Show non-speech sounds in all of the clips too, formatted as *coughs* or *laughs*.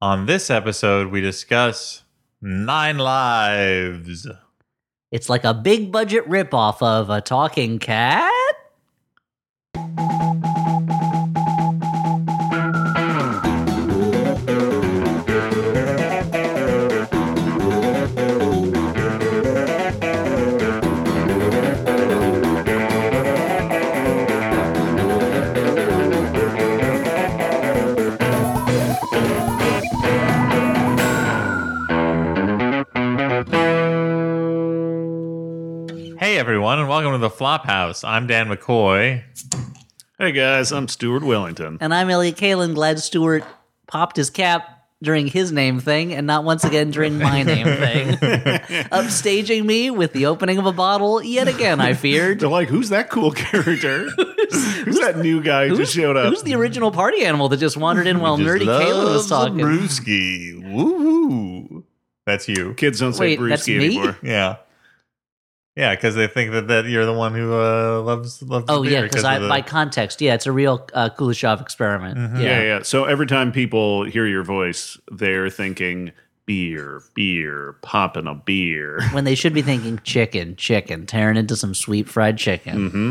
On this episode, we discuss Nine Lives. It's like a big budget ripoff of a talking cat. Hey, everyone, and welcome to the Flophouse. I'm Dan McCoy. Hey guys, I'm Stuart Wellington. And I'm Elliot Kalen. Glad Stewart popped his cap during his name thing and not once again during *laughs* my name thing. Upstaging me with the opening of a bottle yet again, I feared. They're like, who's that cool character? who's, that new guy who *laughs* just showed up? Who's the original party animal that just wandered in while nerdy Kalen was talking? Brewski. Woo! That's you. Kids don't say Wait, that's Brewski me? anymore. Yeah. Yeah, because they think that, that you're the one who uh, loves loves. Oh the yeah, beer because 'cause of I the- by context, yeah, it's a real uh, Kuleshov experiment. Mhm. *laughs* Yeah. Mm-hmm. Yeah. yeah, So every time people hear your voice, they're thinking beer, beer, popping a beer. when they should be thinking chicken, chicken, tearing into some sweet fried chicken. hmm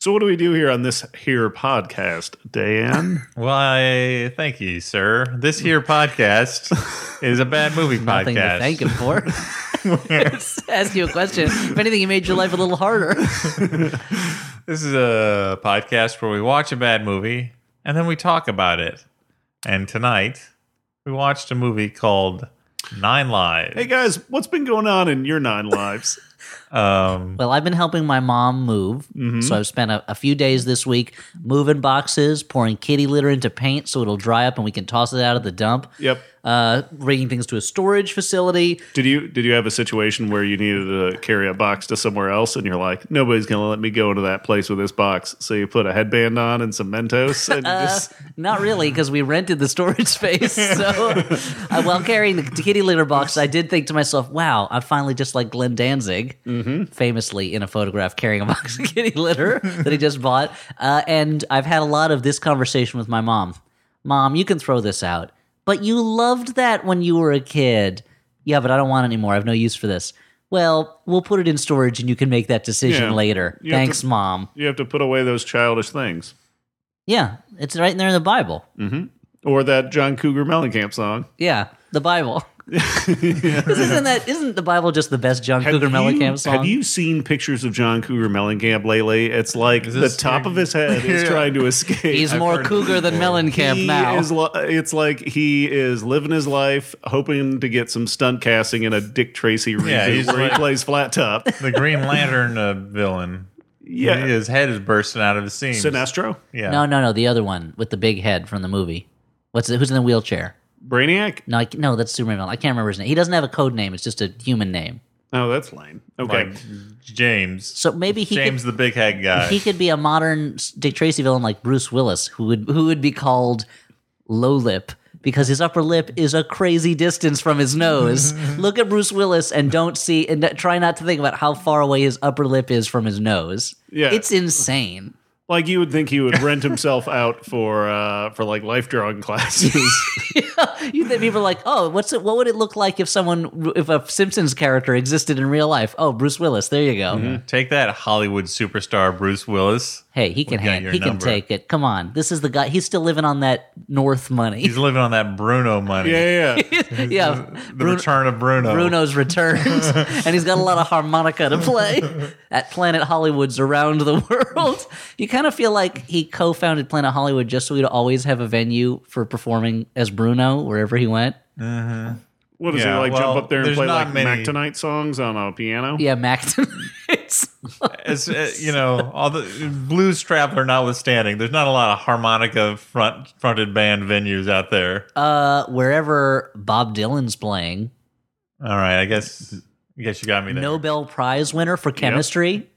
So what do we do here on this here podcast, Dan? *laughs* Why? Thank you, sir. This here *laughs* podcast is a bad movie Nothing podcast. to thank him *laughs* for. *laughs* Just *laughs* Ask you a question. If anything, he made your life a little harder. This is a podcast where we watch a bad movie and then we talk about it. And tonight, we watched a movie called Nine Lives. hey guys, what's been going on in your nine lives? Um, *laughs* Well, I've been helping my mom move. So I've spent a, a few days this week moving boxes, pouring kitty litter into paint so it'll dry up and we can toss it out of the dump. yep. Uh, bringing things to a storage facility. Did you did you have a situation where you needed to carry a box to somewhere else, and you're like, nobody's gonna let me go into that place with this box? So you put a headband on and some Mentos, and you just Not really, because we rented the storage *laughs* space. So uh, while carrying the kitty litter box, I did think to myself, wow, I'm finally just like Glenn Danzig, Mm-hmm. famously in a photograph carrying a *laughs* box of kitty litter that he just bought. Uh, and I've had a lot of this conversation with my mom. Mom, you can throw this out, but you loved that when you were a kid. Yeah, but I don't want it anymore. I have no use for this. Well, we'll put it in storage and you can make that decision Yeah. later. You have to- Thanks, mom. you have to put away those childish things, Yeah, it's right there in the Bible. or that John Cougar Mellencamp song. Yeah, the *laughs* Bible. *laughs* This isn't that isn't the Bible just the best John Cougar you, Mellencamp song? Have you seen pictures of John Cougar Mellencamp lately? It's like the this- top of his head is Yeah. trying to escape. He's more heard cougar than Mellencamp He now. is li- it's like he is living his life, hoping to get some stunt casting in a Dick Tracy reboot Yeah, he's where like- he plays flat top. the Green Lantern uh, villain. Yeah. His head is bursting out of his seams. Sinestro, Yeah. no, no, no, the other one with the big head from the movie. What's it? Who's in the wheelchair? Brainiac. No, I, no, that's Superman. I can't remember his name. He doesn't have a code name. It's just a human name. Oh, that's lame. Okay, Like James. So maybe he James, could, the big head guy. he could be a modern Dick Tracy villain like Bruce Willis, who would who would be called Low Lip because his upper lip is a crazy distance from his nose. *laughs* Look at Bruce Willis and don't see and try not to think about how far away his upper lip is from his nose. Yeah. it's insane. like you would think he would *laughs* rent himself out for uh for like life *laughs* drawing classes. You think people are like, oh, what's it? What would it look like if someone, if a Simpsons character existed in real life? Oh, Bruce Willis. There you go. Take that, Hollywood superstar Bruce Willis. Hey, he can got hand, your he can number. take it. Come on, this is the guy. He's still living on that North money. He's living on that Bruno money. yeah, yeah, *laughs* yeah. yeah, The return of Bruno. Bruno's returned, and he's got a lot of harmonica to play at Planet Hollywood's around the world. You kind of feel like he co-founded Planet Hollywood just so he'd always have a venue for performing as Bruno wherever he went. What is Yeah, it like? well, jump up there and there's play not like many- Mac Tonight songs on a piano? Yeah, *laughs* Max. it's It's, uh, you know, all the blues traveler notwithstanding, there's not a lot of harmonica front fronted band venues out there. uh, wherever Bob Dylan's playing, all right, I guess I guess you got me there. Nobel Prize winner for chemistry.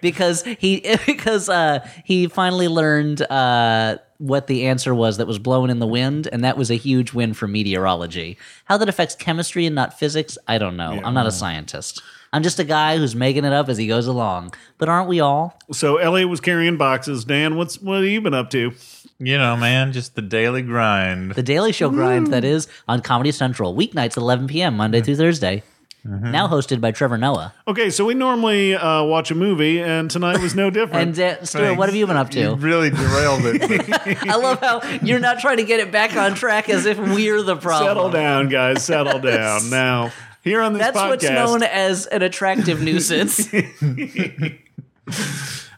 because he *laughs* because uh, he finally learned uh, what the answer was that was blown in the wind, and that was a huge win for meteorology. How that affects chemistry and not physics, I don't know. I'm not a scientist. I'm just a guy who's making it up as he goes along. But aren't we all? So Elliot was carrying boxes. Dan, what's what have you been up to? You know, man, just the daily grind. The Daily Show grind that is on Comedy Central, weeknights at 11 p.m., Monday through Thursday. Now hosted by Trevor Noah. Okay, so we normally uh, watch a movie, and tonight was no different. And uh, Stuart, what have you been up You to? really derailed *laughs* it. I love how you're not trying to get it back on track as if we're the problem. settle down, guys. *laughs* Settle down. Now, here on this uh-huh. That's podcast, what's known as an *laughs* attractive nuisance.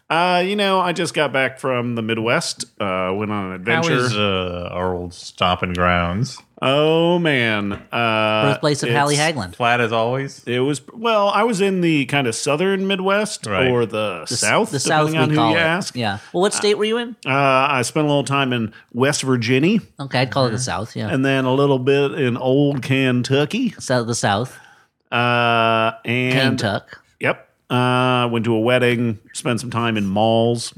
uh, you know, I just got back from the Midwest. Uh, went on an How adventure. is uh, our old stomping grounds? oh man, uh, Birthplace of Hallie it's- Hagland. Flat as always. It was well. I was in the kind of southern Midwest Right. or the, The s- South, the South depending on we who call you it. ask. Yeah. Well, what state were you in? Uh, I spent a little time in West Virginia, Okay, I'd call it the South. Yeah, and then a little bit in Old Kentucky. so the South, Uh, and Kentuck. Yep. Uh, went to a wedding, spent some time in malls.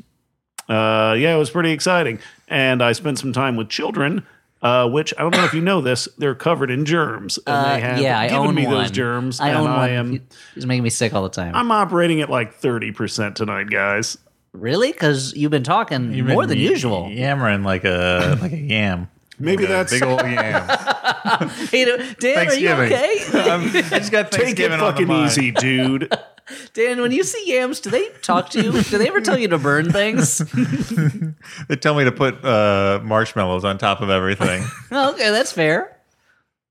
Uh, yeah, it was pretty exciting. And I spent some time with children, uh, which I don't know if you know this, they're covered in germs. And Uh, they have yeah, I given own me one. those germs. I and own I one. am He's making me sick all the time. I'm operating at like 30% tonight, guys. really? Because you've been talking more than usual. *laughs* Yammering like a like a yam. Maybe Like a that's- big old yam. *laughs* Hey, Dan, are you Thanksgiving. okay? I'm- I just got Take it Thanksgiving on the fucking mind. easy, dude. Dan, when you see yams, do they talk to you? Do they ever tell you to burn things? *laughs* They tell me to put uh, marshmallows on top of everything. okay, that's fair.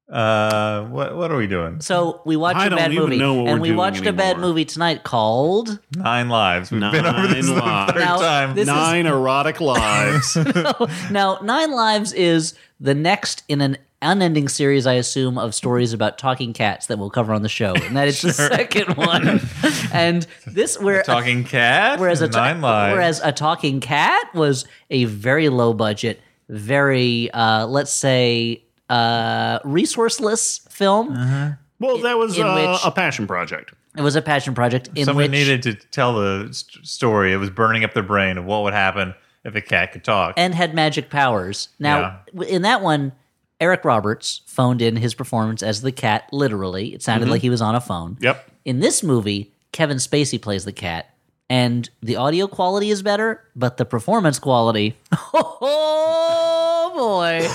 uh, what what are we doing? So we watched I a don't bad even movie, know what and we're we doing watched a bad anymore. movie tonight called. Nine lives. We've *laughs* been *laughs* over *laughs* Nine this the lives. third Now, time. this- is- Nine erotic *laughs* lives. Now, Nine Lives is the next in an unending series, I assume, of stories about talking cats that we'll cover on the show, and that is *laughs* the second one. *laughs* and this where Talking cat. whereas a nine lives. whereas a talking cat was a very low budget, very uh, let's say uh, resourceless film. Uh-huh. well, that was In uh, which- a passion project. It was a passion project in Someone which needed to tell the st- story. It was burning up their brain of what would happen if a cat could talk. and had magic powers. Now, w in that one, Eric Roberts phoned in his performance as the cat. Literally, it sounded like he was on a phone. Yep. In this movie, Kevin Spacey plays the cat, and the audio quality is better, but the performance quality, *laughs* oh boy,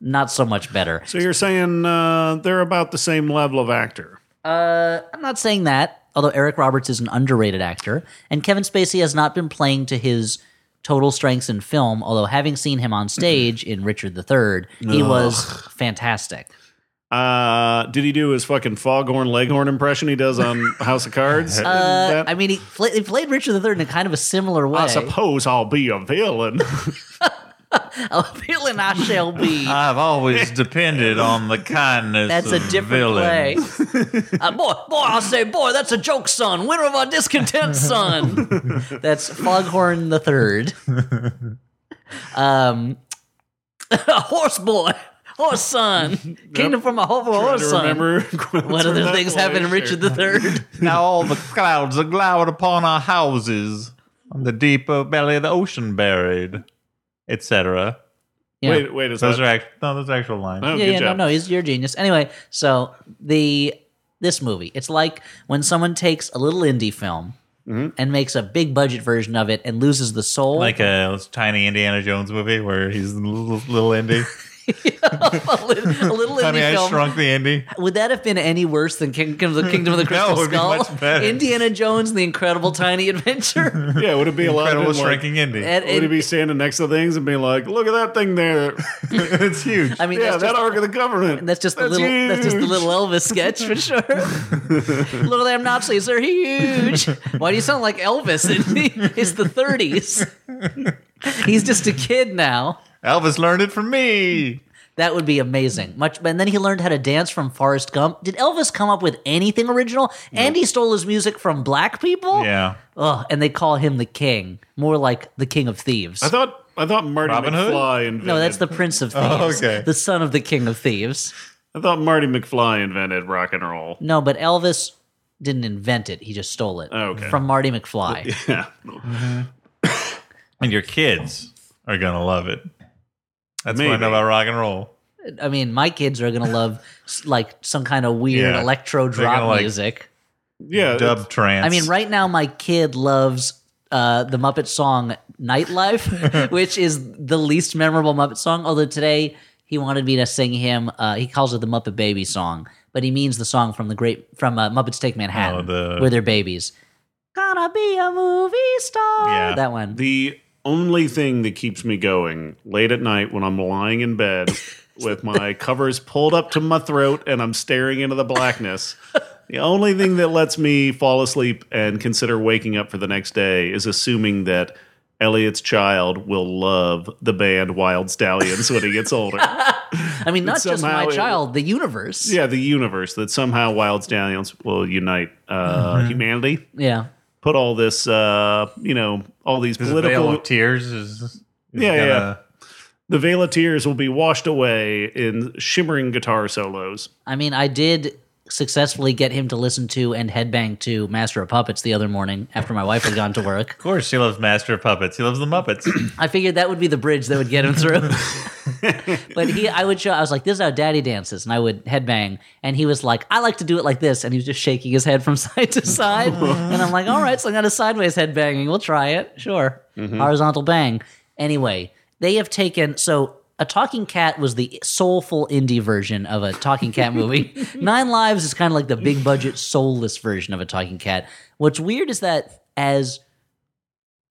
not so much better. So you're saying uh, they're about the same level of actor. I'm not saying that, although Eric Roberts is an underrated actor, and Kevin Spacey has not been playing to his total strengths in film, although having seen him on stage in Richard III, he was fantastic. Uh, did he do his fucking foghorn leghorn impression he *laughs* does on House of Uh, Cards? That- I mean, he, pla- he played Richard III in a kind of a similar way. I *laughs* suppose I'll be a villain. A villain I shall be. I've *laughs* always depended on the kindness. That's a of different villains. play. Uh, boy, boy, I say, boy, that's a joke, son. Winner of our discontent, son. that's Foghorn the Third. Um, *laughs* horse boy, horse son, kingdom from a horse, I horse son. remember quotes What *laughs* from other that things play, happen in sure. Richard the *laughs* Third? Now all *laughs* the clouds are glowered upon our houses, on the deeper belly of the ocean buried, etc. Yeah. Wait, wait, is Those that? are act- no, those are actual lines. Oh, yeah, good yeah, job. no, no, he's your genius. Anyway, so the this movie, it's like when someone takes a little indie film Mm-hmm. and makes a big budget version of it and loses the soul. Like a tiny Indiana Jones movie where he's a little, little *laughs* Indy. a little, a little Honey, indie I film. shrunk the Indy. Would that have been any worse than Kingdom *laughs* of the Kingdom of the Crystal it would be Skull? much better. Indiana Jones and *laughs* the Incredible Tiny Adventure. Yeah, would it be a lot Incredible of like, shrinking Indy. And- Would it be standing next to things and being like, "Look at that thing *laughs* there"? it's huge. I mean, yeah, that's, that just, arc of the government. that's just the little that's just the huge. little Elvis sketch for sure. *laughs* little damn Nazis are huge. Why do you sound like Elvis? It's the *laughs* 30s. He's just a kid now. Elvis learned it from me. That would be amazing. Much, and then he learned how to dance from Forrest Gump. Did Elvis come up with anything original? And he stole his music from black people. Yeah. Ugh, and they call him the king, more like the king of thieves. I thought I thought Marty Robin Hood? McFly invented. no, that's the *laughs* prince of thieves. Oh, okay. The son of the king of thieves. I thought Marty McFly invented rock and roll. *laughs* No, but Elvis didn't invent it. He just stole it Oh, Okay. from *laughs* Marty McFly. Yeah. And your kids are going to love it. That's what I Maybe. know about rock and roll. I mean, my kids are going to love s- like some kind of weird Yeah. electro gonna drop like- music. Yeah. Dub trance. I mean, right now my kid loves uh, the Muppet song *laughs* "Nightlife," which is the least memorable Muppet song. Although today he wanted me to sing him. Uh, he calls it the Muppet Baby song, but he means the song from the great from uh, Muppets Take Manhattan, Oh, the- where they're babies. Gonna be a movie star. Yeah. that one. The only thing that keeps me going late at night when I'm lying in bed with my covers pulled up to my throat and I'm staring into the blackness. The only thing that lets me fall asleep and consider waking up for the next day is assuming that Elliot's child will love the band Wild Stallions when he gets older. I mean, not just my somehow it- child, the universe. yeah, the universe that somehow Wild Stallions will unite uh, humanity. yeah. Put all this, uh, you know, all these This political veil of tears is, is Yeah, yeah. gonna- The veil of tears will be washed away in shimmering guitar solos. I mean, I did successfully get him to listen to and headbang to Master of Puppets the other morning after my wife had gone to work. Of course, he loves Master of Puppets. He loves the *clears throat* Muppets. I figured that would be the bridge that would get him through. but he, I would show, I was like, this is how daddy dances. And I would headbang. And he was like, I like to do it like this. And he was just shaking his head from *laughs* side to side. and I'm like, all right, so I got a sideways headbanging. We'll try it. Sure. Horizontal bang. Anyway, they have taken, so a talking cat was the soulful indie version of a talking cat movie. Nine Lives is kind of like the big budget, soulless version of a talking cat. What's weird is that as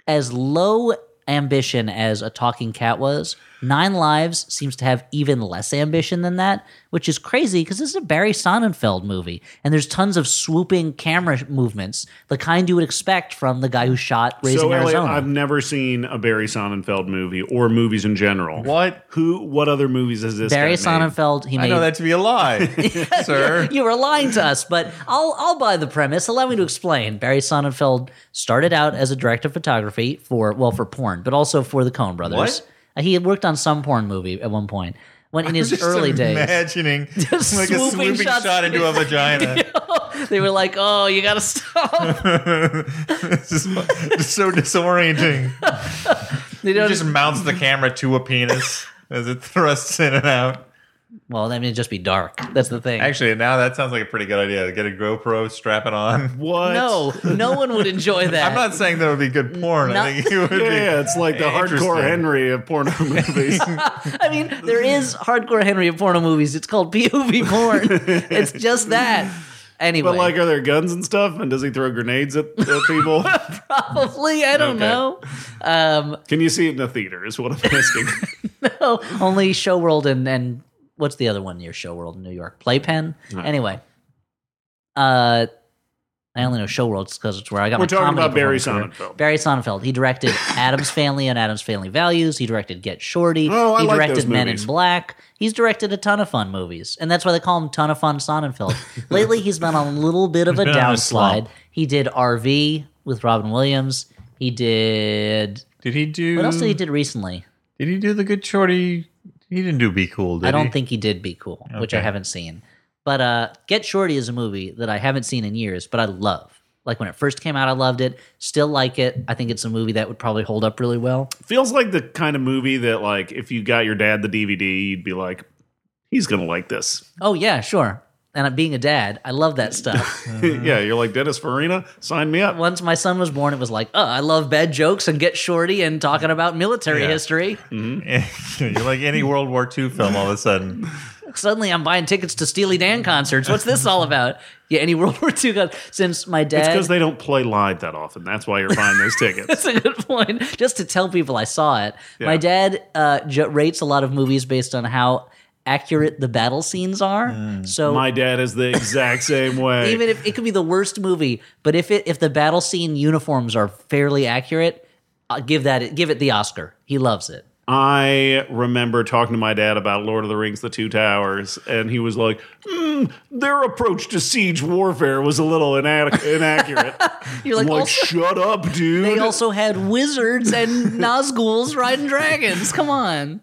as low ambition as a talking cat was, Nine Lives seems to have even less ambition than that, which is crazy because this is a Barry Sonnenfeld movie, and there's tons of swooping camera sh- movements, the kind you would expect from the guy who shot Raising So, Elliot, Arizona. I've never seen a Barry Sonnenfeld movie or movies in general. What? Who? What other movies has this? Barry guy made? Sonnenfeld, he I made. know that to be a lie, *laughs* *laughs* sir. You were lying to us, but I'll I'll buy the premise. Allow me to explain. Barry Sonnenfeld started out as a director of photography for well for porn, but also for the Coen Brothers. What? Uh, He had worked on some porn movie at one point when in his Just early days. imagining *laughs* Just like a swooping swooping shots. shot into a *laughs* vagina. they were like, "Oh, you *laughs* gotta stop!" it's *laughs* just, it's so disorienting. They It don't. just mounts the camera to a penis as it thrusts in and out. well, I mean, it'd just be dark. That's the thing. Actually, now that sounds like a pretty good idea. Get a GoPro, strap it on. *laughs* What? no, no one would enjoy that. I'm not saying that would be good porn. Not- I think it would Yeah, be. yeah, it's like the Interesting. hardcore Henry of porno *laughs* movies. I mean, there is hardcore Henry of porno movies. It's called *laughs* POV porn. it's just that. Anyway, but like, are there guns and stuff? And does he throw grenades at, at *laughs* people? probably I don't Okay. know. Um, Can you see it in the theater? Is what *laughs* I'm asking. no, Oh, only Show World and and what's the other one near Show World in New York? Playpen. Anyway, uh, I only know Show World because it's where I got. We're my talking comedy about Barry performance career. Sonnenfeld. Barry Sonnenfeld. He directed *laughs* Adam's Family and Adam's Family Values. He directed Get Shorty. Oh, I he like directed those Men movies. in Black. He's directed a ton of fun movies, and that's why they call him Ton of Fun *laughs* Sonnenfeld. Lately, he's been on a little bit of *laughs* a been on a slump. downslide. He did RV with Robin Williams. He did. Did he do? What else Mm. did he did recently? Did he do the good shorty? He didn't do Be Cool, did I don't he? think he did Be Cool, which I Okay. haven't seen. But uh, Get Shorty is a movie that I haven't seen in years, but I love. Like when it first came out, I loved it. Still like it. I think it's a movie that would probably hold up really well. Feels like the kind of movie that, like, if you got your dad the DVD, you'd be like, he's gonna like this. *laughs* Oh yeah, sure. And uh, being a dad, I love *laughs* that stuff. yeah, you're like Dennis Farina. Sign me up. Once my son was born, it was like, oh, I love bad jokes and Get Shorty and talking about military Yeah. history. *laughs* You're like any World War II film all of a sudden. Suddenly, I'm buying tickets to Steely Dan concerts. What's this all about? Yeah, any *laughs* World War II? Con- Since my It's dad, because they don't play live that often. That's why you're buying those tickets. That's a good point. Just to tell people I saw it. My dad uh, j- rates a lot of movies based on how accurate the battle scenes are. *laughs* So My dad is the exact same way. even if it could be the worst movie, but if it if the battle scene uniforms are fairly accurate, i give that give it the Oscar. He loves it. I remember talking to my dad about Lord of the Rings: The Two Towers, and he was like, mm, "Their approach to siege warfare was a little inac- inaccurate." You're *laughs* I'm like, like, also, shut up, dude. they also had wizards and Nazguls riding dragons. Come on.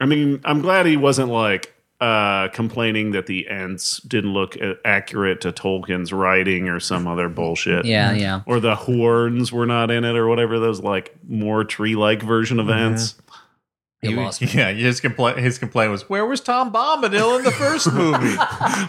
I mean, I'm glad he wasn't like uh, complaining that the Ents didn't look uh, accurate to Tolkien's writing or some other bullshit. Yeah, yeah. Or the horns were not in it, or whatever those like more tree-like version of Ents. *laughs* He You- lost *laughs* me. yeah, his complaint. His complaint was, "Where was Tom Bombadil in the *laughs* first movie?"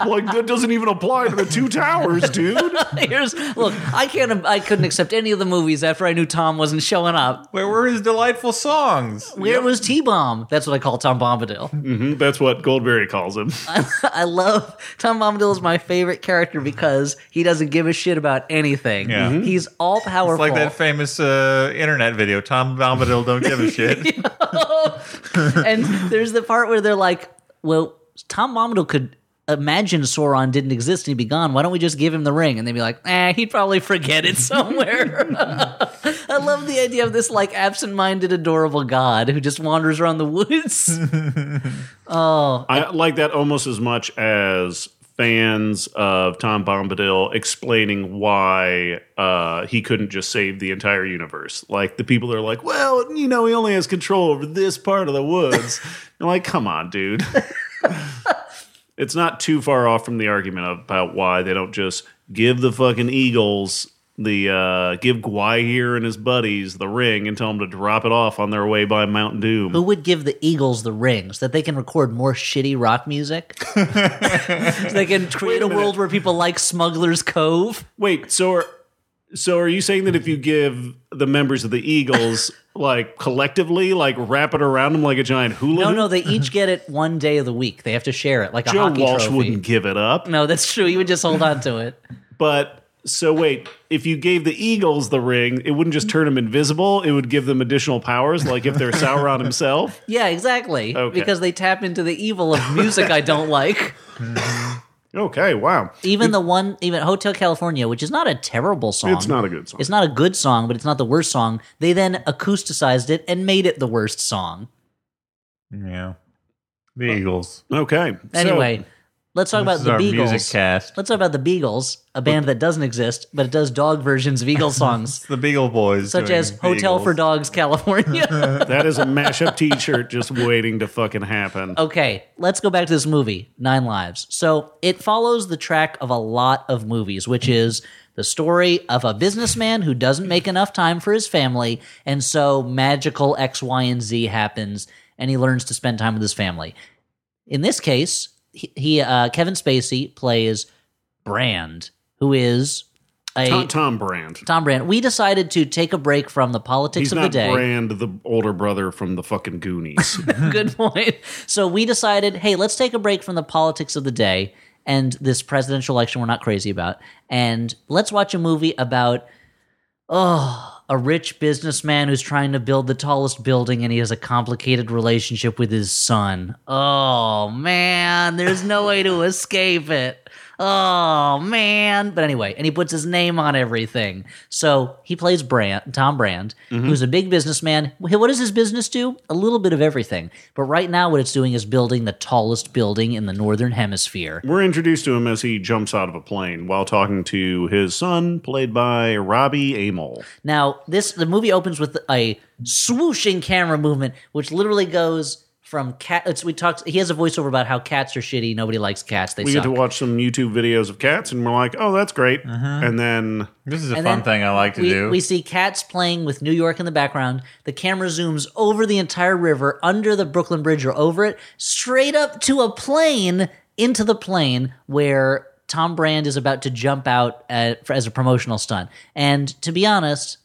like that doesn't even apply to the two towers, dude. Here's look. I can't. I couldn't accept any of the movies after I knew Tom wasn't showing up. Where were his delightful songs? Where was T Bomb? That's what I call Tom Hmm. Bombadil. Mhm, That's what Goldberry calls him. *laughs* I love Tom Bombadil is my favorite character because he doesn't give a shit about anything. Yeah. Mhm. He's all It's powerful. like that famous uh, internet video. Tom Bombadil don't give *laughs* a shit. *laughs* and there's the part where they're like, "Well, Tom Bombadil could." Imagine Sauron didn't exist and he'd be gone. Why don't we just give him the ring? And they'd be like, eh, he'd probably forget it *laughs* somewhere. I love the idea of this like absent-minded, adorable god who just wanders around the woods. I like that almost as much as fans of Tom Bombadil explaining why uh, he couldn't just save the entire universe. Like the people that are like, well, you know, he only has control over this part of the woods. *laughs* and like, come on, dude. *laughs* it's not too far off from the argument about why they don't just give the fucking Eagles the uh give Gwaihir and his buddies the ring and tell them to drop it off on their way by Mount Doom. Who would give the Eagles the rings that they can record more shitty rock music? *laughs* so they can create a a, minute. world where people like Smuggler's Cove. Wait, so are, so are you saying that if you give the members of the Eagles like collectively, like wrap it around them like a giant hula? No, hoop, no, they each get it one day of the week. They have to share it like a Joe hockey Walsh trophy. wouldn't give it up. No, that's true. You would just hold on to it. But so wait, if you gave the Eagles the ring, it wouldn't just turn them invisible. It would give them additional powers, like if they're Sauron himself. Yeah, exactly. Okay. Because they tap into the evil of music I don't like. Okay, wow, Even the one, even Hotel California, which is not a terrible song. it's not a good song. It's not a good song, but it's not the worst song. They then acousticized it and made it the worst song. yeah, the Eagles. Okay, so- Anyway, let's talk about This is the our Beagles. music cast. Let's talk about the Beagles, a band that doesn't exist, but it does dog versions *laughs* of Eagle songs, The Beagle Boys, such doing as Hotel for Beagles. Dogs, California. *laughs* that is a mashup T-shirt just waiting to fucking happen. okay, let's go back to this movie, Nine Lives. So it follows the track of a lot of movies, which is the story of a businessman who doesn't make enough time for his family, and so magical X, Y, and Z happens, and he learns to spend time with his family. In this case, he, he uh, Kevin Spacey plays Brand, who is a Tom, Tom Brand. Tom Brand, we decided to take a break from the politics He's of the not day. Brand, the older brother from the fucking Goonies. *laughs* Good point. So we decided, hey, let's take a break from the politics of the day and this presidential election we're not crazy about, and let's watch a movie about oh, a rich businessman who's trying to build the tallest building and he has a complicated relationship with his son. Oh man, there's no way to escape it. Oh man. But anyway, and he puts his name on everything. So he plays Brand, Tom Brand, who's a big businessman. Wh- What does his business do? A little bit of everything. But right now what it's doing is building the tallest building in the northern hemisphere. We're introduced to him as he jumps out of a plane while talking to his son, played by Robbie Amell. Now, this the movie opens with a swooshing camera movement, which literally goes from cat. It's, we talked. He has a voiceover about how cats are shitty. Nobody likes cats. They We suck. Uh-huh. get to watch some YouTube videos of cats, and we're like, "Oh, that's great!" And then This is a And fun then thing I like to we, do. we see cats playing with New York in the background. The camera zooms over the entire river, under the Brooklyn Bridge or over it, straight up to a plane, into the plane where Tom Brand is about to jump out at, for, as a promotional stunt. And to be honest,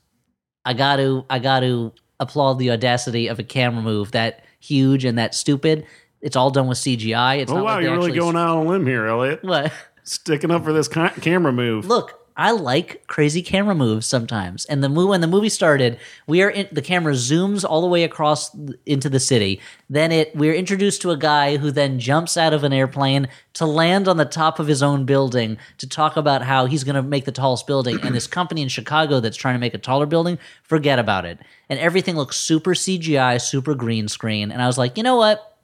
I got to I got to applaud the audacity of a camera move that huge and that stupid. It's all done with CGI. It's oh not wow, like they you're really actually- going out on a limb here, Elliot. *laughs* What? Sticking up for this ca- camera move. look i like crazy camera moves sometimes and the movie when the movie started we are in the camera zooms all the way across th- into the city then it we're introduced to a guy who then jumps out of an airplane to land on the top of his own building to talk about how he's going to make the tallest building and this company in chicago that's trying to make a taller building forget about it and everything looks super cgi super green screen and i was like you know what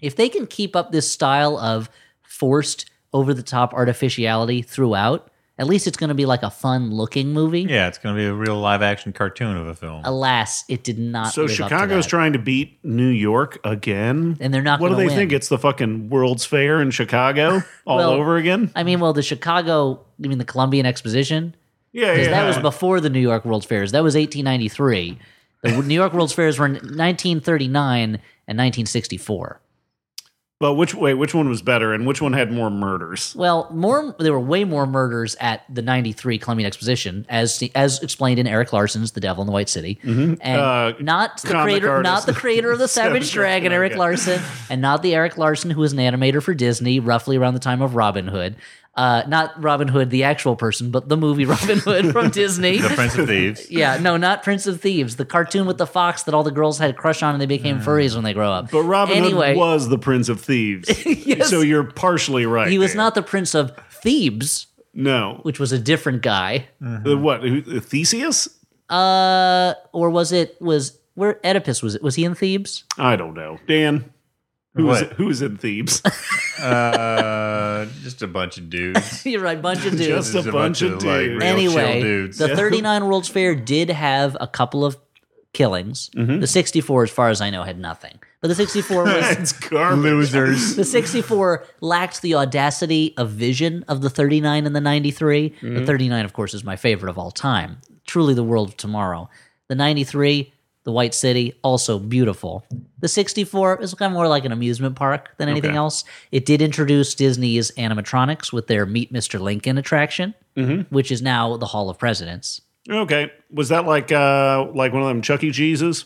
if they can keep up this style of forced over the top artificiality throughout, at least it's going to be like a fun looking movie. yeah, it's going to be a real live action cartoon of a film. Alas, it did not. So live up to Chicago's that. trying to beat New York again, And they're not What do gonna they win. think? It's the fucking World's Fair *laughs* in Chicago all Well- *laughs* over again. I mean, well, the Chicago, I mean, the Columbian Exposition, Yeah, yeah. 'cause that was yeah. before the New York World's Fairs. That was 1893. The New York World's Fairs were in 1939, and 1964. But which wait, which one was better, and which one had more murders? Well, more there were way more murders at the '93 Columbian Exposition, as as explained in Eric Larson's *The Devil in the White City*, and Uh, not the comic creator, not artist. the creator *laughs* of the Savage Savage Dragon, Dragon, Eric okay. Larson, and not the Eric Larson who was an animator for Disney, roughly around the time of Robin Hood. Uh, not Robin Hood, the actual person, but the movie *laughs* Robin Hood from *laughs* Disney. The Prince of *laughs* Thieves. yeah, no, not Prince of Thieves, the cartoon with the fox that all the girls had a crush on and they became furries when they grow up. Hmm. But Robin anyway, Hood was the Prince of Thieves, *laughs* Yes. so you're partially right. he was not the Prince of Thebes, No, which was a different guy. The what? who- Theseus? Uh, or was it was where Oedipus was? It was he in Thebes? *laughs* I don't know. Dan, who was What? who was *laughs* in Thebes? Uh, just a bunch of dudes. You're right, bunch of dudes. *laughs* Just a bunch of dudes. real chill anyway, dudes. *laughs* the 39 World's Fair did have a couple of killings. Mm-hmm. The 64, as far as I know, had nothing. But *laughs* the 64 was. *laughs* it's garbage. losers. The 64 lacked the audacity of vision of the 39 and the 93. The 39, of course, is my favorite of all time. Truly the world of tomorrow. The 93, the White City, also beautiful. The 64 is kind of more like an amusement park than anything Okay. else. It did introduce Disney's animatronics with their Meet Mr. Lincoln attraction, which is now the Hall of Presidents. Okay, was that like uh like one of them Chuck *laughs* E. Cheese's?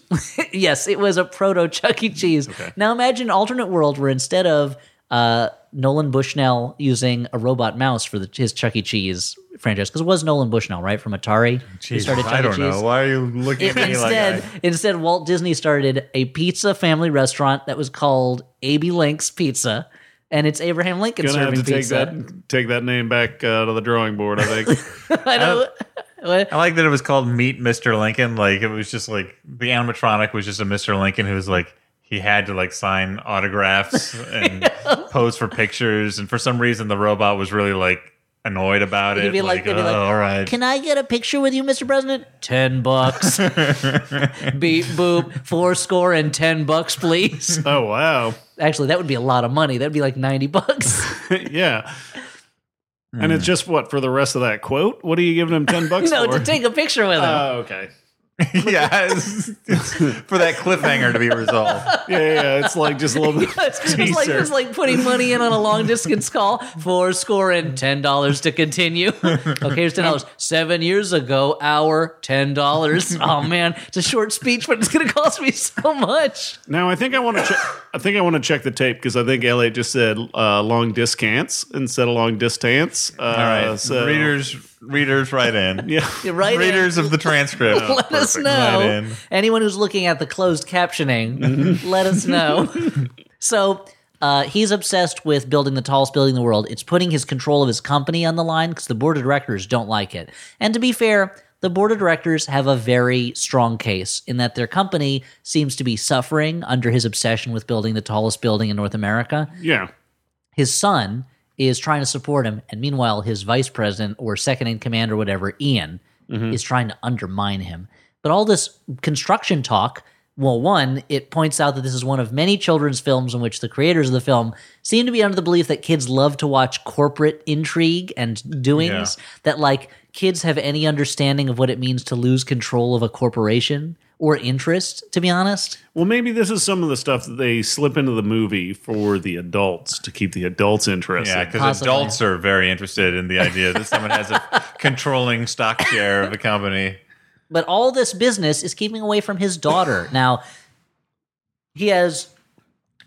yes, it was a proto *laughs* Chuck E. Cheese. Now imagine an alternate world where instead of uh, Nolan Bushnell using a robot mouse for the, his Chuck E. Cheese franchise, because it was Nolan Bushnell, right, from *laughs* Atari, who started Chuck I E. don't know. Cheese. Why are you looking at me Instead, like I- instead, Walt Disney started a pizza family restaurant that was called A.B. Link's Pizza, and it's Abraham Lincoln Gonna have serving to take pizza. that take that name back uh, to the drawing board. *laughs* I think. I don't- Uh, *laughs* I like that it was called Meet Mr. Lincoln. Like it was just like the animatronic was just a Mr. Lincoln who was like he had to like sign *laughs* autographs and pose for pictures. And for some reason, the robot was really like annoyed about He'd it. be like- like, he'd be "Oh, like, all right. Can I get a picture with you, Mr. President? Ten bucks. *laughs* Beep boop. Four score and ten bucks, *laughs* please. oh wow, Actually, that would be a lot of money. That'd be like ninety bucks. yeah. And Hmm. it's just what for the rest of that quote. What are you giving him ten *laughs* bucks no, for? to take a picture with him. oh, okay. yeah, it's- it's for that cliffhanger to be resolved. Yeah, yeah, yeah. It's like just *laughs* a little bit. *laughs* it's, it's like, it's like putting money in on a long distance call. Four score and ten dollars to continue. Okay, here's ten dollars. Seven years ago, hour ten dollars. Oh man, it's a short speech, but it's going to cost me so much. Now I think I want to check. I think I want to check the tape because I think Elliot just said uh, long discants instead of long distance. Uh, All right, so readers, readers, write in. Yeah, You're right. Andy. readers of the transcript. *laughs* let us Perfect. Write know. in. Mm-hmm. Anyone who's looking at the closed captioning, let *laughs* us know. so uh, he's obsessed with building the tallest building in the world. It's putting his control of his company on the line because the board of directors don't like it. And to be fair, the board of directors have a very strong case in that their company seems to be suffering under his obsession with building the tallest building in North America yeah. his son is trying to support him and meanwhile his vice president or second in command or whatever ian is trying to undermine him but all this construction talk well one it points out that this is one of many children's films in which the creators of the film seem to be under the belief that kids love to watch corporate intrigue and doings that like kids have any understanding of what it means to lose control of a corporation or interest to be honest Well, maybe this is some of the stuff that they slip into the movie for the adults to keep the adults interested. Yeah, because Possibly. adults are very interested in the idea that someone has a controlling stock share of a company. But all this business is keeping away from his *laughs* daughter. Now, he has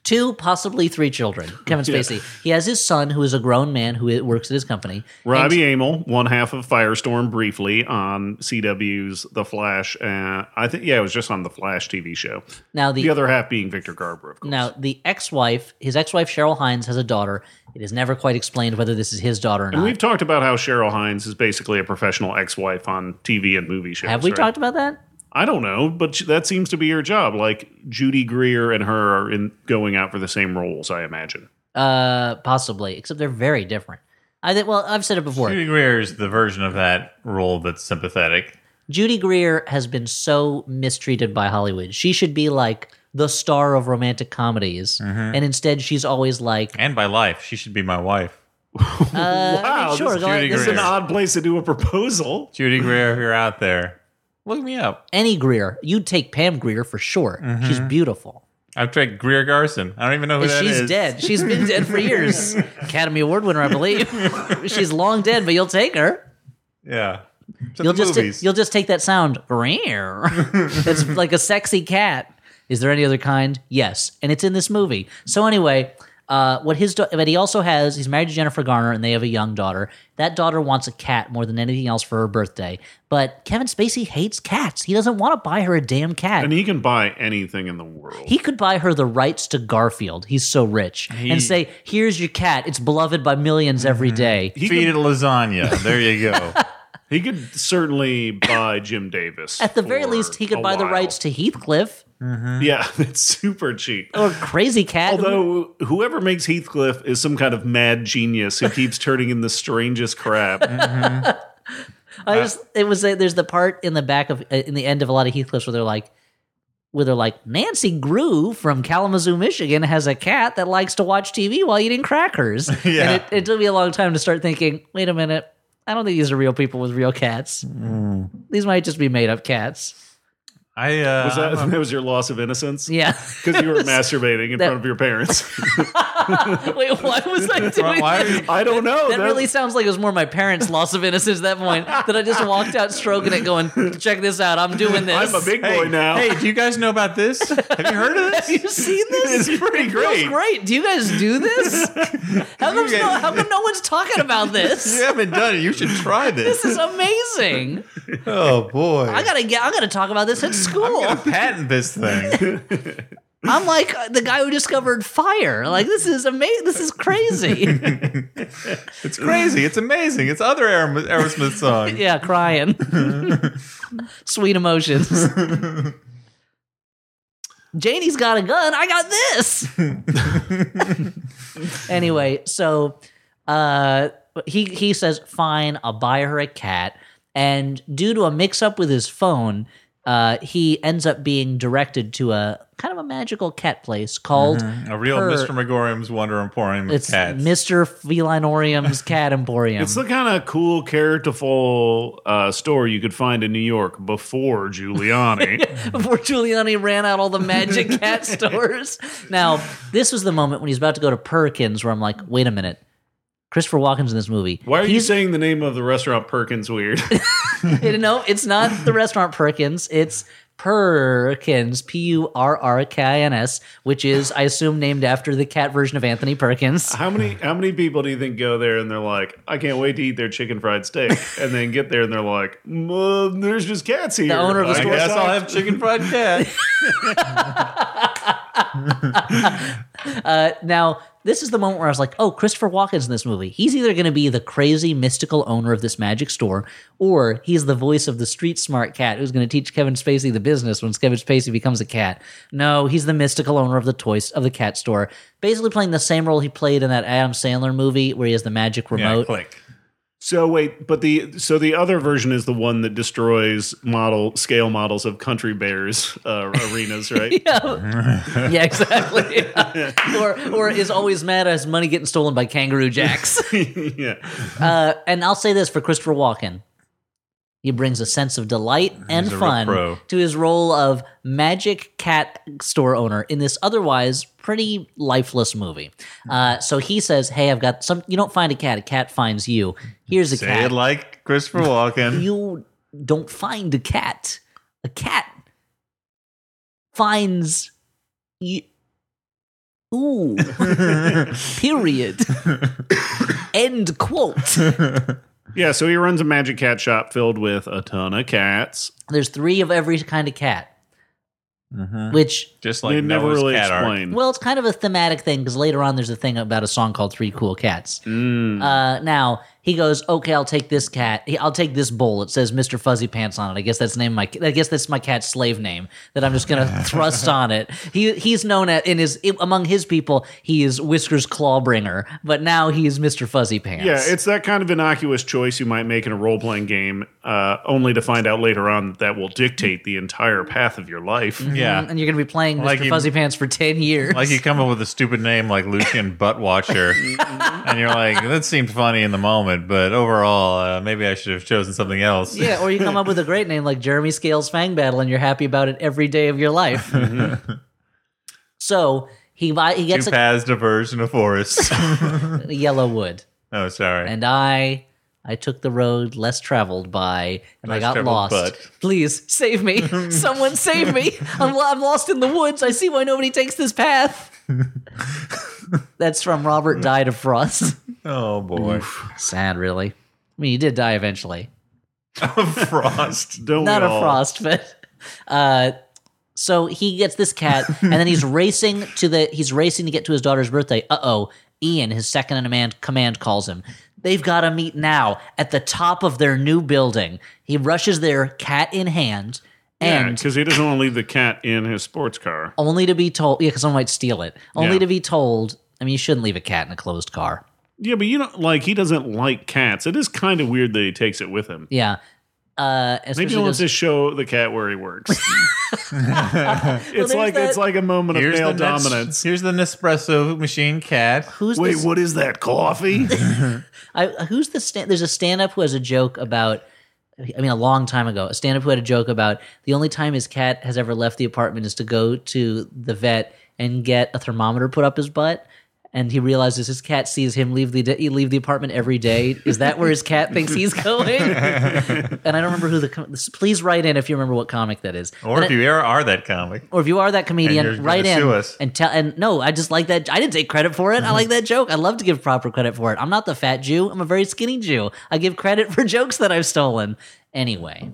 two, possibly three children. Kevin Spacey. He has his son, who is a grown man who i- works at his company. Robbie Amell, one half of Firestorm, briefly on CW's The Flash. Uh, I think yeah, it was just on the Flash TV show. Now the, The other half being Victor Garber, of *laughs* course. now the ex-wife, his ex-wife Cheryl Hines has a daughter. It is never quite explained whether this is his daughter or not. We've talked about how Cheryl Hines is basically a professional ex-wife on TV and movie shows. Have we right? talked about that? I don't know, but sh- that seems to be her job. Like Judy Greer and her are in going out for the same roles, I imagine. Uh, possibly, except they're very different. I think. Well, I've said it before. Judy Greer is the version of that role that's sympathetic. Judy Greer has been so mistreated by Hollywood. She should be like the star of romantic comedies, Mm-hmm. and instead she's always like, And by life, she should be my wife. uh, I Wow, mean, Oh, this sure, is go ahead. Judy this It's an is Greer. odd place to do a proposal. Judy Greer, if you're out there, look me up. any Greer. You'd take Pam Greer for sure. She's beautiful. I've tried Greer Garson. I don't even know Mm-hmm. who that She's is. dead. She's been dead for *laughs* years. Academy Award winner, I believe. She's long dead, but you'll take her. Yeah. To You'll the just movies. you'll just take that sound. *laughs* That's like a sexy cat. Is there any other kind? Yes, and it's in this movie. So anyway, uh, what his da- but he also has he's married to Jennifer Garner and they have a young daughter. That daughter wants a cat more than anything else for her birthday. But Kevin Spacey hates cats. He doesn't want to buy her a damn cat. And he can buy anything in the world. He could buy her the rights to Garfield. He's so rich. and say, here's your cat. It's beloved by millions every Mm-hmm. day. Feed it lasagna. There you go. He could certainly buy Jim Davis. At the very for least, he could a buy the while. rights to Heathcliff Yeah, *laughs* it's super cheap. *laughs* or Crazy Cat. Although whoever makes Heathcliff is some kind of mad genius who keeps turning in the *laughs* strangest crap. I just, it was a, there's the part in the back of uh, in the end of a lot of Heathcliffs where they're like, where they're like, Nancy Grew from Kalamazoo, Michigan, has a cat that likes to watch TV while eating crackers. Yeah. And it, it took me a long time to start thinking, wait a minute, I don't think these are real people with real cats. These might just be made up cats. I uh, Was that, *laughs* I'm a- that was your loss of innocence? Yeah. *laughs* Because you were masturbating in That- front of your parents. Wait, why was I doing why are that? you- I don't know. That That- really sounds like it was more my parents' loss of innocence at that point. That I just walked out stroking it, going, "Check this out! I'm doing this." I'm a big boy now. *laughs* Hey, do you guys know about *laughs* this? Have you heard of Have this? *laughs* you seen this? *laughs* it's pretty great. It's great. Do you guys do this? How come, no, how come no one's talking about *laughs* this? you haven't done it. You should try This *laughs* this. is amazing. Oh boy. I gotta get. I gotta talk about this at school. I'm, patent this *laughs* thing. like uh, the guy who discovered fire. Like this is amazing. This is crazy. It's crazy. It's amazing. It's other Aer- Aerosmith song. *laughs* yeah, crying. Sweet emotions. Janie's got a gun. I got this. anyway, so uh, he he says, "Fine, I'll buy her a cat." And due to a mix-up with his phone, uh, he ends up being directed to a kind of a magical cat place called A real Her- Mr. Megorium's Wonder Emporium with it's Uh-huh. cats. Mister Felinorium's Cat Emporium. It's the kind of cool, characterful uh, store you could find in New York before Giuliani. *laughs* *laughs* before Giuliani ran out all the magic cat stores. Now, this was the moment when he's about to go to Perkins where I'm like, wait a minute. Christopher Walken's in this movie. Why are you He's- saying the name of the restaurant Perkins weird? *laughs* *laughs* you know, it's not the restaurant Perkins. It's Perkins, P U R R K I N S, which is, I assume, named after the cat version of Anthony Perkins. How many how many people do you think go there and they're like, I can't wait to eat their chicken fried steak, and then get there and they're like, "Mm, there's just cats here. owner of the I store guess Yes, I'll have chicken fried cat. Uh, now, this is the moment where I was like, oh, Christopher Walken's in this movie. He's either going to be the crazy mystical owner of this magic store, or he's the voice of the street smart cat who's going to teach Kevin Spacey the business when Kevin Spacey becomes a cat. No, he's the mystical owner of the toys of the cat store, basically playing the same role he played in that Adam Sandler movie where he has the magic Yeah, remote. click. So wait, but the so the other version is the one that destroys model scale models of country bears uh, arenas, *laughs* right? *laughs* Yeah, exactly. *laughs* or or is always mad at his money getting stolen by Kangaroo Jacks. *laughs* yeah. Uh, and I'll say this for Christopher Walken. He brings a sense of delight and a real fun pro. to his role of magic cat store owner in this otherwise pretty lifeless movie. Hmm. Uh, so he says, Hey, I've got some. You don't find a cat, a cat finds you. Here's a Say cat. it like *laughs* Christopher *laughs* Walken. you don't find a cat. A cat finds you. *laughs* Ooh. Mm-hmm. Period. End quote. Yeah, so he runs a magic cat shop filled with a ton of cats. There's three of every kind of cat. Which, Just they like never Noah's really cat art. explain. well, it's kind of a thematic thing because later on there's a thing about a song called Three Cool Cats. Uh, now, he goes, okay, I'll take this cat. He- I'll take this bowl. It says Mr. Fuzzy Pants on it. I guess that's the name of my, I guess that's my cat's slave name that I'm just going to thrust on it. He He's known at, in his, among his people, he is Whiskers Clawbringer, but now he is Mr. Fuzzy Pants. Yeah, it's that kind of innocuous choice you might make in a role playing game, uh, only to find out later on that that will dictate the entire path of your life. Yeah. and you're going to be playing Mr. Like you- Fuzzy Pants for 10 years. Like you come up with a stupid name like Lucian Butt *laughs* Watcher, Mm-hmm. and you're like, that seemed funny in the moment, but overall, uh, maybe I should have chosen something else. Yeah, or you come up with a Mm-hmm. great name like Jeremy Scales Fang Battle and you're happy about it every day of your life. So he buy, he gets Two a, paths diverge in a *laughs* forest. a yellow wood, *laughs* oh, sorry. and I I took the road less traveled by, and I Less got traveled lost. but. Please *laughs* save me! Someone save me! I'm, I'm lost in the woods. I see why nobody takes this *laughs* path. That's from Robert died of frost. oh boy, *laughs* Sad, really. I mean, he did die eventually. Oh, frost. Don't not we a all? frost, but uh, so he gets this *laughs* cat, and then he's racing to the he's racing to get to his daughter's birthday. Uh oh, Ian, his second in command, command calls him. They've got to meet now at the top of their new building. He rushes there, cat in hand, Yeah, and because he doesn't want to leave the cat in his sports car. only to be told, yeah, because someone might steal it. Only Yeah. to be told, I mean, you shouldn't leave a cat in a closed car. Yeah, but you know, like he doesn't like cats. It is kind of weird that he takes it with him. Yeah. Uh, especially Maybe he wants those- to show the cat where *laughs* he works. it's there's like it's that- like a moment of Here's male the Nes- dominance. Here's the Nespresso machine cat. who's Wait, this- what is *laughs* that coffee? I who's the stand? There's a stand-up who has a joke about. I mean, a long time ago, a stand-up who had a joke about the only time his cat has ever left the apartment is to go to the vet and get a thermometer put up his butt. And he realizes his cat sees him leave the he leave the apartment every day. Is that where his cat thinks he's *laughs* going? and I don't remember who the com- please write in if you remember what comic that is. Or And if you are, are that comic, or if you are that And comedian, you're write gonna in sue us. and tell. And no, I just like that. I didn't take credit for it. I like that joke. I love to give proper credit for it. I'm not the fat Jew. I'm a very skinny Jew. I give credit for *laughs* jokes that I've stolen. Anyway,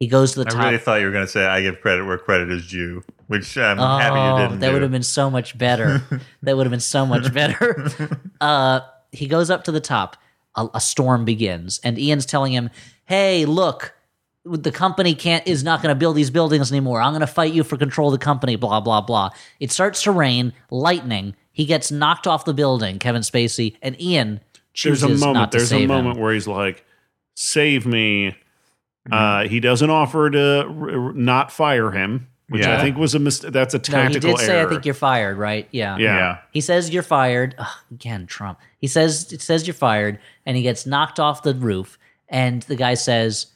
he goes to the top. I really thought you were going to say I give credit where credit is due, which I'm oh, happy you didn't. that do. would have been so much *laughs* better. that would have been so much better. Uh, he goes up to the top. A, a storm begins, and Ian's telling him, "Hey, look." the company can't is not going to build these buildings anymore. I'm going to fight you for control of the company. Blah blah blah. It starts to rain, lightning. He gets knocked off the building. Kevin Spacey and Ian. there's a chooses moment. not to There's a save moment Him. where he's like, "Save me." Mm-hmm. Uh, he doesn't offer to r- r- not fire him, which I Yeah. think was a mistake. That's a No, he tactical did say, error. "I think you're fired." Right? Yeah. yeah. yeah. He says you're fired. Ugh, again, Trump. He says it says you're fired, and he gets knocked off the roof. And the guy says,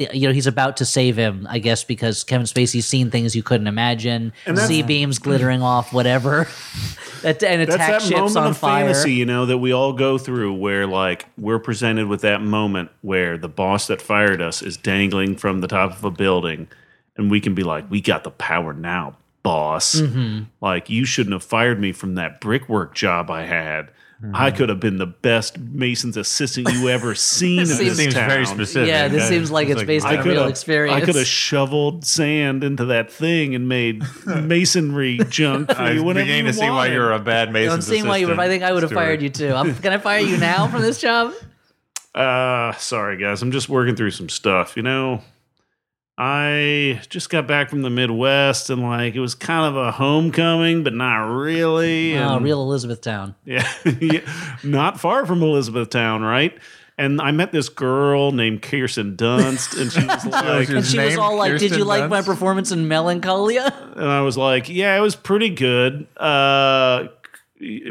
you know, he's about to save him, I guess, because Kevin Spacey's seen things you couldn't imagine, sea beams glittering off, whatever, *laughs* That- and attack That's that ships moment on of fire. fantasy, you know, that we all go through where, like, we're presented with that moment where the boss that fired us is dangling from the top of a building, and we can be like, we got the power now, boss. Mm-hmm. Like, you shouldn't have fired me from that brickwork job I had. Mm-hmm. I could have been the best mason's assistant *laughs* you ever seen in This this seems town. very specific. Yeah, this That seems is- like it's based I on could- real have- experience. I could have shoveled sand into that thing *laughs* and made masonry junk for I you was whenever beginning you to see why wanted. you're a bad Mason's I'm seeing why you. I think I would have fired you too. I'm, can I fire you now from this job? Uh, sorry guys, I'm just working through some stuff. You know, I just got back from the Midwest and like it was kind of a homecoming, but not really. Oh, *laughs* and- real Elizabethtown. yeah, *laughs* yeah, not far from Elizabethtown, right? And I met this girl named Kirsten Dunst, and she was like, And she was all like, "Did you like my performance?" performance in Melancholia?" *laughs* and I was like, "Yeah, it was pretty good." Uh,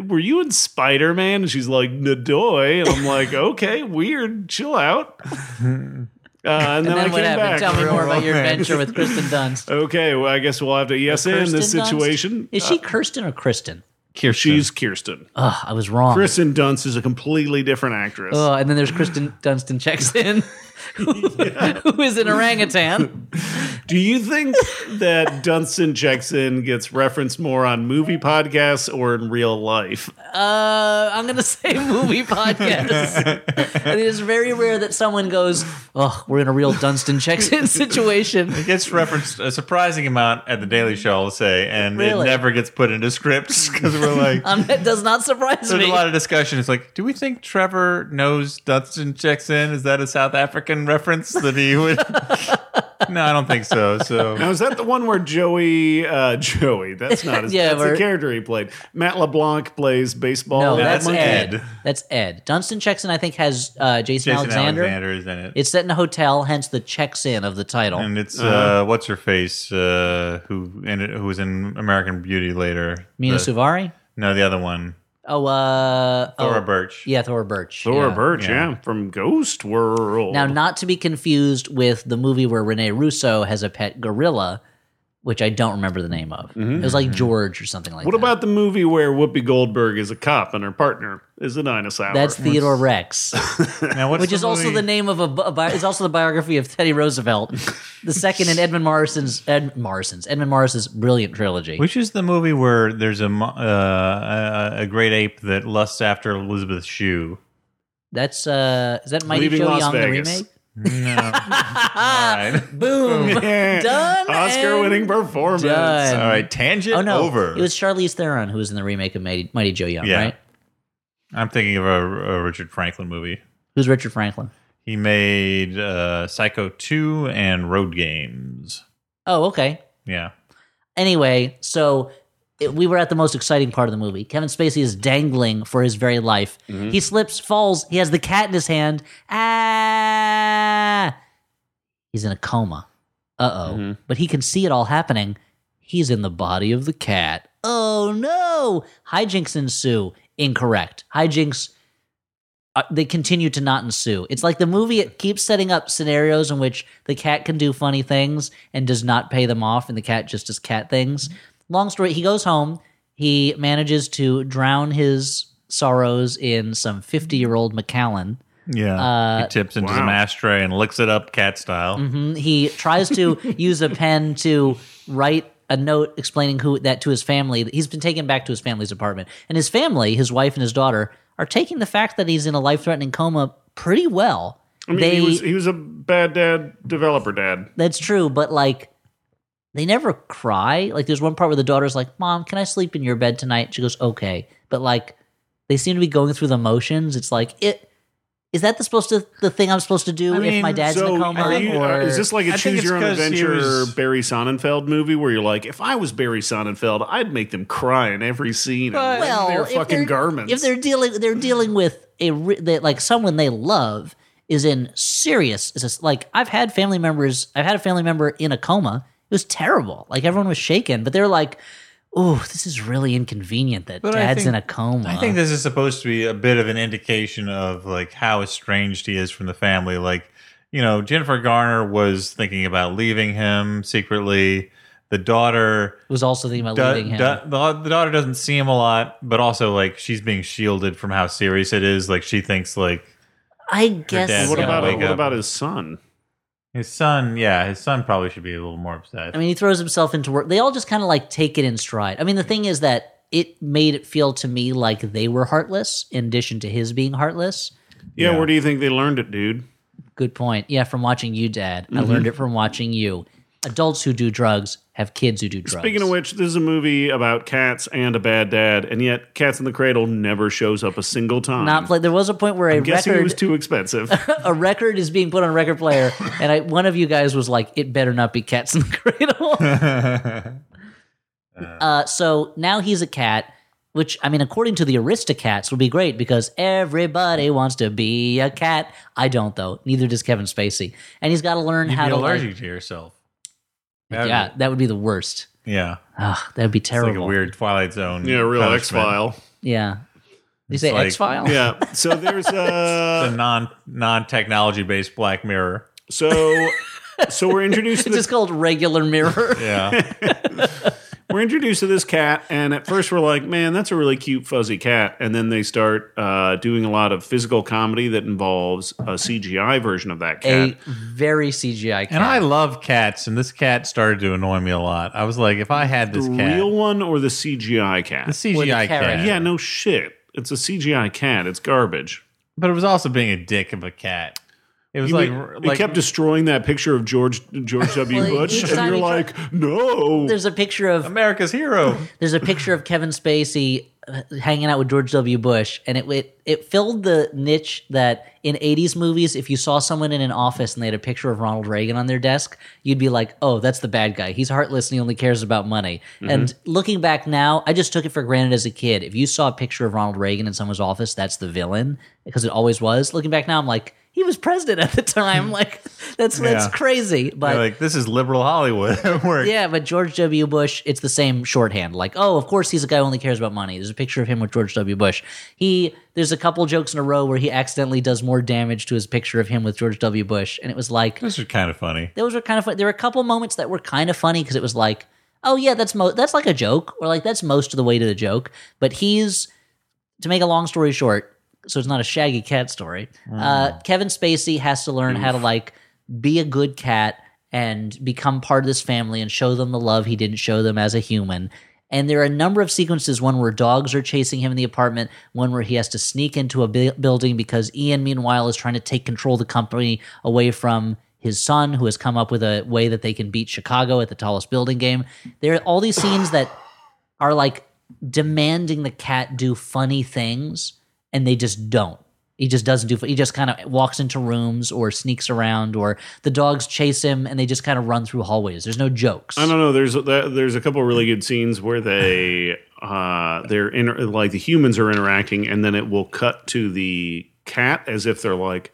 were you in Spider Man? And she's like, "Nadoy," and I'm like, "Okay, weird. Chill out." Uh, and, then, And I then came what happened? back. Tell me Real more about your romance. adventure with Kristen Dunst. Okay, well, I guess we'll have to yes *laughs* in this Kirsten Dunst? situation. uh, Is she Kirsten or Kristen? She's Kirsten. Ugh, I was wrong. Kristen Dunst is a completely different actress. Ugh, and then there's Kristen Dunst and checks in, *laughs* who is an orangutan. Do you think *laughs* that Dunstan Jackson gets referenced more on movie podcasts or in real life? Uh, I'm gonna say *laughs* movie podcast. and it is very rare that someone goes, "Oh, we're in a real Dunstan checks *laughs* in situation." It gets referenced a surprising amount at the Daily Show, I'll say, and Really? it never gets put into scripts *laughs* because we're *laughs* like, Um, that does not surprise there's me. a lot of discussion. It's like, do we think Trevor knows Dunstan checks in? Is that a South African reference that he *laughs* would? no, I don't think so. So Now is that the one where Joey? Uh, Joey, that's not *laughs* his. Yeah, that's the where- character he played. Matt LeBlanc plays baseball. no, with that's monkey. Ed. Ed. That's Ed. Dunstan checks in. I think has uh, Jason, Jason Alexander. Alexander, is in it. It's set in a hotel, hence the checks in of the title. and it's Uh-huh. uh, what's her face uh, who and who was in American Beauty later. Mina The- Suvari. No, the other one, Oh, uh, Thora oh, Birch. Yeah, Thora Birch. Thora yeah. Birch, yeah. Yeah. from Ghost World. Now, not to be confused with the movie where Rene Russo has a pet gorilla, which I don't remember the name of. It was like George or something like Mm-hmm. What that. about the movie where Whoopi Goldberg is a cop and her partner is a dinosaur? That's Theodore Rex, *laughs* Now, what's which is also movie- the name of a, bi- bi- is also the biography of Teddy Roosevelt, the second in Edmund Morrison's Ed Morrison's Edmund Morrison's brilliant trilogy. Which is the movie where there's a mo- uh, a, a great ape that lusts after Elizabeth Shue? That's uh, is that Mighty Leaving Joe Las Young Vegas. the remake? *laughs* No. All right. *laughs* Boom, done. Oscar and- winning performance. done. All right, tangent Oh no, over. it was Charlize Theron who was in the remake of Mighty, Mighty Joe Young, Yeah. right? I'm thinking of a, a Richard Franklin movie. Who's Richard Franklin? He made uh, Psycho 2 and Road Games. Oh, okay. Yeah. Anyway, so it, we were at the most exciting part of the movie. Kevin Spacey is dangling for his very life. He slips, falls. He has the cat in his hand. Ah! He's in a coma. Uh oh. But he can see it all happening. He's in the body of the cat. Oh no! Hijinks ensue. Incorrect. Hijinks. Uh, they continue to not ensue. It's like the movie it keeps setting up scenarios in which the cat can do funny things and does not pay them off, and the cat just does cat things. Long story. He goes home. He manages to drown his sorrows in some fifty-year-old Macallan. Yeah. Uh, he tips into some wow. ashtray and licks it up cat style. Mm-hmm. He tries *laughs* to use a pen to write a note explaining who that to his family. He's been taken back to his family's apartment, and his family, his wife and his daughter, are taking the fact that he's in a life-threatening coma pretty well. I mean, they, he, was, he was a bad dad, developer dad. that's true, but like. They never cry. Like, there's one part where the daughter's like, Mom, can I sleep in your bed tonight? She goes, Okay. But, like, they seem to be going through the motions. It's like, it is that the supposed to the thing I'm supposed to do I if my mean, dad's So, in a coma? are you, or, uh, is this like a I think choose it's your own 'cause he adventure was- Barry Sonnenfeld movie where you're like, if I was Barry Sonnenfeld, I'd make them cry in every scene and rend *laughs* well, their if fucking they're- garments. If they're dealing, they're dealing with a re- that like someone they love is in serious. Is this, like I've had family members. I've had a family member in a coma. It was terrible. Like everyone was shaken, but they're like, "Oh, this is really inconvenient that I dad's think- in a coma." I think this is supposed to be a bit of an indication of like how estranged he is from the family. Like, you know, Jennifer Garner was thinking about leaving him secretly. The daughter, was also thinking about do- leaving him. do- the, the daughter doesn't see him a lot, but also like she's being shielded from how serious it is. Like she thinks like I guess. dad's what gonna about so. wake what up. about his son? his son, yeah, his son probably should be a little more upset. *laughs* I mean, he throws himself into work. They all just kind of like take it in stride. I mean, the thing is that it made it feel to me like they were heartless, in addition to his being heartless. Yeah, Yeah. where do you think they learned it, dude? Good point. Yeah, from watching you, Dad. I Mm-hmm. learned it from watching you. Adults who do drugs have kids who do drugs. Speaking of which, this is a movie about cats and a bad dad, and yet Cats in the Cradle never shows up a single time. not play, there was a point where a Guessing it record was *laughs* too expensive. a record is being put on a record *laughs* player, and I, one of you guys was like, "It better not be Cats in the Cradle." *laughs* uh, so now he's a cat, which I mean, according to the Aristocats, would be great because everybody wants to be a cat. I don't though. Neither does Kevin Spacey, and he's got to learn You'd how be to. like- allergic to yourself. That'd yeah, that would be the worst. be- yeah. Ugh, that would be It's terrible. like a weird Twilight Zone. yeah, real punishment. X File. Yeah. Did you say like- X File? Yeah. So there's uh *laughs* A non non technology based Black Mirror. so so we're introduced to It's this just called *laughs* regular mirror. *laughs* Yeah, we're introduced to this cat, and at first we're like, man, that's a really cute fuzzy cat. And then they start uh, doing a lot of physical comedy that involves a CGI version of that cat. A very CGI cat. and I love cats, and this cat started to annoy me a lot. I was like, if I had this the cat, real one or the CGI cat? the Or the CGI carrot. cat, yeah, no shit. It's a CGI cat. It's garbage. but it was also being a dick of a cat. It was You like, mean- like it kept destroying that picture of George George W. Well, Bush, each and time you're he tri- like, no. There's a picture of America's *laughs* hero. there's a picture of Kevin Spacey uh, hanging out with George W. Bush, and it, it it filled the niche that in '80s movies, if you saw someone in an office and they had a picture of Ronald Reagan on their desk, you'd be like, "Oh, that's the bad guy. He's heartless and he only cares about money." And looking back now, I just took it for granted as a kid. If you saw a picture of Ronald Reagan in someone's office, that's the villain because it always was. Looking back now, I'm like. He was president at the time. *laughs* Like that's that's Yeah. crazy. But They're like this is liberal Hollywood *laughs* at work. yeah, but George W. Bush, it's the same shorthand. Like, oh, of course he's a guy who only cares about money. There's a picture of him with George W. Bush. He there's a couple jokes in a row where he accidentally does more damage to his picture of him with George W. Bush, and it was like This is kind of funny. *laughs* those were kind of fun. There were a couple moments that were kind of funny because it was like oh yeah, that's mo- that's like a joke, or like that's most of the way to the joke. But he's to make a long story short, so it's not a shaggy cat story. Uh, Kevin Spacey has to learn how to like be a good cat and become part of this family and show them the love he didn't show them as a human. And there are a number of sequences one where dogs are chasing him in the apartment, one where he has to sneak into a bu- building because Ian, meanwhile, is trying to take control of the company away from his son, who has come up with a way that they can beat Chicago at the tallest building game. There are all these scenes that are like demanding the cat do funny things and they just don't he just doesn't do he just kind of walks into rooms or sneaks around or the dogs chase him and they just kind of run through hallways there's no jokes I don't know. There's there- there's a couple really good scenes where they uh they're inter- like the humans are interacting, and then it will cut to the cat as if they're like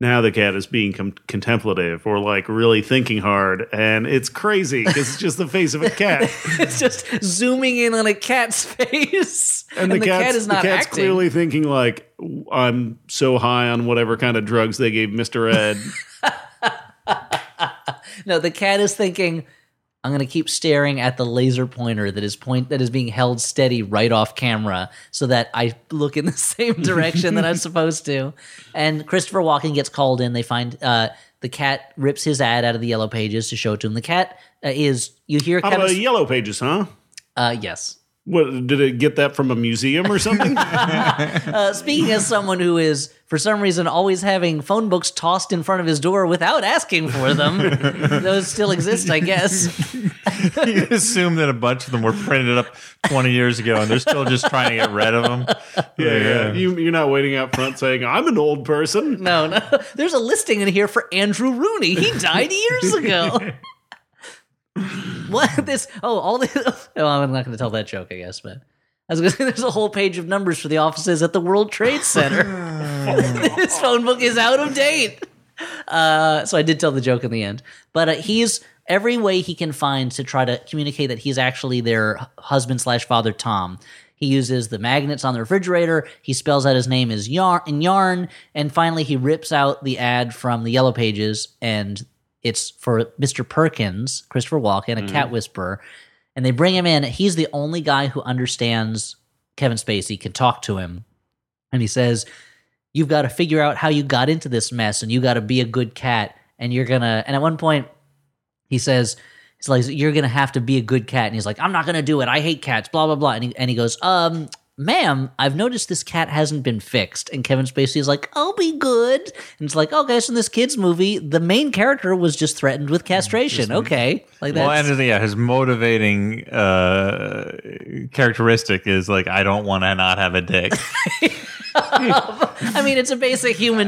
now the cat is being com- contemplative or like really thinking hard, and it's crazy because it's just the face of *laughs* a cat, *laughs* it's just zooming in on a cat's *laughs* face and, the, cat's, is not the cat's acting clearly thinking like I'm so high on whatever kind of drugs they gave *laughs* Mister Ed. no the cat is thinking i'm going to keep staring at the laser pointer that is point that is being held steady right off camera so that i look in the *laughs* same direction that i'm supposed to and christopher walken gets called in they find uh the cat rips his ad out of the yellow pages to show it to him the cat uh, is you hear How about Kevin, Yellow Pages, huh? uh yes What did it get that from a museum *laughs* or something? Uh, speaking as someone who is, for some reason, always having phone books tossed in front of his door without asking for them, *laughs* those still exist, I guess. you assume that a bunch of them were printed up 20 years ago and they're still just trying to get rid of them. *laughs* uh, Yeah, yeah. You, you're not waiting out front saying, I'm an old person. No, no. *laughs* There's a listing in here for Andrew Rooney. He died years ago. what this? Oh, all the. *laughs* Oh, I'm not going to tell that joke, I guess. But I was going to say there's a whole page of numbers for the offices at the World Trade Center. *laughs* this phone book is out of date. Uh, so I did tell the joke in the end, but uh, he's every way he can find to try to communicate that he's actually their husband slash father Tom. He uses the magnets on the refrigerator. He spells out his name as yarn in yarn, and finally he rips out the ad from the yellow pages, and it's for Mr. Perkins, Christopher Walken, a cat whisperer, and they bring him in. He's the only guy who understands Kevin Spacey, can talk to him, and he says, you've got to figure out how you got into this mess and you got to be a good cat and you're gonna and at one point he says he's like you're gonna have to be a good cat and he's like i'm not gonna do it i hate cats blah blah blah and he, and he goes um ma'am i've noticed this cat hasn't been fixed and kevin spacey is like i'll be good and it's like okay so in this kids movie the main character was just threatened with castration okay like that Well, and yeah, his motivating uh, characteristic is like, I don't want to not have a dick. i mean it's a basic human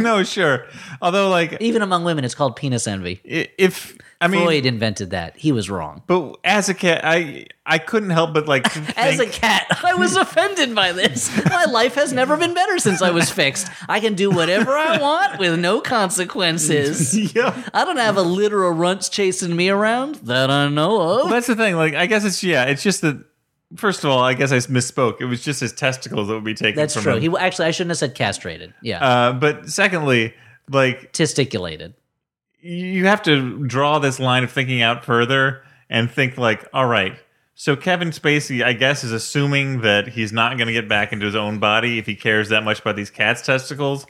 *laughs* no, sure. Although, like, even among women it's called penis envy i- if I mean, freud invented that he was wrong but as a cat, I I couldn't help but *laughs* like As a think- cat, I was offended by this. My life has never been better since I was fixed. I can do whatever I want with no consequences. Yeah. I don't have a litter of runts chasing me around that I know Well, of. that's the thing. Like, I guess it's yeah. It's just that. First of all, I guess I misspoke. It was just his testicles that would be taken. That's from true. Him. He actually, I shouldn't have said castrated. Yeah, uh, but secondly, like testiculated. you have to draw this line of thinking out further and think like, all right, so Kevin Spacey, I guess, is assuming that he's not going to get back into his own body if he cares that much about these cat's *laughs* testicles.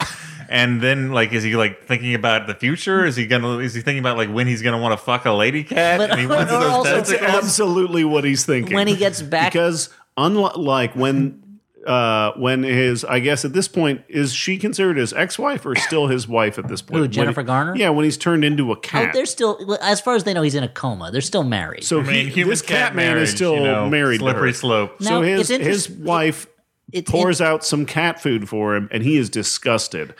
And then, like, is he like thinking about the future? Is he gonna? Is he thinking about like when he's gonna want to fuck a lady cat? But- and he *laughs* wants or those also- That's testicles. absolutely what he's thinking. When he gets back, because unlike when uh when his I guess at this point is she considered his ex-wife or still his wife at this point? Who, When Jennifer he- Garner? Yeah, when he's turned into a oh, cat. they're still, well, as far as they know, he's in a coma. They're still married. Ah. so I mean, he, human this cat man marriage, is still you know, married. to her. Slippery slope. Now, So his it's interest- his wife it's in- pours out some cat food for him and he is disgusted.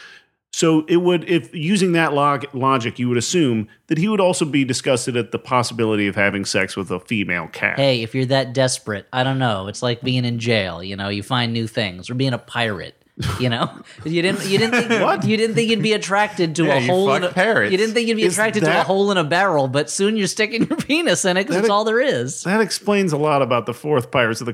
So it would if using that log- logic you would assume that he would also be disgusted at the possibility of having sex with a female cat. hey, if you're that desperate, I don't know. It's like being in jail. You know, you find new things or being a pirate. You know, *laughs* you didn't you didn't think, you didn't think you'd be attracted to Yeah, a you hole in fuck a, parrots. You didn't think you'd be Is attracted to a that- hole in a barrel, but soon you're sticking your *laughs* penis in it because it's all there is. That explains a lot about the fourth Pirates of the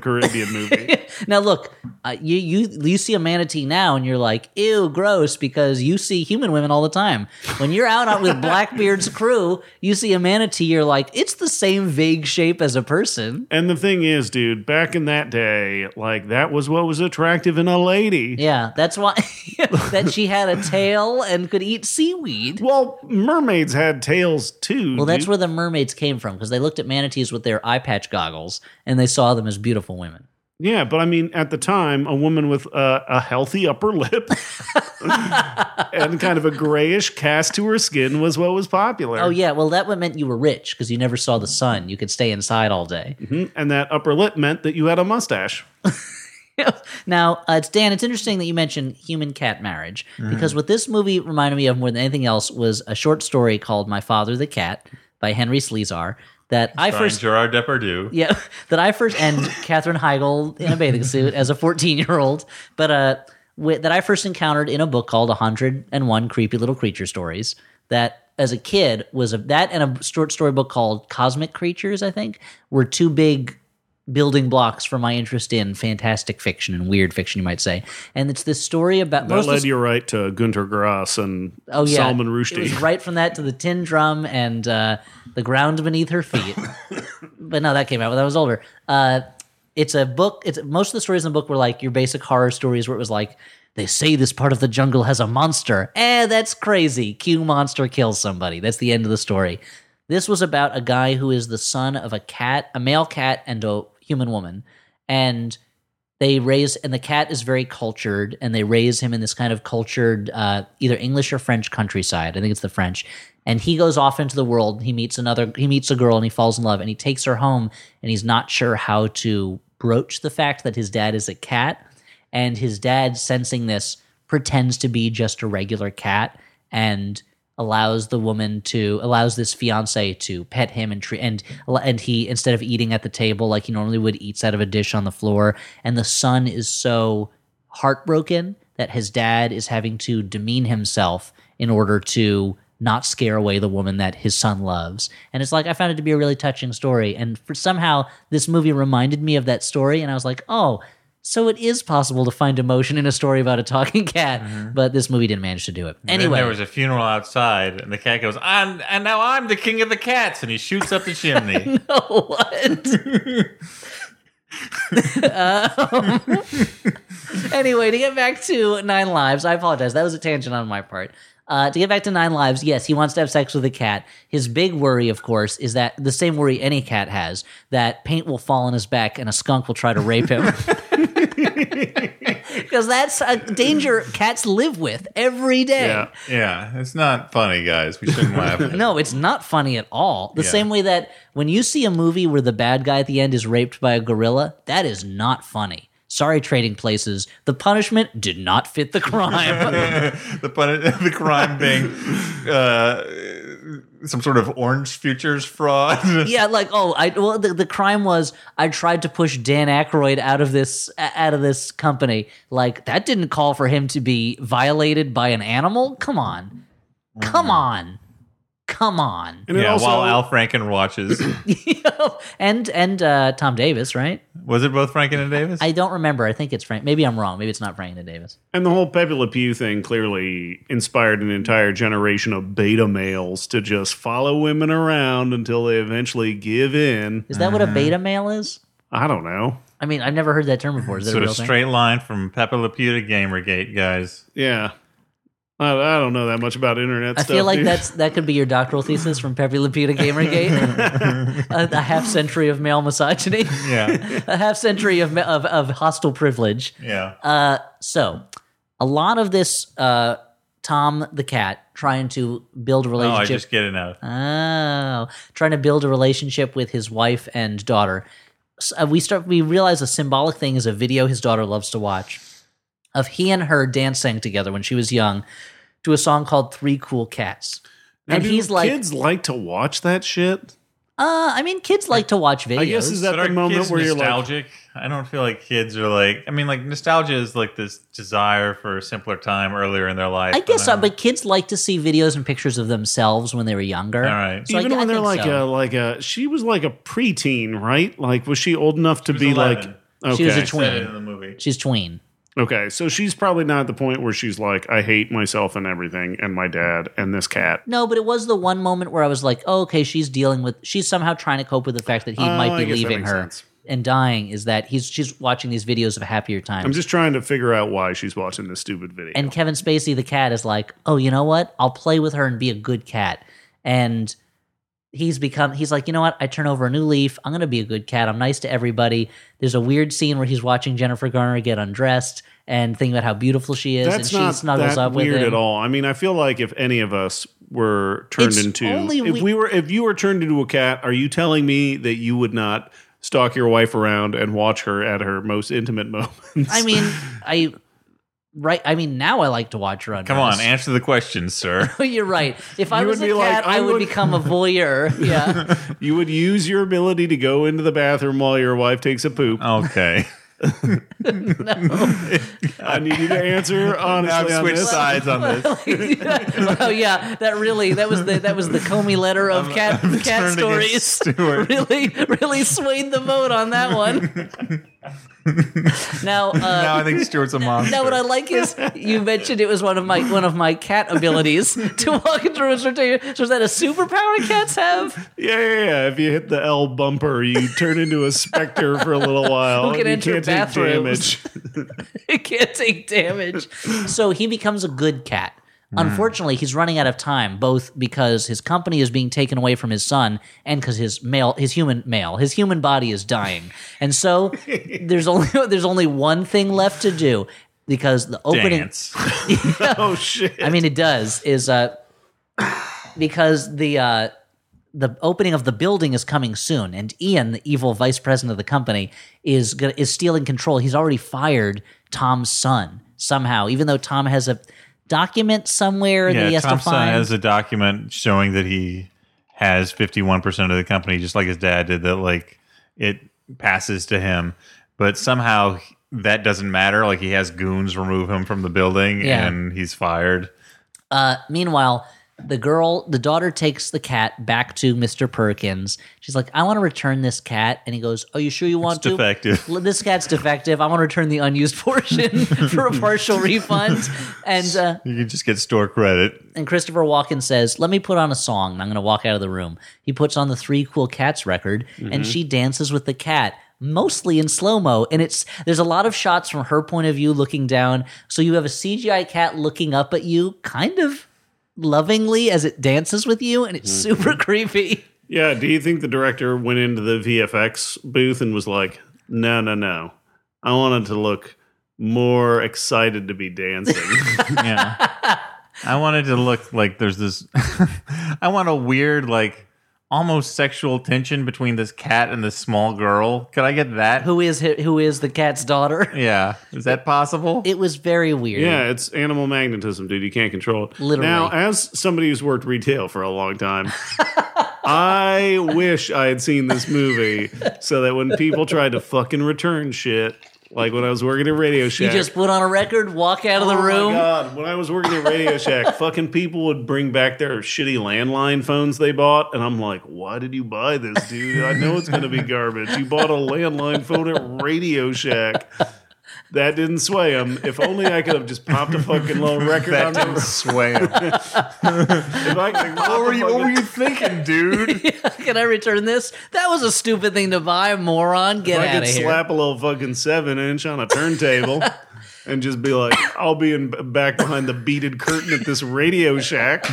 *laughs* Caribbean movie. *laughs* Now look, uh, you you you see a manatee now, and you're like, ew, gross, because you see human women all the time. When you're out, out with Blackbeard's crew, you see a manatee, you're like, it's the same vague shape as a person. and the thing is, dude, back in that day, like that was what was attractive in a lady. Yeah, that's why *laughs* that she had a tail and could eat seaweed. Well, mermaids had tails too. Well, that's dude. where the mermaids came from because they looked at manatees with their eye patch goggles and they saw them as beautiful women. yeah. But I mean, at the time, a woman with uh, a healthy *laughs* upper lip and kind of a grayish cast to her skin was what was popular. Oh yeah, well that meant you were rich because you never saw the sun. You could stay inside all day. *laughs* Mm-hmm. And that upper lip meant that you had a mustache. now, uh, it's Dan. It's interesting that you mentioned human cat marriage because what this movie reminded me of more than anything else was a short story called "My Father the Cat" by Henry Slezar that I Starring first Gerard Depardieu. yeah *laughs* that I first and Catherine Heigl in a bathing suit as a fourteen year old, but uh, wi- that I first encountered in a book called hundred and one creepy little creature stories. That as a kid was a, that and a short story book called Cosmic Creatures, I think, were two big building blocks for my interest in fantastic fiction and weird fiction, you might say. And it's this story about That most of led the- you right to Gunter Grass and oh yeah, Salman It was *laughs* Rushdie. right from that to the tin drum and uh, the ground beneath her *laughs* feet. but no, that came out when I was older. Uh, it's a book. It's most of the stories in the book were like your basic horror stories, where it was like they say this part of the jungle has a monster. Eh, that's crazy. Q monster kills somebody. That's the end of the story. This was about a guy who is the son of a cat, a male cat, and a human woman, and they raise and the cat is very cultured and they raise him in this kind of cultured uh, either english or french countryside i think it's the french and he goes off into the world and he meets another he meets a girl and he falls in love and he takes her home and he's not sure how to broach the fact that his dad is a cat and his dad sensing this pretends to be just a regular cat and allows the woman to allows this fiance to pet him and treat and and he instead of eating at the table like he normally would eats out of a dish on the floor and the son is so heartbroken that his dad is having to demean himself in order to not scare away the woman that his son loves. And it's like I found it to be a really touching story. And for somehow this movie reminded me of that story, and I was like, oh, so it is possible to find emotion in a story about a talking cat. But this movie didn't manage to do it. Mm-hmm. And then Anyway, there was a funeral outside, and the cat goes, "I'm and now I'm the king of the cats," and he shoots up the *laughs* chimney. oh, *laughs* what? Um, *laughs* anyway, to get back to Nine Lives, I apologize. That was a tangent on my part. Uh, to get back to Nine Lives, yes, he wants to have sex with a cat. His big worry, of course, is that the same worry any cat has that paint will fall on his back and a skunk will try to rape him. *laughs* Because that's a danger cats live with every day. Yeah. yeah, it's not funny, guys. We shouldn't laugh. At it. *laughs* No, it's not funny at all. The same way that when you see a movie where the bad guy at the end is raped by a gorilla, that is not funny. Sorry, trading places. The punishment did not fit the crime. the pun- the crime being uh, some sort of Orange Futures fraud. yeah, like oh, I well the, the crime was I tried to push Dan Aykroyd out of this uh, out of this company. Like that didn't call for him to be violated by an animal. Come on, come on, come on. And it yeah, also- while Al Franken watches, *laughs* and and uh, Tom Davis, right? was it both Franken and Davis? I don't remember. I think it's Frank. Maybe I'm wrong. Maybe it's not Frank and Davis. And the whole Pepe Le Pew thing clearly inspired an entire generation of beta males to just follow women around until they eventually give in. Is that what a Uh-huh. beta male is? I don't know. I mean, I've never heard that term before. Is that a sort real of thing? straight line from Pepe Le Pew to Gamergate, guys. Yeah. I, I don't know that much about internet I stuff. feel like dude. that's that could be your doctoral thesis from Pepe Le Pew to Gamergate. *laughs* a, a half century of male misogyny, Yeah, a half century of, ma- of of hostile privilege. *laughs* yeah. Oh, Uh, so, a lot of this, uh, Tom the cat trying to build a oh, I relationship. just get it now. Oh, trying to build a relationship with his wife and daughter. S- uh, we start. We realize a symbolic thing is a video his daughter loves to watch of he and her dancing together when she was young to a song called Three Cool Cats. Now, and do he's like, kids like to watch that shit. Uh, I mean, kids like to watch videos. I guess is that But are the moment kids where you're like, nostalgic? I don't feel like kids are like. I mean, like nostalgia is like this desire for a simpler time earlier in their life. I guess so, don't- but kids like to see videos and pictures of themselves when they were younger. All right. So I even g- I when they're think like uh, so. a like a she was like a preteen, right? Like was she old enough to was be 11. like okay. She was a Said it tween. in the movie. She's tween. Okay, so she's probably not at the point where she's like, I hate myself and everything, and my dad and this cat. No, but it was the one moment where I was like, oh, okay, she's dealing with, she's somehow trying to cope with the fact that he Oh, might I be guess that leaving makes her sense. and dying. Is that he's she's watching these videos of happier times. I'm just trying to figure out why she's watching this stupid video. and Kevin Spacey, the cat, is like, oh, you know what? I'll play with her and be a good cat. And he's become, he's like, you know what? I turn over a new leaf. I'm going to be a good cat. I'm nice to everybody. There's a weird scene where he's watching Jennifer Garner get undressed and thinking about how beautiful she is. That's and she not snuggles that up with weird him. at all. I mean, I feel like if any of us were turned It's into, only if we- we, were, if you were turned into a cat, are you telling me that you would not stalk your wife around and watch her at her most intimate *laughs* moments? I mean, I, right. I mean, now I like to watch her undressed. Come on, answer the question, sir. *laughs* You're right. If I You was would a be cat, like, I I would would- become a voyeur. Yeah. *laughs* you would use your ability to go into the bathroom while your wife takes a poop. Uh, *laughs* Okay. I need you to *laughs* answer honestly I've on switched this. sides on this. oh yeah, that really that was the that was the Comey letter of *laughs* cat cat turned against stories. Stuart. *laughs* really really swayed the vote on that one. now, uh, Now I *laughs* think Stuart's a monster. now what I like is you mentioned it was one of my one of my cat abilities *laughs* to walk into a room. So is that a superpower cats have? Yeah, yeah, yeah. If you hit the L bumper, you turn into a specter for *laughs* a little while. Who can you enter can't bathrooms? take *laughs* damage. It can't take damage. So he becomes a good cat. Unfortunately, he's running out of time, both because his company is being taken away from his son and because his male, his human male, his human body is dying. And so there's only *laughs* there's only one thing left to do because the opening. Dance. Oh shit! I mean, it does is uh, because the uh, the opening of the building is coming soon, and Ian, the evil vice president of the company, is gonna, is stealing control. He's already fired Tom's son somehow, even though Tom has a document somewhere that he Yeah, has to Thompson find. has a document showing that he has 51% of the company, just like his dad did, that like it passes to him. But somehow that doesn't matter. Like he has goons remove him from the building Yeah. and he's fired. Uh, meanwhile, the girl, the daughter takes the cat back to Mr. Perkins. She's like, I want to return this cat. And he goes, Are you sure you want to? defective. "L- *laughs* This cat's defective. I want to return the unused *laughs* portion for a partial refund. And uh, You can just get store credit. and Christopher Walken says, Let me put on a song and I'm going to walk out of the room. He puts on the Three Cool Cats record Mm-hmm. and she dances with the cat. Mostly in slow mo, and it's there's a lot of shots from her point of view looking down. So you have a CGI cat looking up at you, kind of lovingly as it dances with you, and it's Mm-hmm. super *laughs* creepy. Yeah. Do you think the director went into the VFX booth and was like, "No, no, no. I wanted to look more excited to be dancing." Yeah. I wanted to look like there's this. *laughs* I want a weird, like, almost sexual tension between this cat and this small girl. Could I get that? Who is hi- who is the cat's daughter? Yeah. Is that possible? It was very weird. yeah, it's animal magnetism, dude. You can't control it. Literally. Now, as somebody who's worked retail for a long time. I wish I had seen this movie so that when people tried to fucking return shit, like when I was working at Radio Shack, You just put on a record, walk out of the Oh my room. God. When I was working at Radio Shack, *laughs* fucking people would bring back their shitty landline phones they bought, and I'm like, "Why did you buy this, dude? I know *laughs* it's gonna be garbage. You bought a landline phone at Radio Shack." That didn't sway them. If only I could have just popped a *laughs* fucking little record on that their. didn't sway *laughs* him. If I could what, were you, what were you thinking, dude? *laughs* *laughs* Can I return this? That was a stupid thing to buy, moron. Get I out of could here. slap a little fucking seven inch on a turntable and just be like, I'll be in back behind the beaded curtain at this Radio Shack.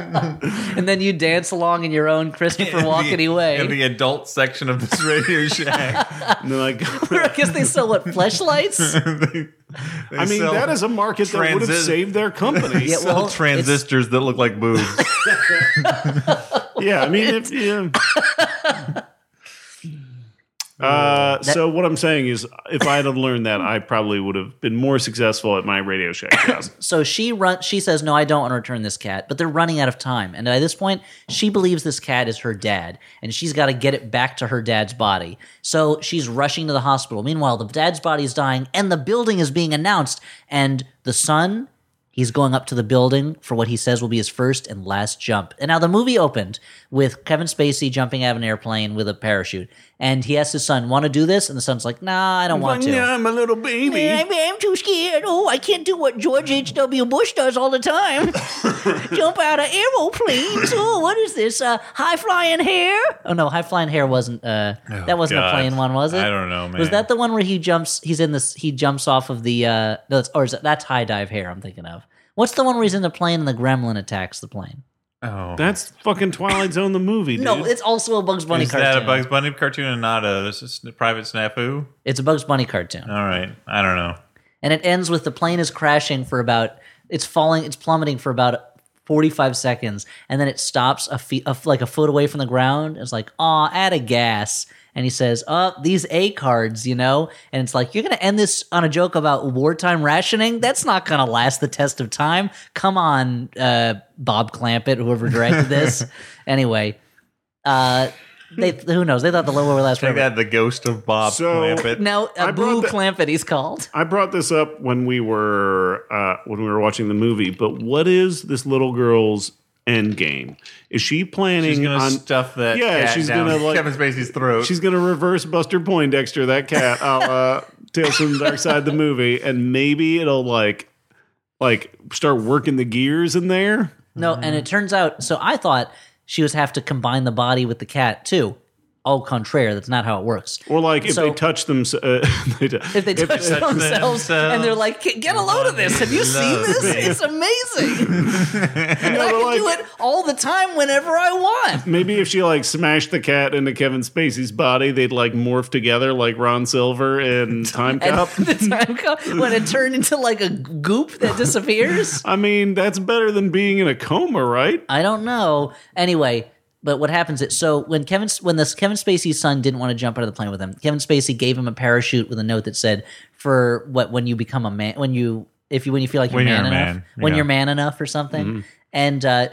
And then you dance along in your *laughs* own Christopher Walken In way. the adult section of this Radio *laughs* Shack. And then I *laughs* got I guess they sell what flashlights. I mean, that is a market that would have transit- saved their company. *laughs* Yeah, yeah, well, Sell it's- transistors that look like boobs. *laughs* *laughs* I mean, if, yeah. Uh, so what I'm saying is, if I had learned that, I probably would have been more successful at my *laughs* Radio Shack job. So she run. She says, "No, I don't want to return this cat." But they're running out of time, and by this point, she believes this cat is her dad, and she's got to get it back to her dad's body. So she's rushing to the hospital. Meanwhile, the dad's body is dying, and the building is being announced. And the son, he's going up to the building for what he says will be his first and last jump. And now the movie opened with Kevin Spacey jumping out of an airplane with a parachute, and he asks his son, "Want to do this?" And the son's like, "Nah, I don't want to." I'm a little baby. I'm, I'm too scared. Oh, I can't do what George H.W. Bush does all *laughs* the time jump out of aeroplanes. Oh, what is this? Uh, high flying hair? Oh, no, high flying hair wasn't, uh, that wasn't Oh, God. a plane one, was it? I don't know, man. Was that the one where he jumps, he's in this, he jumps off of the, uh, no, that's, or is that, that's high dive hair I'm thinking of. What's the one where he's in the plane and the gremlin attacks the plane? Oh, That's fucking Twilight Zone the movie, dude. No, it's also a Bugs Bunny is cartoon. that a Bugs Bunny cartoon and not a, this is a private snafu? it's a Bugs Bunny cartoon. All right, I don't know. and it ends with the plane is crashing for about it's falling it's plummeting for about 45 seconds and then it stops a feet a, like a foot away from the ground it's like aw at a gas and he says oh these a cards you know and it's like you're gonna end this on a joke about wartime rationing that's not gonna last the test of time come on uh, bob clampett whoever directed *laughs* this anyway uh they who knows they thought the lower would last They forever got the ghost of Bob So- Clampett. now I uh, brought boo the- clampett he's called I brought this up when we were uh, when we were watching the movie, but what is this little girl's end game? Is she planning She's gonna on stuff that Yeah, cat she's down gonna, like- Kevin Spacey's throat. She's gonna reverse Buster Poindexter that cat, *laughs* a la Tales from the Dark Side of the movie, and maybe it'll like like start working the gears in there. No, and Mm-hmm. it turns out. So I thought she was have to combine the body with the cat too. Au contraire, that's not how it works. Or like if So- they touch them, uh, *laughs* they do- If they touch touch themselves, themselves, and they're like, "Get- "Get a load of this! Have you seen love this? me." *laughs* It's amazing! and I but can like- do it all the time, whenever I want." maybe if she like smashed the cat into Kevin Spacey's body, they'd like morph together like Ron *laughs* Silver and Time And Cop. the time co- when it turned into like a goop that disappears. I mean, that's better than being in a coma, right? I don't know. Anyway, but what happens is so when Kevin when this Kevin Spacey's son didn't want to jump out of the plane with him, Kevin Spacey gave him a parachute with a note that said, "For what when you become a man when you if you when you feel like you're, When you're man, a enough man, when yeah. you're man enough or something." And uh,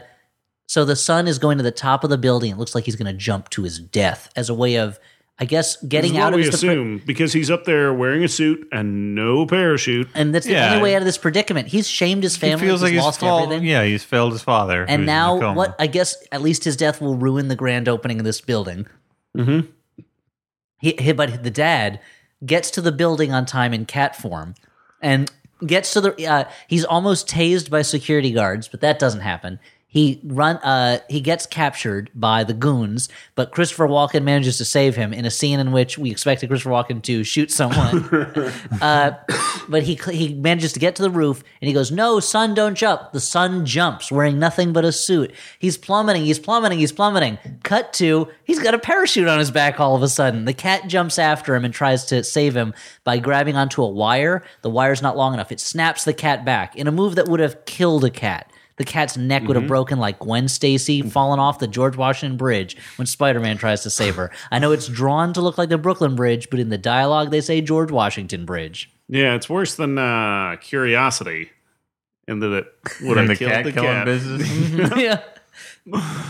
so the son is going to the top of the building. It looks like he's going to jump to his death as a way of, I guess, That's getting what out of we his dep- assume because he's up there wearing a suit and no parachute. and that's the Yeah. only way out of this predicament. He's shamed his he family. feels he's like he's lost fault. everything. Yeah, he's failed his father. who's in and a now coma. what i guess at least his death will ruin the grand opening of this building he, he- but the dad gets to the building on time in cat form and gets to the uh, he's almost tased by security guards but that doesn't happen he run uh, he gets captured by the goons but christopher walken manages to save him in a scene in which we expected christopher walken to shoot someone but he cl- he manages to get to the roof and he goes, "No, son, don't jump." The son jumps, wearing nothing but a suit. He's plummeting. He's plummeting. He's plummeting. Cut to he's got a parachute on his back. All of a sudden, the cat jumps after him and tries to save him by grabbing onto a wire. The wire's not long enough. It snaps the cat back in a move that would have killed a cat. The cat's neck would have broken like Gwen Stacy falling off the George Washington Bridge when Spider Man tries to save her. I know it's drawn to look like the Brooklyn Bridge, but in the dialogue they say George Washington Bridge. Yeah, it's worse than uh, curiosity, and that it would in have the killed cat the killing cat. *laughs* business? *laughs* yeah.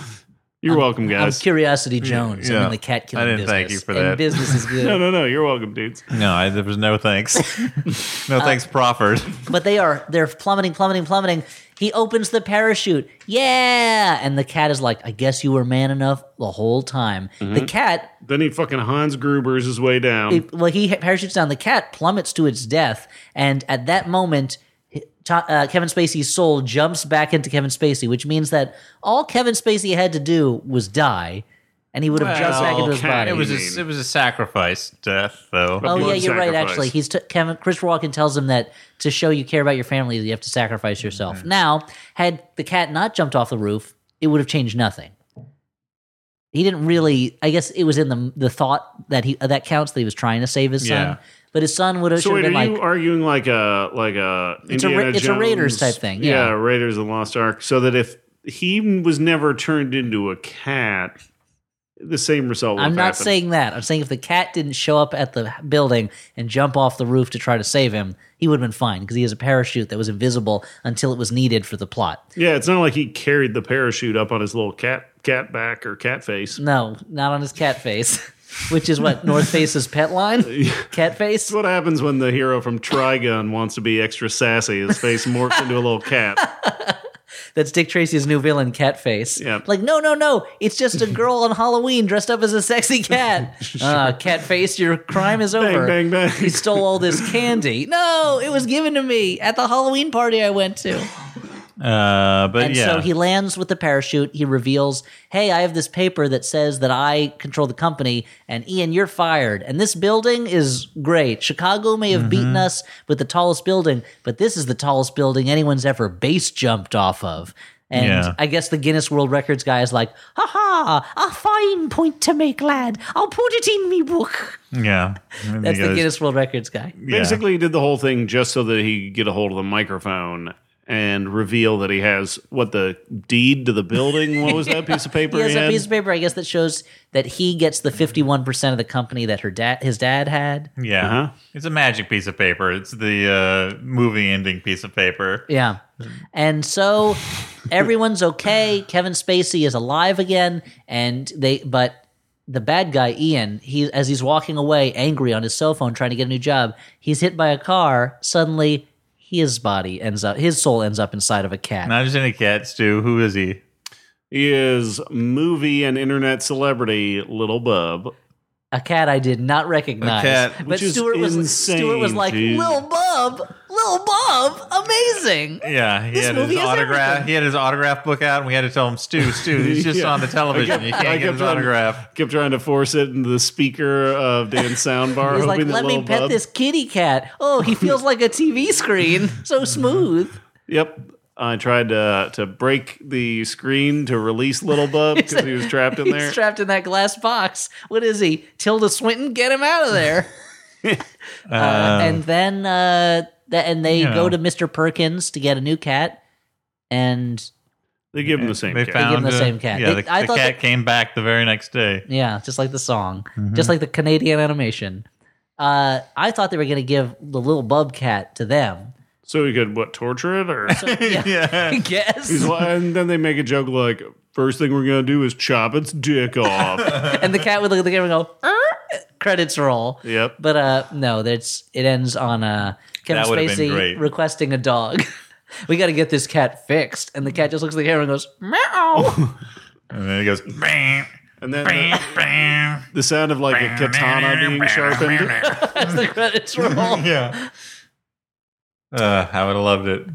You're welcome, I'm guys. Curiosity Jones. yeah. I mean, the cat killing I didn't business. thank you for And that. business is *laughs* no, good, no, no. You're welcome, dudes. no, I, there was no thanks. Uh, no thanks *laughs* proffered. but they are they're plummeting, plummeting, plummeting. He opens the parachute, yeah, and the cat is like, "I guess you were man enough the whole time." Mm-hmm. The cat, Then he fucking Hans Gruber's his way down. it- well, he parachutes down. The cat plummets to its death, and at that moment. hi- To- Uh, Kevin Spacey's soul jumps back into Kevin Spacey, which means that all Kevin Spacey had to do was die, and he would have jumped back Well, into his okay. body. It was mean? a, it was a sacrifice death though. Oh yeah, blood you're right. sacrifice. Actually, he's t- Kevin. Chris Walken tells him that to show you care about your family, you have to sacrifice yourself. Now, had the cat not jumped off the roof, it would have changed nothing. He didn't really. I guess it was in the the thought that he that counts that he was trying to save his Yeah. son, but his son would have so should wait, have are been like. you arguing like a like a It's a Ra- Indiana it's a Raiders Jones- type thing, yeah. Raiders and Lost Ark. So that if he was never turned into a cat, the same result. would I'm have not happened. saying that. I'm saying if the cat didn't show up at the building and jump off the roof to try to save him, he would have been fine because he has a parachute that was invisible until it was needed for the plot. Yeah, it's not like he carried the parachute up on his little cat cat back or cat face. No, not on his cat face, *laughs* which is what North Face's pet *laughs* line? Cat face? That's what happens when the hero from Trigun wants to be extra sassy. His face morphs into a *laughs* little cat. That's Dick Tracy's new villain, Cat Face. Yeah. Like, no, no, no. It's just a girl on Halloween dressed up as a sexy *laughs* cat. Ah, cat Face, your crime is over. bang, bang. He stole all this candy. No, it was given to me at the Halloween party I went to. Uh, but And yeah, so he lands with the parachute. He reveals, hey, I have this paper that says that I control the company, and Ian, you're fired. And this building is great. Chicago may have beaten Mm-hmm. us with the tallest building, but this is the tallest building anyone's ever base jumped off of. And Yeah. I guess the Guinness World Records guy is like, ha ha, a fine point to make, lad. I'll put it in me book. yeah, And he That's the goes, Guinness World Records guy. yeah. Basically, he did the whole thing just so that he could get a hold of the microphone and reveal that he has what the deed to the building. What was that *laughs* piece of paper? He has he a had? piece of paper, I guess, that shows that he gets the fifty-one percent of the company that her dad, his dad, had. Yeah, Uh-huh. it's a magic piece of paper. It's the uh, movie ending piece of paper. Yeah. And so everyone's okay. Kevin Spacey is alive again and they but the bad guy Ian, he as he's walking away angry on his cell phone trying to get a new job, he's hit by a car. Suddenly his body ends up his soul ends up inside of a cat. Not just any cat, Stu. Who is he? He is movie and internet celebrity Little Bub. a cat I did not recognize. A cat, but which is Stuart was Stuart was insane, like, dude. Lil Bub, Lil Bub, amazing. Yeah, he This had movie his has autograph. everything. He had his autograph book out, and we had to tell him, Stu, Stu, he's just *laughs* Yeah. on the television. I You kept- I can't get kept his trying- autograph. Kept trying to force it into the speaker of Dan's soundbar, He's hoping like, that let me Lil pet Bub- this kitty cat. Oh, he feels like a TV screen. *laughs* So smooth. Yep. I tried to to break the screen to release *laughs* Little Bub because he was trapped in there. He's trapped in that glass box. What is he? Tilda Swinton, get him out of *laughs* there. Uh, and then uh, th- and they Um, you go know. to Mr. Perkins to get a new cat. And they give him the same. They cat. found him the uh, same cat. Yeah, They- the, I the thought cat that- came back the very next day. yeah, just like the song, Mm-hmm. just like the Canadian animation. Uh, I thought they were going to give the little bub cat to them. *laughs* so he could what torture it or. *laughs* Yeah, I *laughs* guess. He's like- and then they make a joke like, first thing we're gonna do is chop its dick off. and the cat would look at the camera and go, "Er," credits roll. *laughs* Yep. But uh, no, that's it ends on uh, Kevin That would've been Spacey great. requesting a dog. *laughs* we got to get this cat fixed, and the cat just looks at the camera and goes, Oh. *laughs* "Meow." *laughs* And then he goes, bam, and then bam, the, bam. the sound of like a katana being sharpened. *laughs* *laughs* That's the credits roll. yeah. Uh, I would have loved it.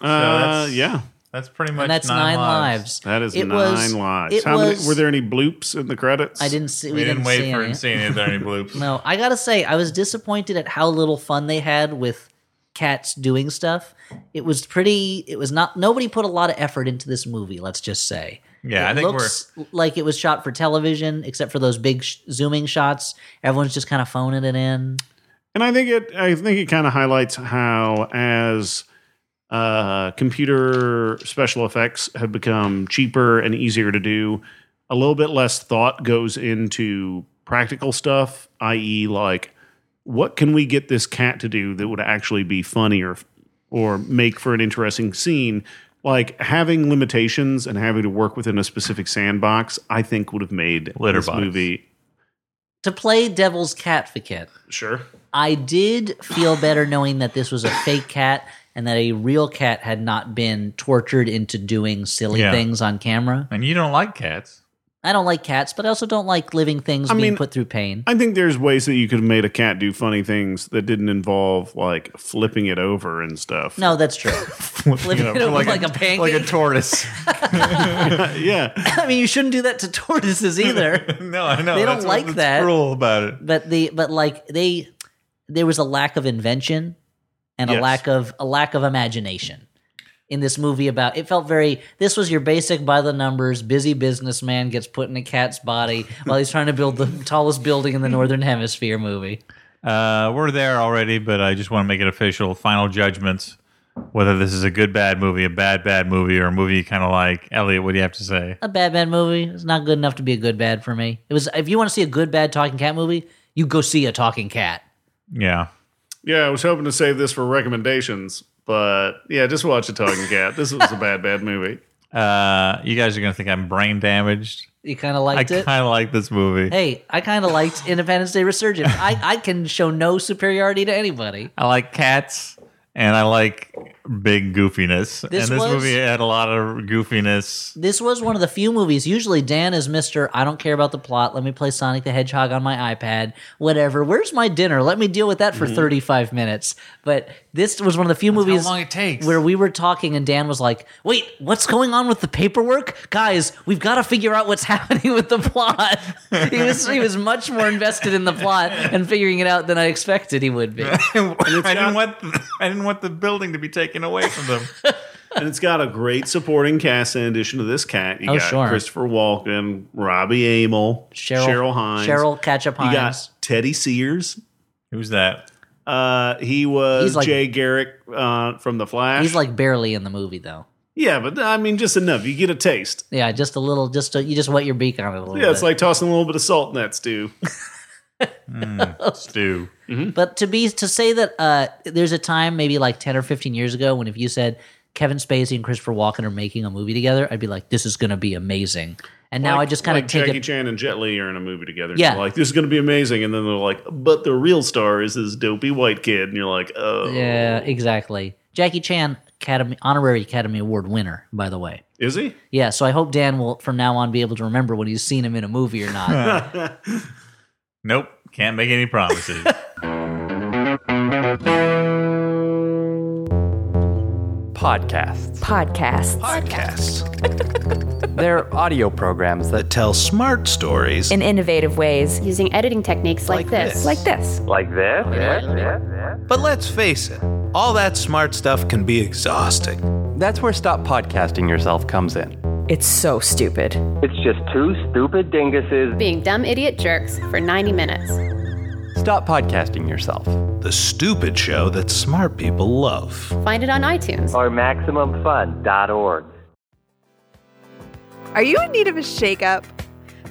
Uh, that's- yeah, That's pretty much And that's nine, lives. that is It nine was- lives. it How was- many were there? Any bloops in the credits? I didn't see. We, We, didn't, wait for see him any. seeing if there *laughs* are any bloops. No, I gotta say, I was disappointed at how little fun they had with cats doing stuff. It was pretty. It was not. Nobody put a lot of effort into this movie. Let's just say. Yeah, it I think looks like it was shot for television, except for those big sh- zooming shots. Everyone's just kind of phoning it in. and I think it. I think it kind of highlights how as uh, computer special effects have become cheaper and easier to do. A little bit less thought goes into practical stuff, i.e., like what can we get this cat to do that would actually be funny or or make for an interesting scene? Like having limitations and having to work within a specific sandbox, I think would have made Litter this box. movie To play devil's catficate, sure. I did feel better knowing that this was a fake cat and that a real cat had not been tortured into doing silly Yeah. things on camera. And you don't like cats. *laughs* I don't like cats, but I also don't like living things I being mean- put through pain. I think there's ways that you could have made a cat do funny things that didn't involve like flipping it over and stuff. No, that's true. *laughs* Flipping it over like, a, pancake. Like a *laughs* tortoise. *laughs* yeah, I mean, you shouldn't do that to *laughs* tortoises either. *laughs* no, I know. They don't that's like what's that. cruel about it. but the but like they there was a lack of invention and a Yes. lack of a lack of imagination in this movie about it felt very this was your basic by the numbers busy businessman gets put in a cat's body while he's trying to build the *laughs* tallest building in the northern hemisphere movie Uh, we're there already, but I just want to make it official. Final judgments. whether this is a good bad movie, a bad bad movie, or a movie you kind of like. Elliot, what do you have to say? a bad bad movie is not good enough to be a good bad for me. It was if you want to see a good bad talking cat movie, you go see a talking cat. Yeah, Yeah, I was hoping to save this for recommendations, but yeah, just watch a talking cat. This was a bad, bad movie. uh, you guys are gonna think I'm brain damaged. You kind of I liked it. kind of like this movie. Hey, I kind of liked Independence Day Resurgence. I, I can show no superiority to anybody. I like cats and I like big goofiness. This and this was- movie had a lot of goofiness. This was one of the few movies. Usually, Dan is Mr. I don't care about the plot. Let me play Sonic the Hedgehog on my iPad. Whatever. Where's my dinner? Let me deal with that for 35 minutes. But this was one of the few movies long it takes. *laughs* where we were talking, and Dan was like, Wait, what's going on with the paperwork? Guys, we've got to figure out what's *laughs* happening with the plot. he, was, he was much more invested in the plot and figuring it out than I expected he would be. *laughs* I didn't want I didn't want the building to be taken away from them. And it's got a great supporting cast in addition to this cat. You Oh, got sure. Christopher Walken, Robbie Amell, Cheryl, Cheryl, Hines. Cheryl Ketchup You Hines. got Teddy Sears. *laughs* Who's that? Uh, he was He's like- Jay Garrick uh, from The Flash. He's like barely in the movie, though. yeah, but I mean, just enough. You get a taste. Yeah, just a little, just a, you just wet your beak on it a little Yeah, bit. it's like tossing a little bit of salt in that stew. Stu. but to be to say that uh, there's a time, maybe like ten or fifteen years ago, when if you said Kevin Spacey and Christopher Walken are making a movie together, I'd be like, this is going to be amazing. And now I just kind of like take Jackie it. Chan and Jet Li are in a movie together. Yeah. Yeah, like this is going to be amazing, and then they're like, "But the real star is this dopey white kid," and you're like, "Oh, Yeah, exactly. Jackie Chan, Academy honorary Academy Award winner, by the way. is he?" Yeah, so I hope Dan will from now on be able to remember when he's seen him in a movie or not. Nope. Can't make any promises. Podcasts. podcasts Podcasts They're audio programs that that tell smart stories in innovative ways using editing techniques like, Like this. this. like this. But let's face it, all that smart stuff can be exhausting. that's where stop podcasting yourself comes in. It's so stupid. It's just two stupid dinguses. being dumb idiot jerks for 90 minutes. Stop podcasting yourself. The stupid show that smart people love. Find it on iTunes. Or MaximumFun.org. Are you in need of a shakeup?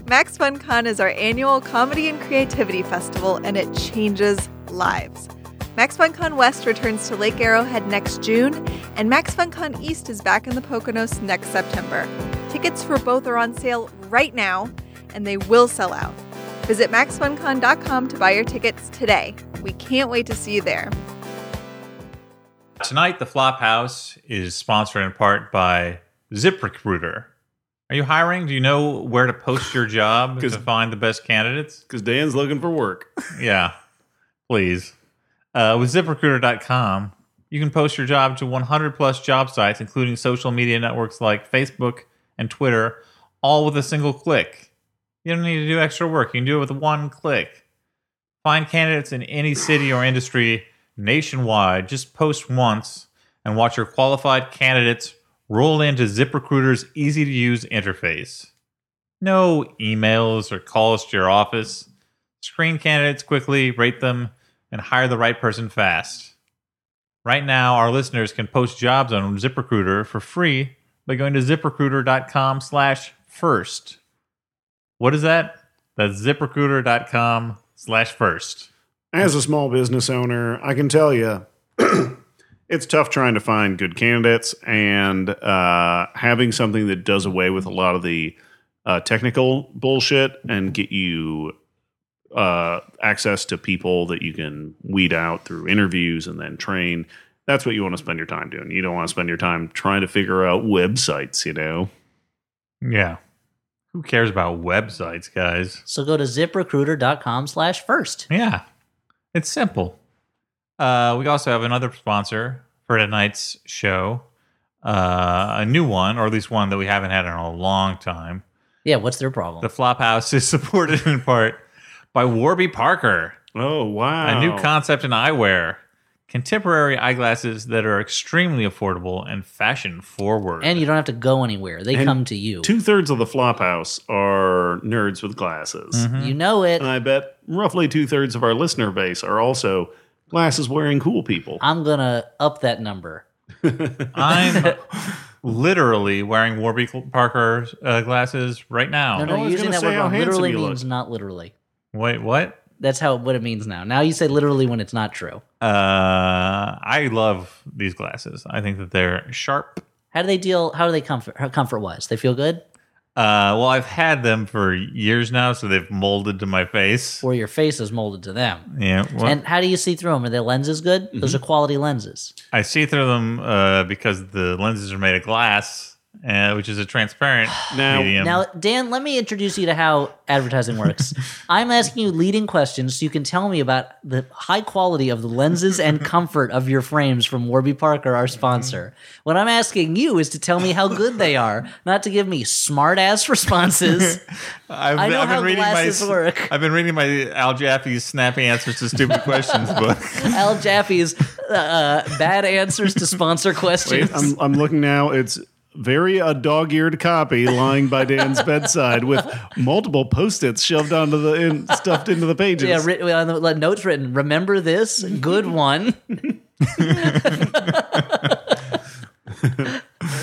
Max FunCon is our annual comedy and creativity festival, and it changes lives. Max FunCon West returns to Lake Arrowhead next June, and Max FunCon East is back in the Poconos next September. Tickets for both are on sale right now, and they will sell out. Visit maxfuncon.com to buy your tickets today. We can't wait to see you there. Tonight, the Flop House is sponsored in part by ZipRecruiter. Are you hiring? Do you know where to post your job to 'Cause- find the best candidates? Because Dan's looking for work. Yeah, please. Uh, with ziprecruiter.com, you can post your job to 100 plus job sites, including social media networks like Facebook and Twitter, all with a single click. You don't need to do extra work. You can do it with one click. Find candidates in any city or industry nationwide. Just post once and watch your qualified candidates roll into ZipRecruiter's easy to use interface. No emails or calls to your office. Screen candidates quickly, rate them, and hire the right person fast. Right now, our listeners can post jobs on ZipRecruiter for free by going to ziprecruiter.com slash first. What is that? That's ziprecruiter.com slash first. As a small business owner, I can tell you, *clears throat* it's tough trying to find good candidates, and uh, having something that does away with a lot of the uh, technical bullshit and get you uh, access to people that you can weed out through interviews and then train. That's what you want to spend your time doing. You don't want to spend your time trying to figure out websites, you know? Yeah. Who cares about websites, guys? so go to ziprecruiter.com slash first. Yeah. It's simple. Uh, we also have another sponsor for tonight's show. Uh, a new one, or at least one that we haven't had in a long time. Yeah, what's their problem? The Flophouse is *laughs* supported in part by Warby Parker, Oh, wow. a new concept in eyewear, contemporary eyeglasses that are extremely affordable and fashion forward. and you don't have to go anywhere. They And come to you. Two thirds of the flop house are nerds with glasses. You know it. And I bet roughly two thirds of our listener base are also glasses wearing cool people. I'm gonna up that number. *laughs* I'm literally wearing Warby Parker uh, glasses right now. No, no, Oh. I was using gonna that say word how wrong. handsome literally you look. means not literally. Wait, what? That's how what it means now. Now you say literally when it's not true. Uh, I love these glasses. I think that they're sharp. How do they deal? How do they comfort? How comfort wise, they feel good, Uh, well, I've had them for years now, so they've molded to my face. or your face is molded to them. Yeah, well, And how do you see through them? Are their lenses good? Those are Mm-hmm. quality lenses. I see through them uh, because the lenses are made of glass, uh, which is a transparent Now- medium. *sighs* Now, Dan, let me introduce you to how advertising works. I'm asking you leading questions so you can tell me about the high quality of the lenses and comfort of your frames from Warby Parker, our sponsor. What I'm asking you is to tell me how good they are, not to give me smart ass responses. I've, I know I've been how reading glasses my, work. I've been reading my Al Jaffe's Snappy Answers to *laughs* Stupid Questions book. Al Jaffe's uh, bad answers to sponsor questions. *laughs* I'm, I'm looking now. It's very a dog-eared copy lying by Dan's bedside with multiple post-its shoved onto the in, stuffed into the pages. yeah, writ- on the like, notes written. Remember this? Good one.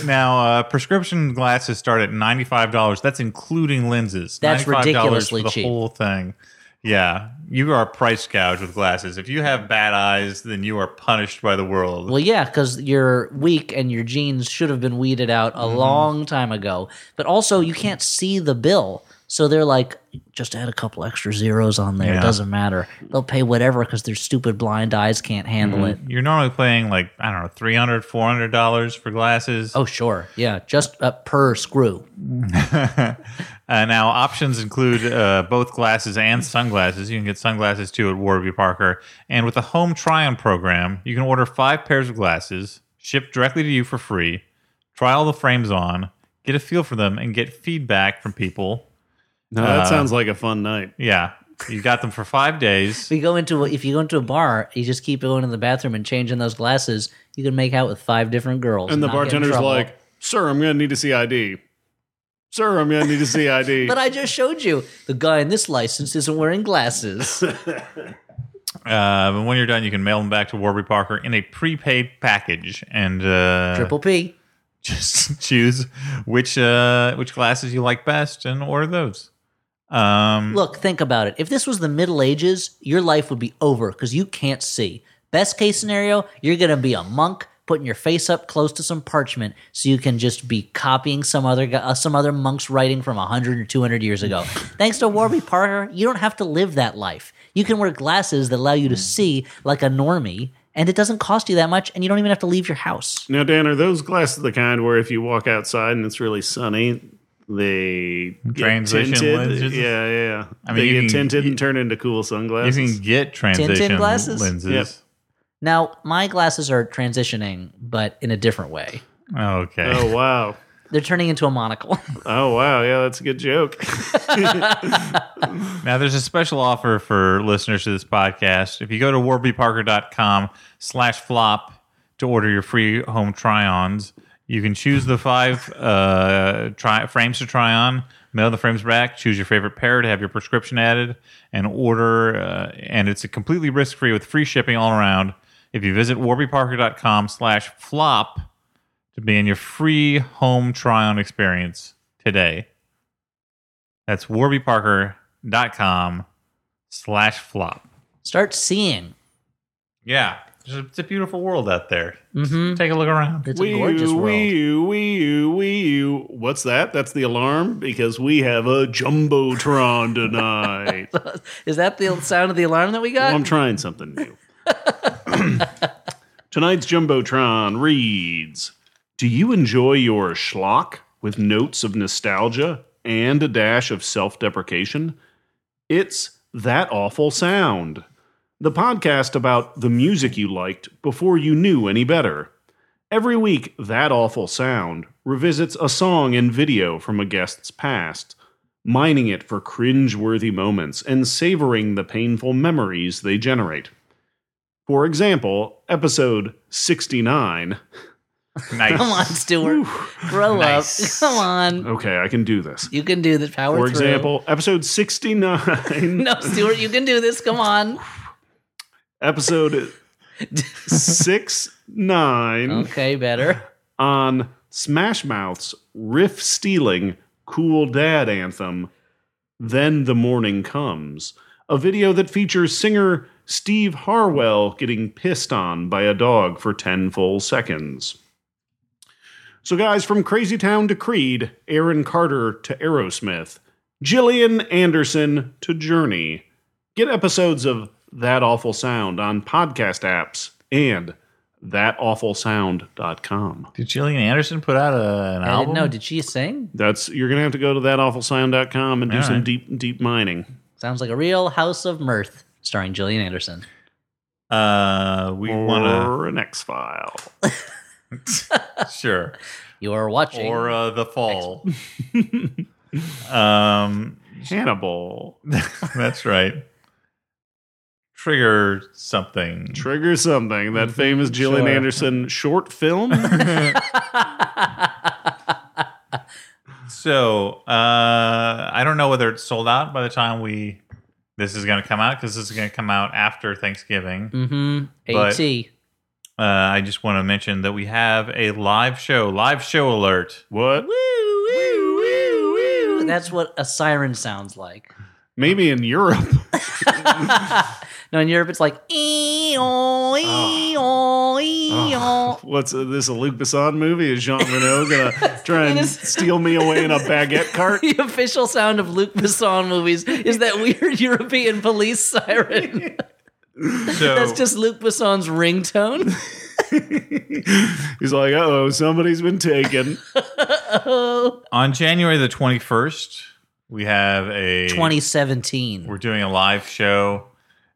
Now, uh, prescription glasses start at ninety five dollars. That's including lenses. That's $95 ridiculously for the cheap. whole thing. Yeah, you are price gouged with glasses. If you have bad eyes, then you are punished by the world. Well, yeah, because you're weak and your genes should have been weeded out Mm-hmm. a long time ago. But also, you can't see the bill. So they're like, just add a couple extra zeros on there. It Yeah. doesn't matter. They'll pay whatever because their stupid blind eyes can't handle Mm-hmm. it. You're normally paying like I don't know, three hundred, four hundred dollars for glasses. Oh, sure. Yeah, just uh, per screw. Uh, now, options include uh, both glasses and sunglasses. You can get sunglasses too at Warby Parker. And with the home try on program, you can order five pairs of glasses, shipped directly to you for free, try all the frames on, get a feel for them, and get feedback from people. No, that sounds like a fun night. Yeah, you got them for five days. If you go into a, if you go into a bar, you just keep going to the bathroom and changing those glasses. You can make out with five different girls, And the not get in bartender's trouble. like, "Sir, I'm going to need to see ID. Sir, I'm going to need to see ID." "But I just showed you the guy in this license isn't wearing *laughs* glasses." Uh, and when you're done, you can mail them back to Warby Parker in a prepaid package. And uh, Triple P. *laughs* just choose which uh, which glasses you like best and order those. Um, Look, think about it. If this was the Middle Ages, your life would be over because you can't see. Best case scenario, you're going to be a monk putting your face up close to some parchment so you can just be copying some other gu- uh, some other monk's writing from 100 or 200 years ago. Thanks to Warby Parker, you don't have to live that life. You can wear glasses that allow you to see like a normie and it doesn't cost you that much and you don't even have to leave your house. now, Dan, are those glasses the kind where if you walk outside and it's really sunny, they get Transition tinted? lenses? Yeah, yeah, yeah. I mean, they you get can- tinted you- and turn into cool You sunglasses. can get transition glasses? lenses. Now, my glasses are transitioning but in a different way. Okay. oh wow. They're turning into a monocle. *laughs* Oh wow, yeah, that's a *laughs* good joke. Now there's a special offer for listeners to this podcast. If you go to warbyparker.com slash flop to order your free home try-ons, you can choose the five uh, try- frames to try on, mail the frames back, choose your favorite pair to have your prescription added, and order. Uh, and it's a completely risk-free with free shipping all around. If you visit warbyparker.com slash flop to be in your free home try-on experience today. That's warbyparker.com slash flop. Start seeing Yeah. It's a, it's a beautiful world out there. Mm-hmm. Just take a look around. It's a Wee gorgeous you, wee world. you, wee you, wee you. What's that? That's the alarm because we have a jumbotron tonight. well, Is that the sound of the alarm that we got? *laughs* I'm trying something new. Tonight's jumbotron reads: Do you enjoy your schlock with notes of nostalgia and a dash of self-deprecation? It's that awful sound. The podcast about the music you liked before you knew any better. Every week, That Awful Sound revisits a song and video from a guest's past, mining it for cringe-worthy moments and savoring the painful memories they generate. For example, episode 69. *laughs* Nice. Come on, Stuart. Grow Nice. up. *laughs* Come on. Okay, I can do this. You can do this. Power For through. example, episode 69. *laughs* No, Stuart, *laughs* you can do this. Come on. Episode 6 nine Okay, better. on Smash Mouth's riff stealing Cool Dad anthem, Then the Morning Comes, a video that features singer Steve Harwell getting pissed on by a dog for 10 full seconds. So, guys, from Crazy Town to Creed, Aaron Carter to Aerosmith, Gillian Anderson to Journey. Get episodes of That Awful Sound on podcast apps and thatawfulsound.com. Did Gillian Anderson put out a, an I album? didn't know. Did she sing? That's you're gonna have to go to thatawfulsound.com and do All some right. deep deep mining. Sounds like a real House of Mirth, starring Gillian Anderson. uh, we want Or an X file. to *laughs* sure. You are watching. Or uh, the fall. *laughs* um, *laughs* Hannibal. that's right. Trigger something. Trigger something. That famous Gillian Mhm. Sure. Anderson *laughs* short film. So uh, I don't know whether it's sold out by the time we this is going to come out because this is going to come out after Thanksgiving. *laughs* mm-hmm. But- AT. Uh, I just want to mention that we have a live show, live show alert. what? That's what a siren sounds like. *laughs* Maybe in Europe. *laughs* No, in Europe it's like ee-oh, ee-oh, ee-oh. What's uh, this? A Luc Besson movie? Is Jean *laughs* Reno gonna try and steal me away in a baguette *laughs* cart? The official sound of Luc Besson movies is that weird European police siren. So *laughs* That's just Luc Besson's ringtone. He's like, uh oh, somebody's been taken. on January the 21st, we have a 2017. We're doing a live show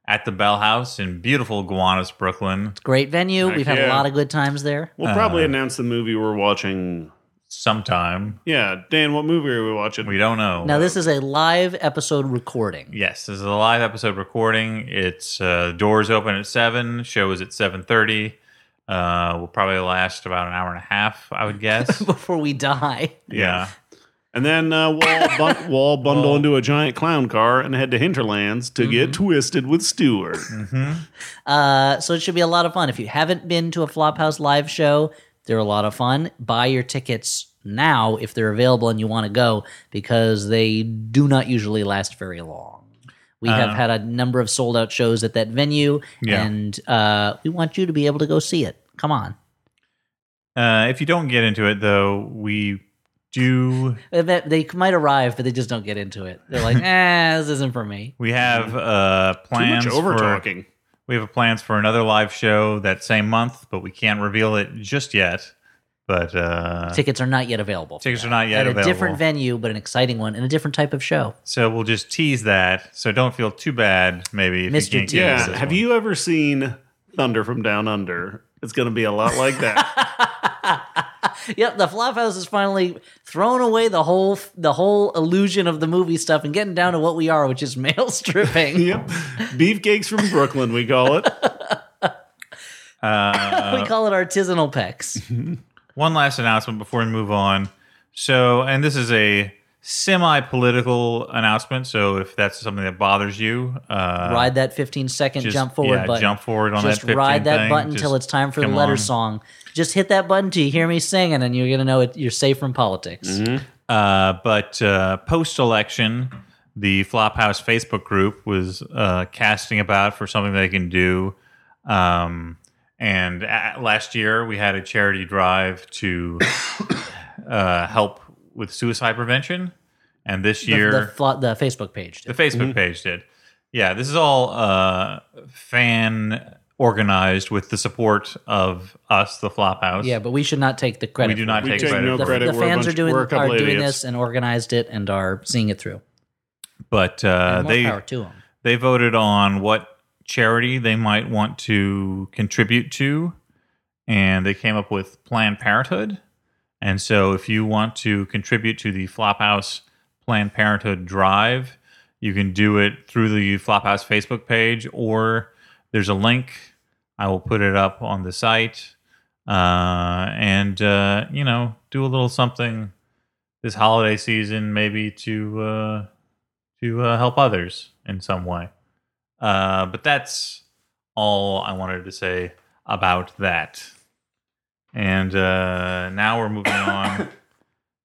at the Bell House in beautiful Gowanus, Brooklyn, Great venue. We've had a yeah. lot of good times there. We'll Uh. probably announce the movie we're watching. sometime. Yeah, Dan, what movie are we watching? We don't know. Now this is a live episode recording. Yes, this is a live episode recording. It's uh, doors open at seven. Show is at seven thirty. Uh, will probably last about an hour and a half, I would *laughs* guess. *laughs* Before we die. yeah, And then uh, *coughs* we'll, all bun- we'll Mm-hmm. all bundle into a giant clown car and head to Hinterlands to get twisted with Stewart. Uh, so it should be a lot of fun. If you haven't been to a Flophouse live show, they're a lot of fun. Buy your tickets now if they're available and you want to go because they do not usually last very long. We have had a number of sold out shows at that venue, Uh. Yeah. and uh, we want you to be able to go see it. Come on. Uh, if you don't get into it, though, we do. Uh, They they might arrive, but they just don't get into it. *laughs* They're like, eh, this isn't for me. We have uh, Mm-hmm. Too plans much over for talking. we have plans for another live show that same month, but we can't reveal it just yet. But uh, Tickets are not yet available. for tickets that. are not yet at available. a different venue, but an exciting one and a different type of show. so we'll just tease that. So don't feel too bad, maybe. If Mr. You can't get into Yeah. this Have one. you ever seen Thunder from Down Under? It's going to be a lot like *laughs* that. Yep, the Flophouse is finally throwing away the whole the whole illusion of the movie stuff and getting down to what we are, which is *laughs* male stripping. yep. Beefcakes from Brooklyn, we call it. we call it artisanal pecs. one last announcement before we move on. So, and this is a semi-political announcement. So, if that's something that bothers you, uh, ride that fifteen second just- jump forward yeah, button. jump forward on Just that 15 ride that thing. button Just till it's time for the come letter on. song. Just hit that button till you hear me singing, and you're gonna know it, you're safe from politics. Uh, but uh, post-election, the Flophouse Facebook group was uh, casting about for something they can do. Um, and a last year, we had a charity drive to *coughs* uh, help with suicide prevention. And this The, year, the flo- the Mm-hmm. Facebook page. The did. Facebook page did. Yeah, this is all uh, fan organized with the support of us, the Flophouse. Yeah, but we should not take the we credit. do for not it. We take take credit, no for it. credit. The, We're a fans are bunch- doing we're a couple are doing idiots. this and organized it and are seeing it through. but uh, And more they power to 'em. they voted on what charity they might want to contribute to, and they came up with Planned Parenthood. And so, if you want to contribute to the Flophouse Planned Parenthood Drive, you can do it through the Flophouse Facebook page, or there's a link. I will put it up on the site, uh, and uh, you know, do a little something this holiday season, maybe to uh, to uh, help others in some way. Uh, but that's all I wanted to say about that. And uh, now we're *coughs* moving on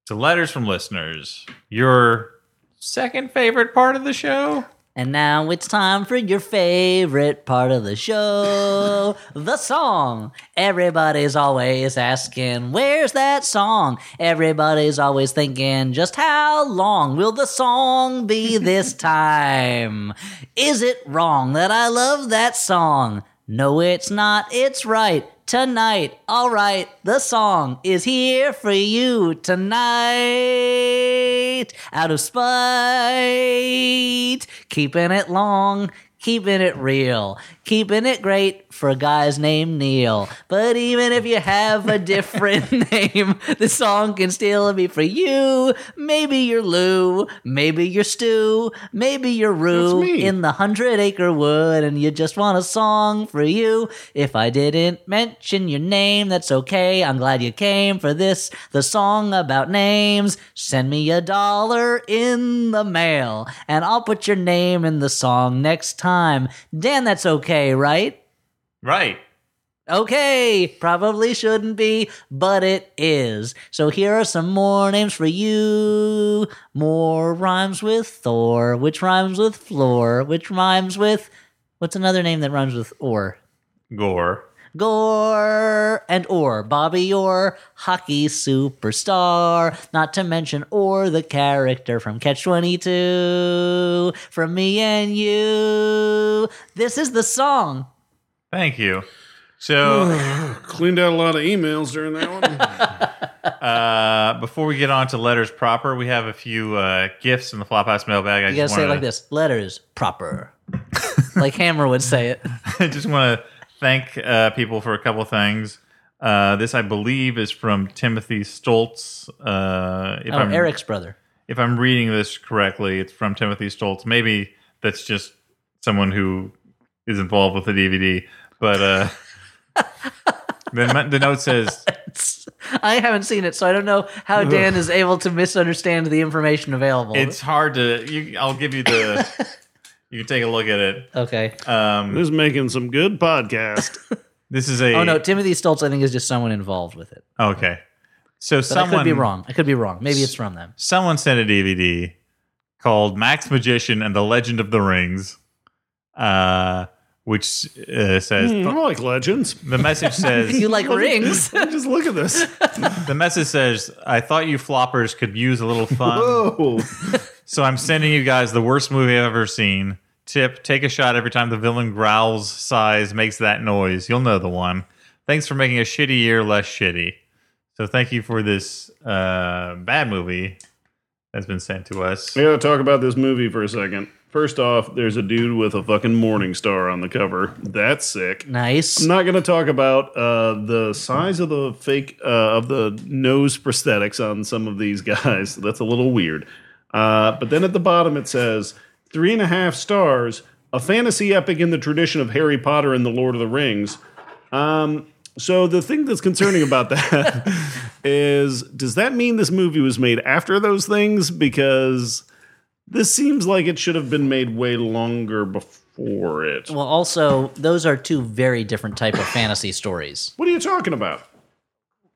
to letters from listeners. Your second favorite part of the show? And now it's time for your favorite part of the show the song. Everybody's always asking, Where's that song? Everybody's always thinking, Just how long will the song be this time? Is it wrong that I love that song? No, it's not. It's right. Tonight. All right. The song is here for you tonight. Out of spite. Keeping it long. Keeping it real. Keeping it great for a guy's named Neil. But even if you have a different *laughs* name, the song can still be for you. Maybe you're Lou. Maybe you're Stu. Maybe you're Rue That's me. in the hundred acre wood and you just want a song for you. If I didn't mention your name, that's okay. I'm glad you came for this. The song about names. Send me a dollar in the mail and I'll put your name in the song next time. Dan, that's okay, right? Right. Okay, probably shouldn't be, but it is. So here are some more names for you. More rhymes with Thor, which rhymes with floor, which rhymes with. What's another name that rhymes with or? Gore. Gore and Orr, Bobby Orr, hockey superstar, not to mention Orr, the character from Catch 22, from me and you. This is the song. Thank you. So. *sighs* Cleaned out a lot of emails during that one. Uh, before we get on to letters proper, we have a few uh, gifts in the Flophouse mailbag. I You gotta just say it wanna- like this: letters *laughs* proper, like Hammer would say it. I just want to thank uh, people for a couple things. Uh, this, I believe, is from Timothy Stoltz. Uh, if Oh, I'm Eric's brother. *laughs* if I'm reading this correctly, it's from Timothy Stoltz. Maybe that's just someone who is involved with the DVD. But uh, *laughs* the, the note says I haven't seen it, so I don't know how Dan is able to misunderstand the information available. it's hard to. You, I'll give you *laughs* the. You can take a look at it. okay. Um, *laughs* this is making some good *laughs* podcast. this is a. Oh no, Timothy Stoltz, I think, is just someone involved with it. Okay. So But someone I could be wrong. I could be wrong. Maybe it's *laughs* from them. Someone sent a DVD called Max Magician and the Legend of the Rings, uh, which uh, says I like legends. the message says *laughs* You like rings? Just look at this. the message says I thought you floppers could use a little fun, Oh, so I'm sending you guys the worst movie I've ever seen. Tip: Take a shot every time the villain growls, sighs, makes that noise. You'll know the one. Thanks for making a shitty year less shitty. So thank you for this uh, bad movie that's been sent to us. we gotta talk about this movie for a second. First off, there's a dude with a fucking morning star on the cover. That's sick. nice. I'm not going to talk about uh, the size of the fake uh, of the nose prosthetics on some of these *laughs* guys. That's a little weird. Uh, but then at the bottom it says three and a half stars, a fantasy epic in the tradition of Harry Potter and the Lord of the Rings. Um, so the thing that's concerning about that is, does that mean this movie was made after those things? Because this seems like it should have been made way longer before it. Well, also, those are two very different type of fantasy stories. What are you talking about?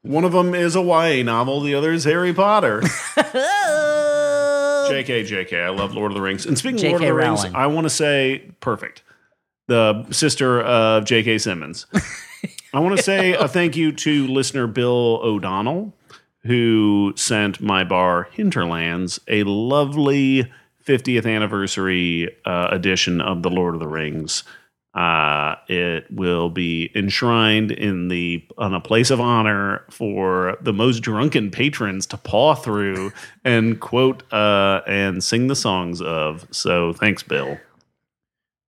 One of them is a YA novel, the other is Harry Potter. JK, JK, I love Lord of the Rings. And speaking of Lord of JK the Rings, Rowling. I want to say perfect. The sister of JK Simmons. I want to say a thank you to listener Bill O'Donnell, who sent my bar Hinterlands a lovely 50th anniversary uh, edition of the Lord of the Rings. Uh, it will be enshrined in the on a place of honor for the most drunken patrons to paw through and quote uh, and sing the songs of. So thanks, Bill.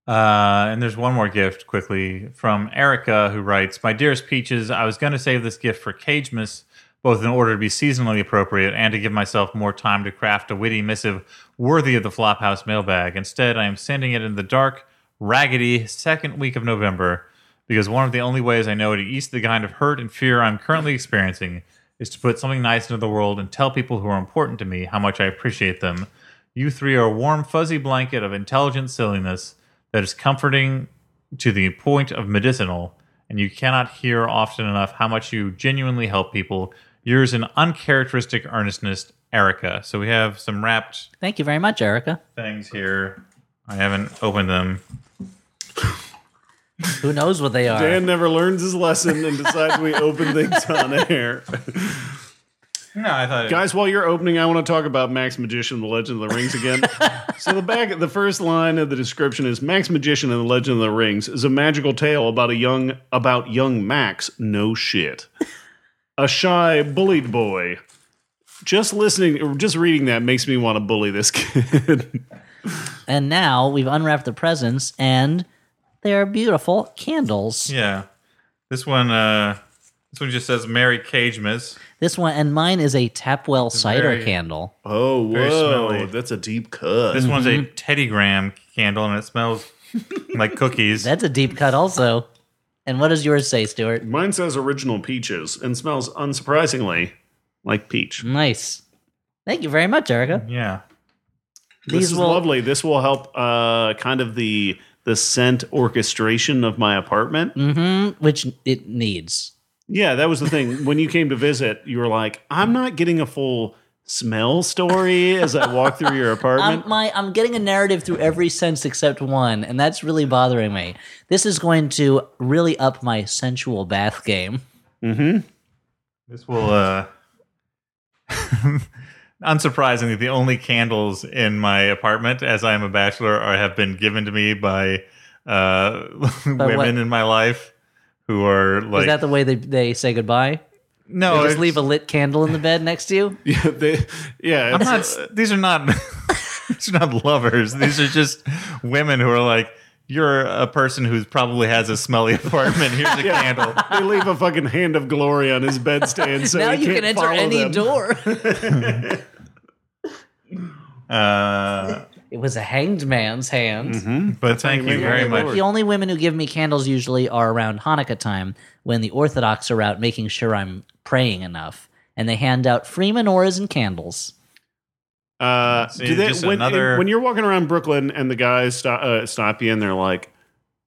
Uh, and there's one more gift quickly from Erica, who writes My dearest Peaches, I was going to save this gift for Cagemas, both in order to be seasonally appropriate and to give myself more time to craft a witty missive worthy of the Flophouse mailbag. Instead, I am sending it in the dark, raggedy second week of November because one of the only ways I know to ease the kind of hurt and fear I'm currently experiencing is to put something nice into the world and tell people who are important to me how much I appreciate them. You three are a warm, fuzzy blanket of intelligent silliness that is comforting to the point of medicinal and you cannot hear often enough how much you genuinely help people. Yours in uncharacteristic earnestness, Erica. So we have some wrapped Thank you very much, Erica. things here. I haven't opened them. Who knows what they are? Dan never learns his lesson and decides we open things on air. No, I thought. Guys, while you're opening, I want to talk about Max Magician, The Legend of the Rings again. *laughs* so the back, the first line of the description is Max Magician and the Legend of the Rings is a magical tale about a young about young Max. No shit, a shy bullied boy. Just listening, or just reading that makes me want to bully this *laughs* kid. And now we've unwrapped the presents, and they are beautiful candles. yeah, this one. uh This one just says "Merry Cagemas." This one, and mine is a Tapwell cider very- candle. oh, Very whoa, smelly. that's a deep cut. This one's a Teddy Graham candle, and it smells like *laughs* cookies. That's a deep cut, also. And what does yours say, Stuart? Mine says original peaches and smells unsurprisingly like peach. Nice. Thank you very much, Erica. yeah. this These is will- lovely. This will help uh, kind of the the scent orchestration of my apartment. Mm-hmm. Which it needs. Yeah, that was the *laughs* thing. when you came to visit, you were like, "I'm not getting a full smell story as I walk *laughs* through your I'm, apartment." my, I'm getting a narrative through every sense except one, and that's really bothering me. This is going to really up my sensual bath game. This will, uh, *laughs* unsurprisingly, the only candles in my apartment, as I am a bachelor, are have been given to me by uh, *laughs* women what? in my life who are like. is that the way they, they say goodbye? no, They it's- just leave a lit candle in the bed next to you? yeah, they, yeah, I'm *laughs* it's- not. these are not. *laughs* these are not lovers. These are just women who are like. You're a person who probably has a smelly *laughs* apartment. Here's a candle. they leave a fucking hand of glory on his bedstand. So now he you can't can enter follow any them. door. *laughs* Uh, it was a hanged man's hand. but thank you very much. The only women who give me candles usually are around Hanukkah time when the Orthodox are out making sure I'm praying enough. And they hand out free menorahs and candles. Uh, See, do they, just when, another- when you're walking around Brooklyn and the guys stop, uh, stop you and they're like,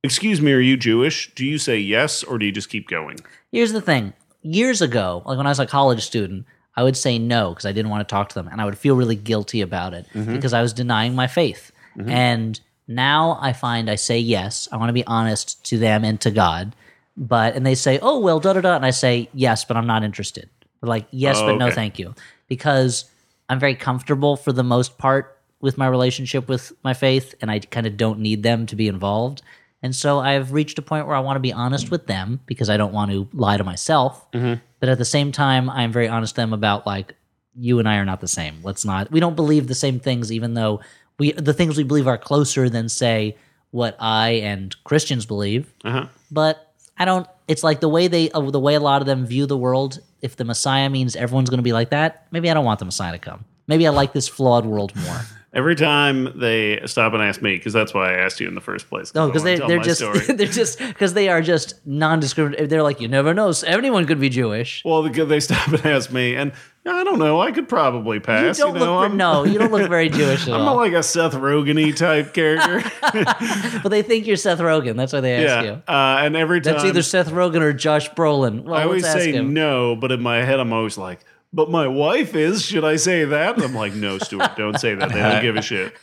"Excuse me, are you Jewish?" Do you say yes or do you just keep going? Here's the thing years ago, like when I was a college student, I would say no because I didn't want to talk to them. And I would feel really guilty about it because I was denying my faith. And now I find I say yes. I want to be honest to them and to God. But, and they say, oh, well, da da da. And I say, yes, but I'm not interested. But like, yes, Oh, but no, okay. thank you. Because I'm very comfortable for the most part with my relationship with my faith, and I kind of don't need them to be involved. And so I've reached a point where I want to be honest with them because I don't want to lie to myself. But at the same time, I'm very honest with them about like, you and I are not the same. Let's not, we don't believe the same things, even though we, the things we believe are closer than, say, what I and Christians believe but I don't. It's like the way they, uh, the way a lot of them view the world. If the Messiah means everyone's going to be like that, maybe I don't want the Messiah to come. Maybe I like this flawed world *laughs* more. Every time they stop and ask me, because that's why I asked you in the first place. No, I because wanna they tell they're my just story. *laughs* they're just because they are just non-discriminative. They're like you never know. So anyone could be Jewish. well, they- they stop and ask me, and I don't know. I could probably You pass. don't know, look ver- I'm, no, you don't look *laughs* very Jewish at I'm all. like a Seth *laughs* Rogen type character. but they think you're Seth Rogen. That's why they ask *laughs* yeah, you. uh, and every time That's either Seth Rogen or Josh Brolin. Well, I let's always ask say him. no, but in my head, I'm always like, "But my wife is." Should I say that? And I'm like, "No, Stuart, don't say that. They don't give *laughs* a shit."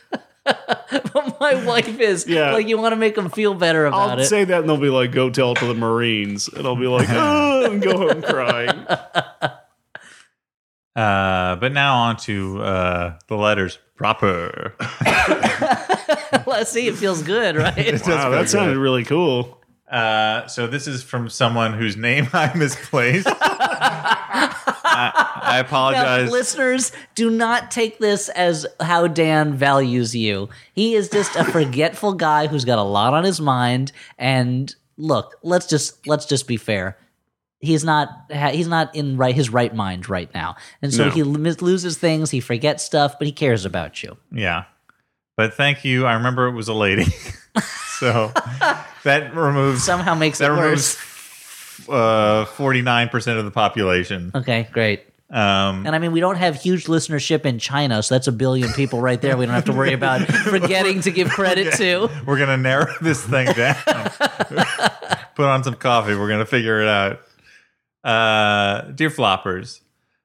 But *laughs* my wife is Yeah. like you want to make them feel better about I'll it. say that, and they'll be like, "Go tell it to the Marines," and I'll be like, "Oh," and go home crying. Uh, but now on to uh, the letters proper. *laughs* Let's see, it feels good, *laughs* right? wow, that sounded really cool. Uh, so this is from someone whose name *laughs* I misplaced. I, I Now, apologize. listeners, do not take this as how Dan values you. He is just a forgetful guy who's got a lot on his mind. And look, let's just let's just be fair. He's not ha- he's not in right his right mind right now, and so No. he lo- mis- loses things, he forgets stuff, but he cares about you. yeah, but thank you. I remember it was a lady, *laughs* so that removes Somehow makes *laughs* that it removes worse. forty nine percent of the population. Okay, great. Um, And I mean, we don't have huge listenership in China, so that's a billion people right there. We don't have to *laughs* worry about forgetting to give credit to. *laughs* we're gonna narrow this thing down. put on some coffee. We're gonna figure it out. Uh, dear floppers,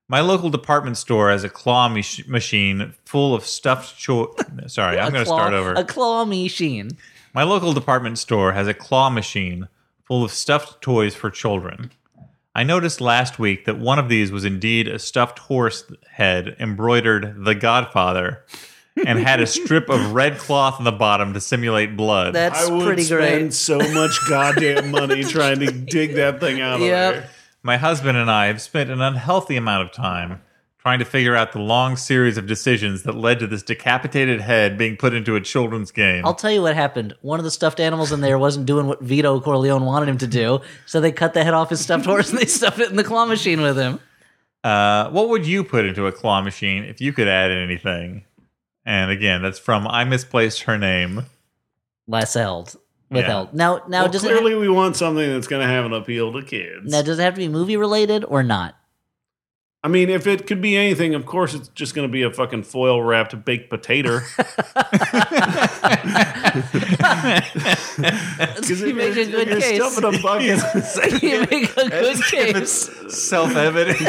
my local department store has a claw mach- machine full of stuffed. Cho- Sorry, I'm A gonna claw- start over. A claw machine. My local department store has a claw machine full of stuffed toys for children. I noticed last week that one of these was indeed a stuffed horse head embroidered The Godfather and had a strip of red cloth on the bottom to simulate *laughs* blood. That's I would pretty spend great. so much *laughs* goddamn money trying to dig that thing out of Yep. there. My husband and I have spent an unhealthy amount of time trying to figure out the long series of decisions that led to this decapitated head being put into a children's game. I'll tell you what happened. One of the stuffed animals in there wasn't doing what Vito Corleone wanted him to do, so they cut the head off his stuffed horse and they stuffed it in the claw machine with him. Uh, what would you put into a claw machine if you could add anything? And again, that's from I misplaced her name. Withheld. Withheld. Yeah. Now, now Well, does it clearly, ha- we want something that's going to have an appeal to kids. now does it have to be movie related or not? *laughs* I mean, if it could be anything, of course, it's just going to be a fucking foil wrapped baked potato. *laughs* *laughs* Because You make a good you're case. stuffing a *laughs* bucket. *laughs* you make a good case. Self *laughs* evident.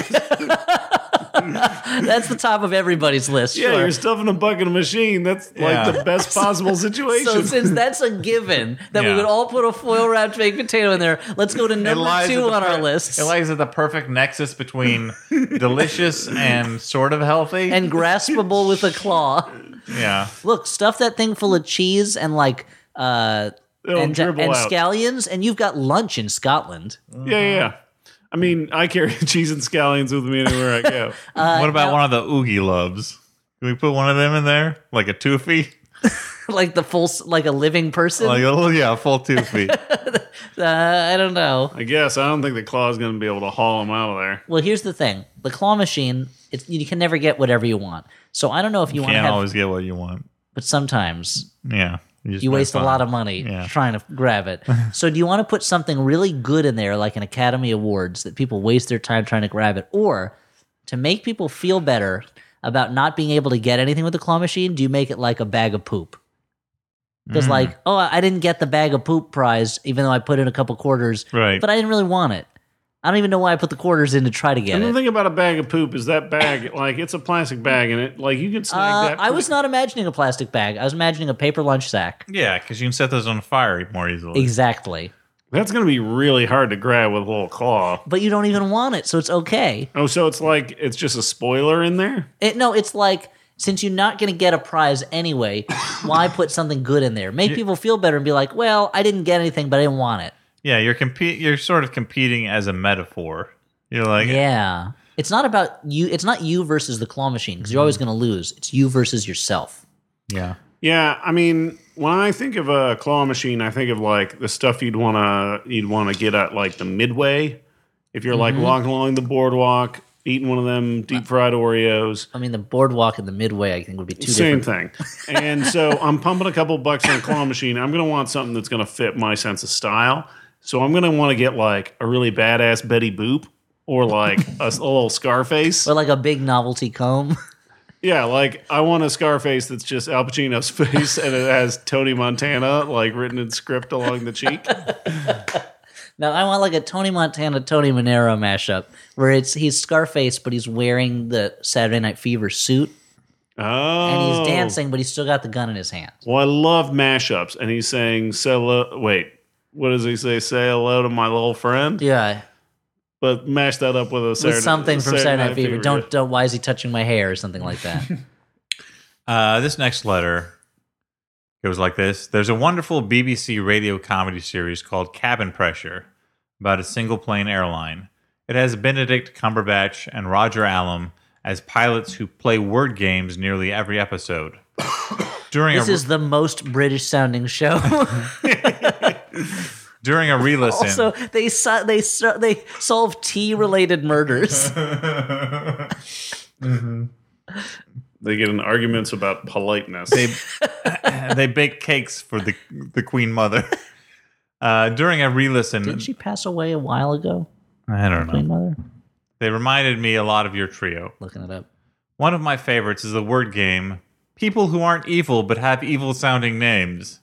That's the top of everybody's list. yeah, sure. you're stuffing a bucket in a machine. That's Yeah. like *laughs* the best possible situation. So since that's a given that we Yeah. would all put a foil wrapped baked potato in there, let's go to number two on our list. It lies at the perfect nexus *laughs* between delicious and sort of healthy. and graspable with *laughs* a claw. yeah. Look, stuff that thing full of cheese and like uh It'll and, dribble and out. scallions, and you've got lunch in Scotland. *laughs* yeah, yeah. I mean, I carry *laughs* cheese and scallions with me anywhere *laughs* I go. Uh, what about one of the oogie loves? Can we put one of them in there? Like a toofy? like the full, s- like a living person. Like a little, yeah, a full toofy. uh, I don't know. I guess I don't think the claw's going to be able to haul them out of there. Well, here's the thing: the claw machine. It's, you can never get whatever you want. So I don't know if you want to Can't have, always get what you want. but sometimes Yeah. just you might waste a find- lot of money Yeah. trying to grab it. so do you want to put something really good in there, like an Academy Awards, that people waste their time trying to grab it, or to make people feel better about not being able to get anything with the claw machine? Do you make it like a bag of poop? Because Mm. like, oh, I didn't get the bag of poop prize, even though I put in a couple quarters, Right. but I didn't really want it. I don't even know why I put the quarters in to try to get And the it. thing about a bag of poop is that bag, *coughs* like it's a plastic bag, and it like you can snag Uh, that. I pretty- was not imagining a plastic bag. I was imagining a paper lunch sack. Yeah, because you can set those on fire more easily. Exactly. That's going to be really hard to grab with a little claw. But you don't even want it, so it's okay. Oh, so it's like it's just a spoiler in there. It, no, it's like since you're not going to get a prize *coughs* anyway, why put something good in there? Make people feel better and be like, well, I didn't get anything, but I didn't want it. Yeah, you're compete. You're sort of competing as a metaphor. You're like, Yeah. It's not about you. It's not you versus the claw machine because you're always going to lose. It's you versus yourself. yeah, Yeah, I mean, when I think of a claw machine, I think of like the stuff you'd wanna you'd wanna get at like the midway. If you're Mm-hmm. like walking along the boardwalk, eating one of them deep fried Oreos, I mean, the boardwalk and the midway, I think, would be two same different. thing. and *laughs* so I'm pumping a couple bucks on a claw machine. I'm gonna want something that's gonna fit my sense of style. So I'm gonna want to get like a really badass Betty Boop or like a, s- a little Scarface. Or like a big novelty comb. *laughs* Yeah, like I want a Scarface that's just Al Pacino's *laughs* face and it has Tony Montana like written in script along the cheek. no, I want like a Tony Montana, Tony Monero mashup where it's he's Scarface, but he's wearing the Saturday Night Fever suit *laughs* and Oh, he's dancing, but he's still got the gun in his hand. Well, I love mashups, and he's saying "say hello." Wait, what does he say? Say hello to my little friend, Yeah. but mash that up with a Saturday, with something from Saturday Night Fever. Don't don't. Why is he touching my hair or something like that? *laughs* Uh, this next letter goes like this: There's a wonderful BBC radio comedy series called Cabin Pressure about a single plane airline. It has Benedict Cumberbatch and Roger Allam as pilots who play word games nearly every episode. *coughs* During this a is the most British sounding show. *laughs* during a re-listen, also, they so, they so, they solve tea related *laughs* murders. *laughs* They get in arguments about politeness. they bake cakes for the the Queen Mother. *laughs* Uh, during a re-listen, Didn't she pass away a while ago, I don't know. Queen Mother? They reminded me a lot of your trio. Looking it up. One of my favorites is the word game People Who Aren't Evil But Have Evil Sounding Names.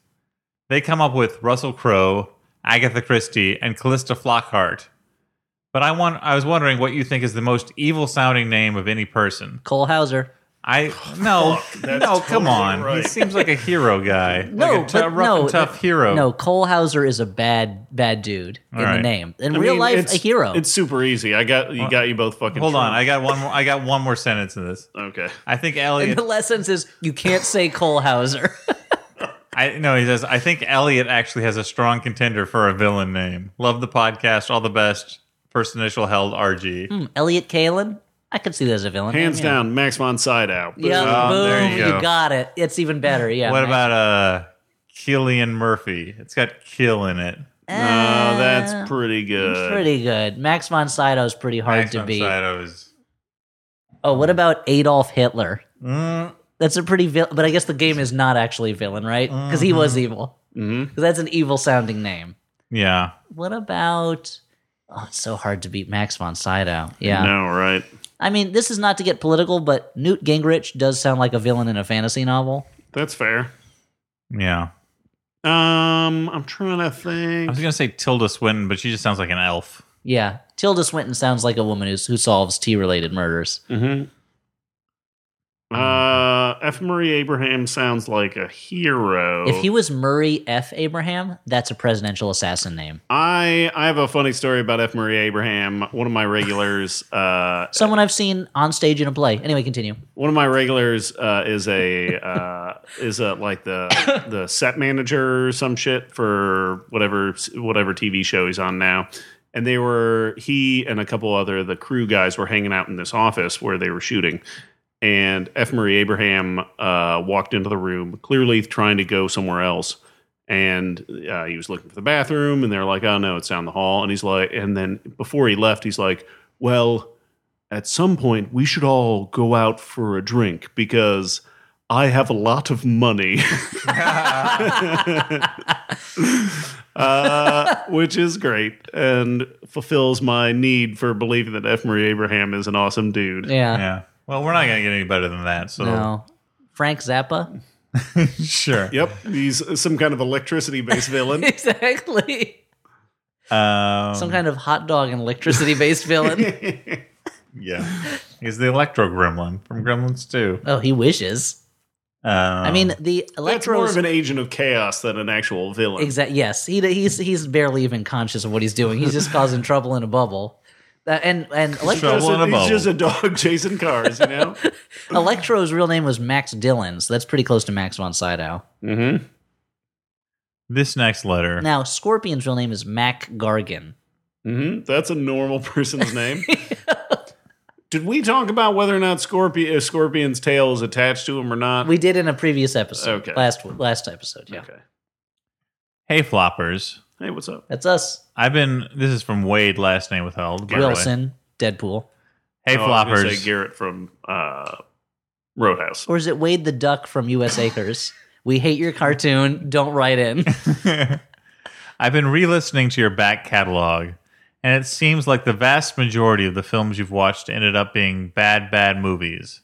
They come up with Russell Crowe, Agatha Christie, and Callista Flockhart. But I want I was wondering what you think is the most evil sounding name of any person. Cole Hauser. *laughs* I no that's no come totally on. right. He seems like a hero guy. No, like a tou- but rough no, and tough hero. No, Cole Hauser is a bad, bad dude in the right. name. In *laughs* I real mean, life, it's- a hero. It's super easy. I got you. Got you both fucking. Uh, Hold on, I drunk. got one more I got one more sentence in this. okay. I think *laughs* And Elliot the lessons is you can't say Cole Hauser. *laughs* I no, he says I think Elliot actually has a strong contender for a villain name. Love the podcast, all the best. First initial held RG. Hmm. Elliot Kalin. I could see that as a villain. Hands yeah. down, Max von Sydow. Yeah, Boom. boom. There you Oh, you, go. got it. It's even better. Yeah. what Max- about uh Killian Murphy? It's got kill in it. No, that's pretty good. Ah, Pretty good. Max von Sydow is pretty hard Max to von beat. Sydow is- Oh, what about Adolf Hitler? Mm, That's a pretty villain, but I guess the game is not actually villain, right? Because he Mm-hmm. was evil. Mhm. 'Cause that's an evil sounding name. yeah. What about? Oh, it's so hard to beat Max von Sydow. Yeah, No, right? I mean, this is not to get political, but Newt Gingrich does sound like a villain in a fantasy novel. That's fair. Yeah. Um, I'm trying to I was think. gonna say Tilda Swinton, but she just sounds like an *laughs* elf. Yeah, Tilda Swinton sounds like a woman who's, who solves tea-related murders. Mm-hmm. Uh, F. Murray Abraham sounds like a hero. If he was Murray F. Abraham, that's a presidential assassin name. I I have a funny story about F. Murray Abraham. One of my regulars. Uh, Someone I've seen on stage in a play. Anyway, continue. one of my regulars uh, is a uh, is a like the the set manager or some shit for whatever whatever TV show he's on now. And they were he and a couple other of the crew guys were hanging out in this office where they were shooting. And F. Murray Abraham uh, walked into the room, clearly trying to go somewhere else. And uh, he was looking for the bathroom, and they're like, "Oh no, it's down the hall." And he's like, and then before he left, he's like, "Well, at some point we should all go out for a drink because I have a lot of money. *laughs* uh, which is great and fulfills my need for believing that F. Murray Abraham is an awesome dude. Yeah. Yeah. Well, we're not gonna get any better than that. So No. Frank Zappa. *laughs* *laughs* sure. Yep, he's some kind of electricity based villain. *laughs* exactly. Um, Some kind of hot dog and electricity based villain. yeah. He's the Electro Gremlin from Gremlins 2. oh, he wishes. Um, I mean, the That's more electro. of an agent of chaos than an actual villain. Exactly. Yes, he he's he's barely even conscious of what he's doing. He's just causing trouble in a bubble. That and and Electro, Trouble. Just One a, of he's all. just a dog *laughs* chasing cars, you know? *laughs* Electro's real name was Max Dillon, so that's pretty close to Max von Sydow. mm-hmm. this next letter. Now, Scorpion's real name is Mac Gargan. mm-hmm. hmm That's a normal person's name. Did we talk about whether or not Scorpion, if Scorpion's tail is attached to him or not? We did in a previous episode, Okay. last last episode. Yeah, okay. Hey, floppers. Hey, what's up? that's us. I've been. This is from Wade, last name withheld. by the way. Wilson, Deadpool, Hey, Oh, I was gonna say floppers. Garrett from uh, Roadhouse. or is it Wade the Duck from U.S. Acres? we hate your cartoon. Don't write in. *laughs* *laughs* I've been re listening to your back catalog, and it seems like the vast majority of the films you've watched ended up being bad, bad movies.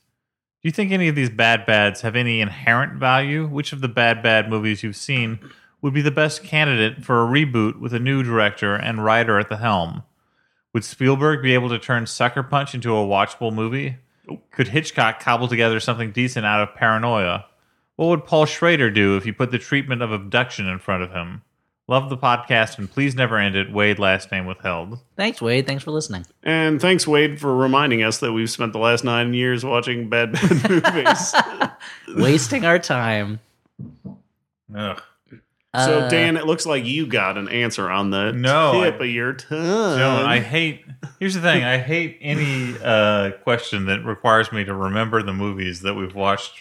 Do you think any of these bad bads have any inherent value? Which of the bad, bad movies you've seen would be the best candidate for a reboot with a new director and writer at the helm? Would Spielberg be able to turn Sucker Punch into a watchable movie? Could Hitchcock cobble together something decent out of paranoia? What would Paul Schrader do if you put the treatment of abduction in front of him? Love the podcast and please never end it. Wade, last name withheld. Thanks, Wade. Thanks for listening. And thanks, Wade, for reminding us that we've spent the last nine years watching bad, bad movies. Wasting our time. Ugh. so, Dan, it looks like you got an answer on the Uh, No, tip I- of your tongue. No, I hate. Here's the thing. I hate any uh, question that requires me to remember the movies that we've watched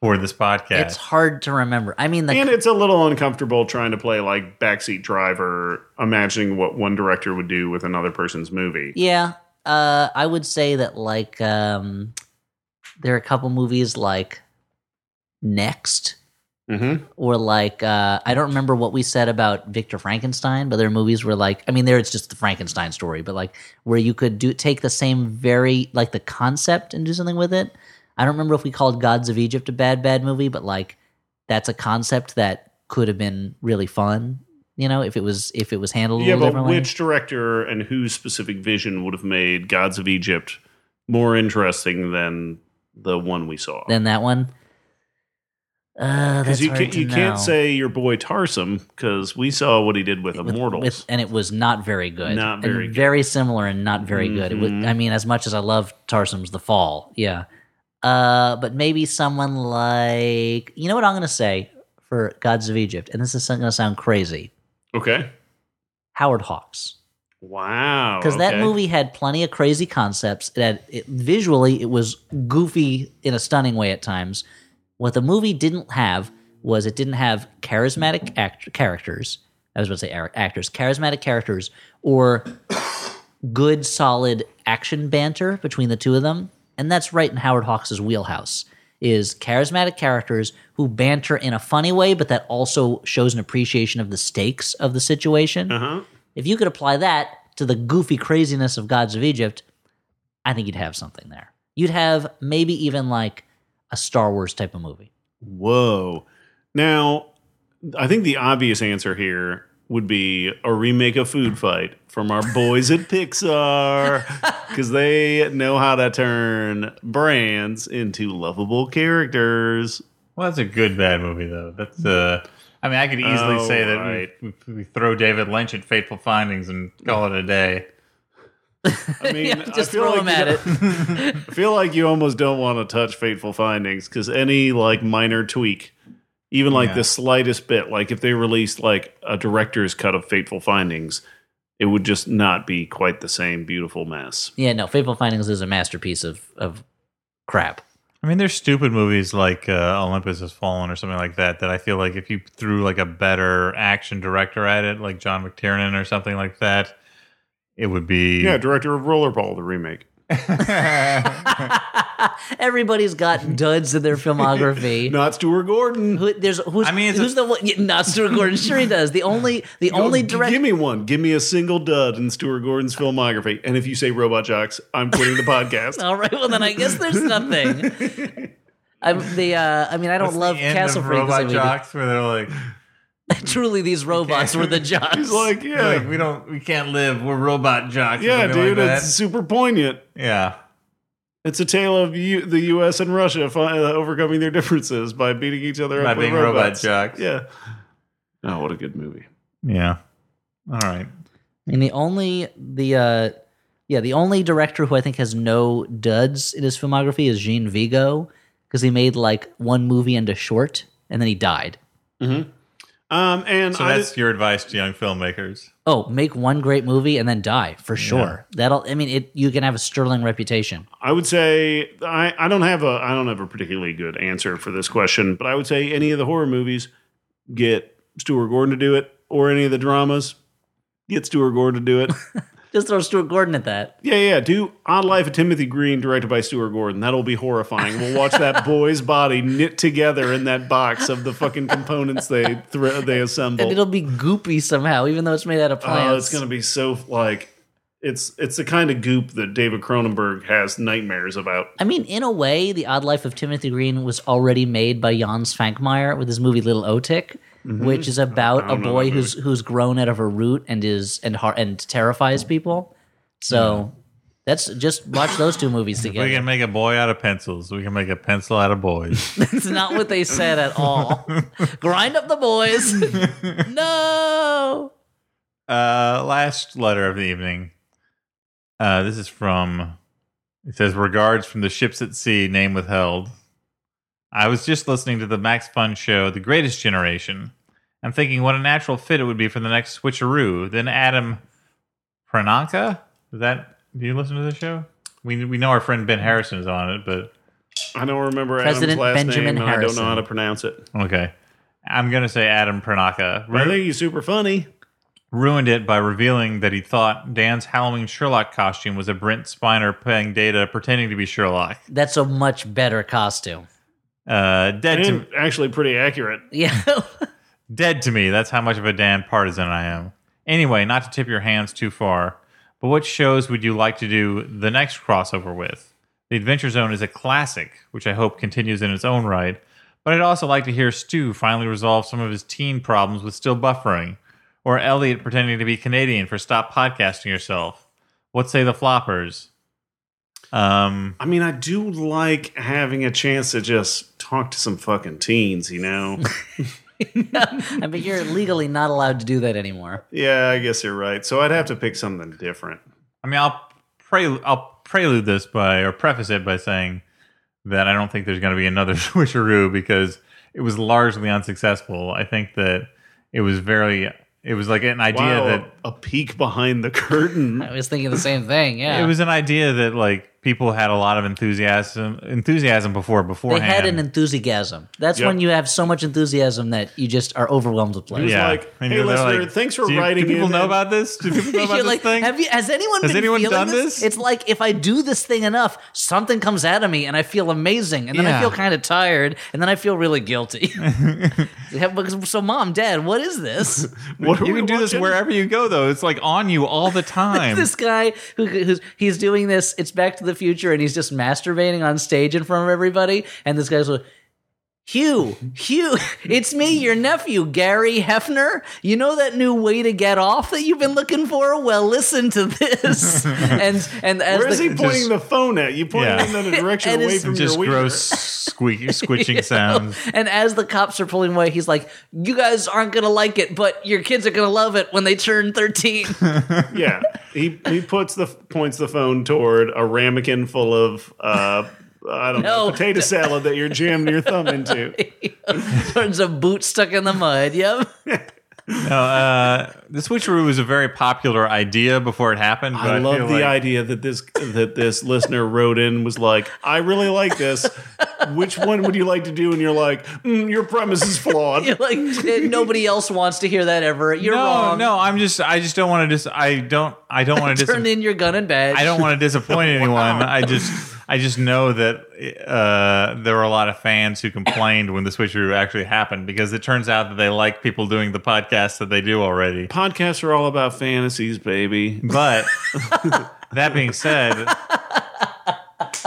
for this podcast. It's hard to remember. I mean, the and it's a little uncomfortable trying to play like backseat driver, imagining what one director would do with another person's movie. Yeah. Uh, I would say that like um, there are a couple movies like Next Mm-hmm. or like uh, I don't remember what we said about Victor Frankenstein, but there are movies where like I mean there it's just the Frankenstein story, but like where you could do take the same very like the concept and do something with it. I don't remember if we called Gods of Egypt a bad bad movie, but like that's a concept that could have been really fun You know, if it was if it was handled a Yeah, little but differently. which director and whose specific vision would have made Gods of Egypt more interesting than the one we saw? than that one. Uh, that's Because you hard can't, to you can't know. say your boy Tarsum because we saw what he did with With- Immortals. with- and it was not very good. Not And very good. very similar and not very good. It was, Mhm. I mean, as much as I love Tarsum's The Fall, yeah. Uh, but maybe someone like you know what I'm going to say for Gods of Egypt, and this is going to sound crazy. okay. Howard Hawks, Wow. because that Oh, okay. movie had plenty of crazy concepts. It had it, visually, it was goofy in a stunning way at times. What the movie didn't have was it didn't have charismatic act- characters. I was going to say ar- actors, charismatic characters, or good solid action banter between the two of them and that's right in howard hawks's wheelhouse is charismatic characters who banter in a funny way but that also shows an appreciation of the stakes of the situation if you could apply that to the goofy craziness of gods of egypt i think you'd have something there you'd have maybe even like a star wars type of movie Whoa. Now, I think the obvious answer here would be a remake of Food Fight from our boys *laughs* at Pixar because they know how to turn brands into lovable characters. Well, that's a good bad movie though. That's uh, I mean, I could easily Oh, say that right. we, we, we throw David Lynch at Fateful Findings and call it a day. *laughs* I mean, just I feel throw like them you at it *laughs* I feel like you almost don't want to touch Fateful Findings because any like minor tweak, even like the slightest bit, like if they released like a director's cut of Fateful Findings, it would just not be quite the same beautiful mess. yeah no fateful findings is a masterpiece of of crap I mean, there's stupid movies like uh, Olympus Has Fallen or something like that that I feel like if you threw like a better action director at it, like John McTiernan or something like that, it would be Yeah, director of Rollerball, the remake. everybody's *laughs* got duds in their filmography Not Stuart Gordon. Who, there's who's, I mean, it's a- who's the one? Yeah, not Stuart Gordon. Sure, he does. The only the only Don't- direct. Give me one. Give me a single dud in Stuart Gordon's filmography. And if you say Robot Jocks, I'm quitting *laughs* the *laughs* podcast. All right. Well, then I guess there's nothing. *laughs* I'm the. Uh, I mean, I don't That's the love end of Castle Freak. 'cause I Robot mean, Jocks, where they're *laughs* like, *laughs* Truly, these robots were the jocks. He's like, yeah, like we don't, we can't live. We're robot jocks. or yeah, something like dude, that. it's super poignant. yeah. It's a tale of U- the U.S. and Russia fi- uh, overcoming their differences by beating each other By up with being robot robots. jocks. Yeah. Oh, what a good movie. Yeah. All right. and the only the. Uh, yeah, the only director who I think has no duds in his filmography is Gene Vigo because he made like one movie and a short, and then he died. Um, and So I, that's your advice to young filmmakers. Oh, make one great movie and then die for sure. That'll. I mean, it. You can have a sterling reputation. I would say I, I don't have a I don't have a particularly good answer for this question, but I would say any of the horror movies get Stuart Gordon to do it, or any of the dramas get Stuart *laughs* Gordon to do it. Just throw Stuart Gordon at that. yeah, yeah. Do Odd Life of Timothy Green, directed by Stuart Gordon. That'll be horrifying. We'll *laughs* watch that boy's body knit together in that box of the fucking components they thr they assemble. And it'll be goopy somehow, even though it's made out of plants. Oh, it's gonna be so like it's it's the kind of goop that David Cronenberg has nightmares about. I mean, in a way, The Odd Life of Timothy Green was already made by Jan Svankmajer with his movie Little Otik, which is about a boy who's who's grown out of a root and is and har- and terrifies people. So that's just watch those two movies We together. can make a boy out of pencils. We can make a pencil out of boys. *laughs* That's not what they said at all. Grind up the boys. no. uh, last letter of the evening. Uh, this is from. It says regards from the ships at sea, name withheld. I was just listening to the Max Fun show, The Greatest Generation. I'm thinking what a natural fit it would be for the next switcheroo. Then Adam Pranaka? Is that do you listen to the show? We we know our friend Ben Harrison is on it, but I don't remember President Adam's last Benjamin name, and I don't Harrison. know how to pronounce it. okay. I'm gonna say Adam Pranaka. But I think he's super funny. ruined it by revealing that he thought Dan's Halloween Sherlock costume was a Brent Spiner playing data pretending to be Sherlock. That's a much better costume. *laughs* Uh, dead And to actually pretty accurate. Yeah. *laughs* dead to me. That's how much of a Dan partisan I am. Anyway, not to tip your hands too far, but what shows would you like to do the next crossover with? The Adventure Zone is a classic, which I hope continues in its own right. But I'd also like to hear Stu finally resolve some of his teen problems with still buffering. or Elliot pretending to be Canadian for stop podcasting yourself. What say the floppers? Um, I mean, I do like having a chance to just talk to some fucking teens, you *laughs* know? I mean, you're legally not allowed to do that anymore. yeah, I guess you're right. So I'd have to pick something different. I mean, I'll pre- I'll prelude this by or preface it by saying that I don't think there's going to be another *laughs* switcheroo because it was largely unsuccessful. I think that it was very it was like an idea wow, that a peek behind the curtain. I was thinking the same thing. Yeah, it was an idea that like people had a lot of enthusiasm enthusiasm before They beforehand. had an enthusiasm. That's Yep. when you have so much enthusiasm that you just are overwhelmed with pleasure. was yeah. like, And "Hey, they're listener, thanks for do you- writing Do people in know and- about this? Do people know about *laughs* You're this like, thing? have you? Has anyone? Has been anyone feeling done this? this? It's like if I do this thing enough, something comes out of me, and I feel amazing, and then I Yeah. feel kind of tired, and then I feel really guilty. *laughs* so, mom, dad, what *laughs* is this? What are you we can do this watching? wherever you go, though. It's like on you all the time. *laughs* this guy who, who's he's doing this. It's Back to the Future, and he's just masturbating on stage in front of everybody. And this guy's like, Hugh, Hugh, *laughs* it's me, your nephew, Gary Hefner. You know that new way to get off that you've been looking for? Well, listen to *laughs* this. and and *laughs* as Where *laughs* is the, he pointing Just- the phone at? You pointing Yeah. *laughs* it in the direction And away it's- from just your *laughs* wiener. gross squeaky, squitching sounds. and as the cops are pulling away, he's like, "You guys aren't gonna like it, but your kids are gonna love it when they turn *laughs* 13. *laughs* yeah, he he puts the points the phone toward a ramekin full of uh, I don't *laughs* know No. potato salad that you're jamming your *laughs* thumb into. Turns a boot stuck in the mud. Yep. No, uh, the switcheroo was a very popular idea before it happened. But I love feel the like- idea that this that this listener wrote in was like, I really like this. Which one would you like to do? And you're like, mm, your premise is flawed. You're *laughs* like "Eh, nobody else wants to hear that ever. You're no, wrong. no. I'm just, I just don't want to dis. I don't, I don't want to Turn dis- in your gun and badge. I don't want to disappoint anyone. I just, I just know that uh, there were a lot of fans who complained when the switcheroo actually happened because it turns out that they like people doing the podcast that they do already. Podcasts are all about fantasies, baby. But that being said, *laughs*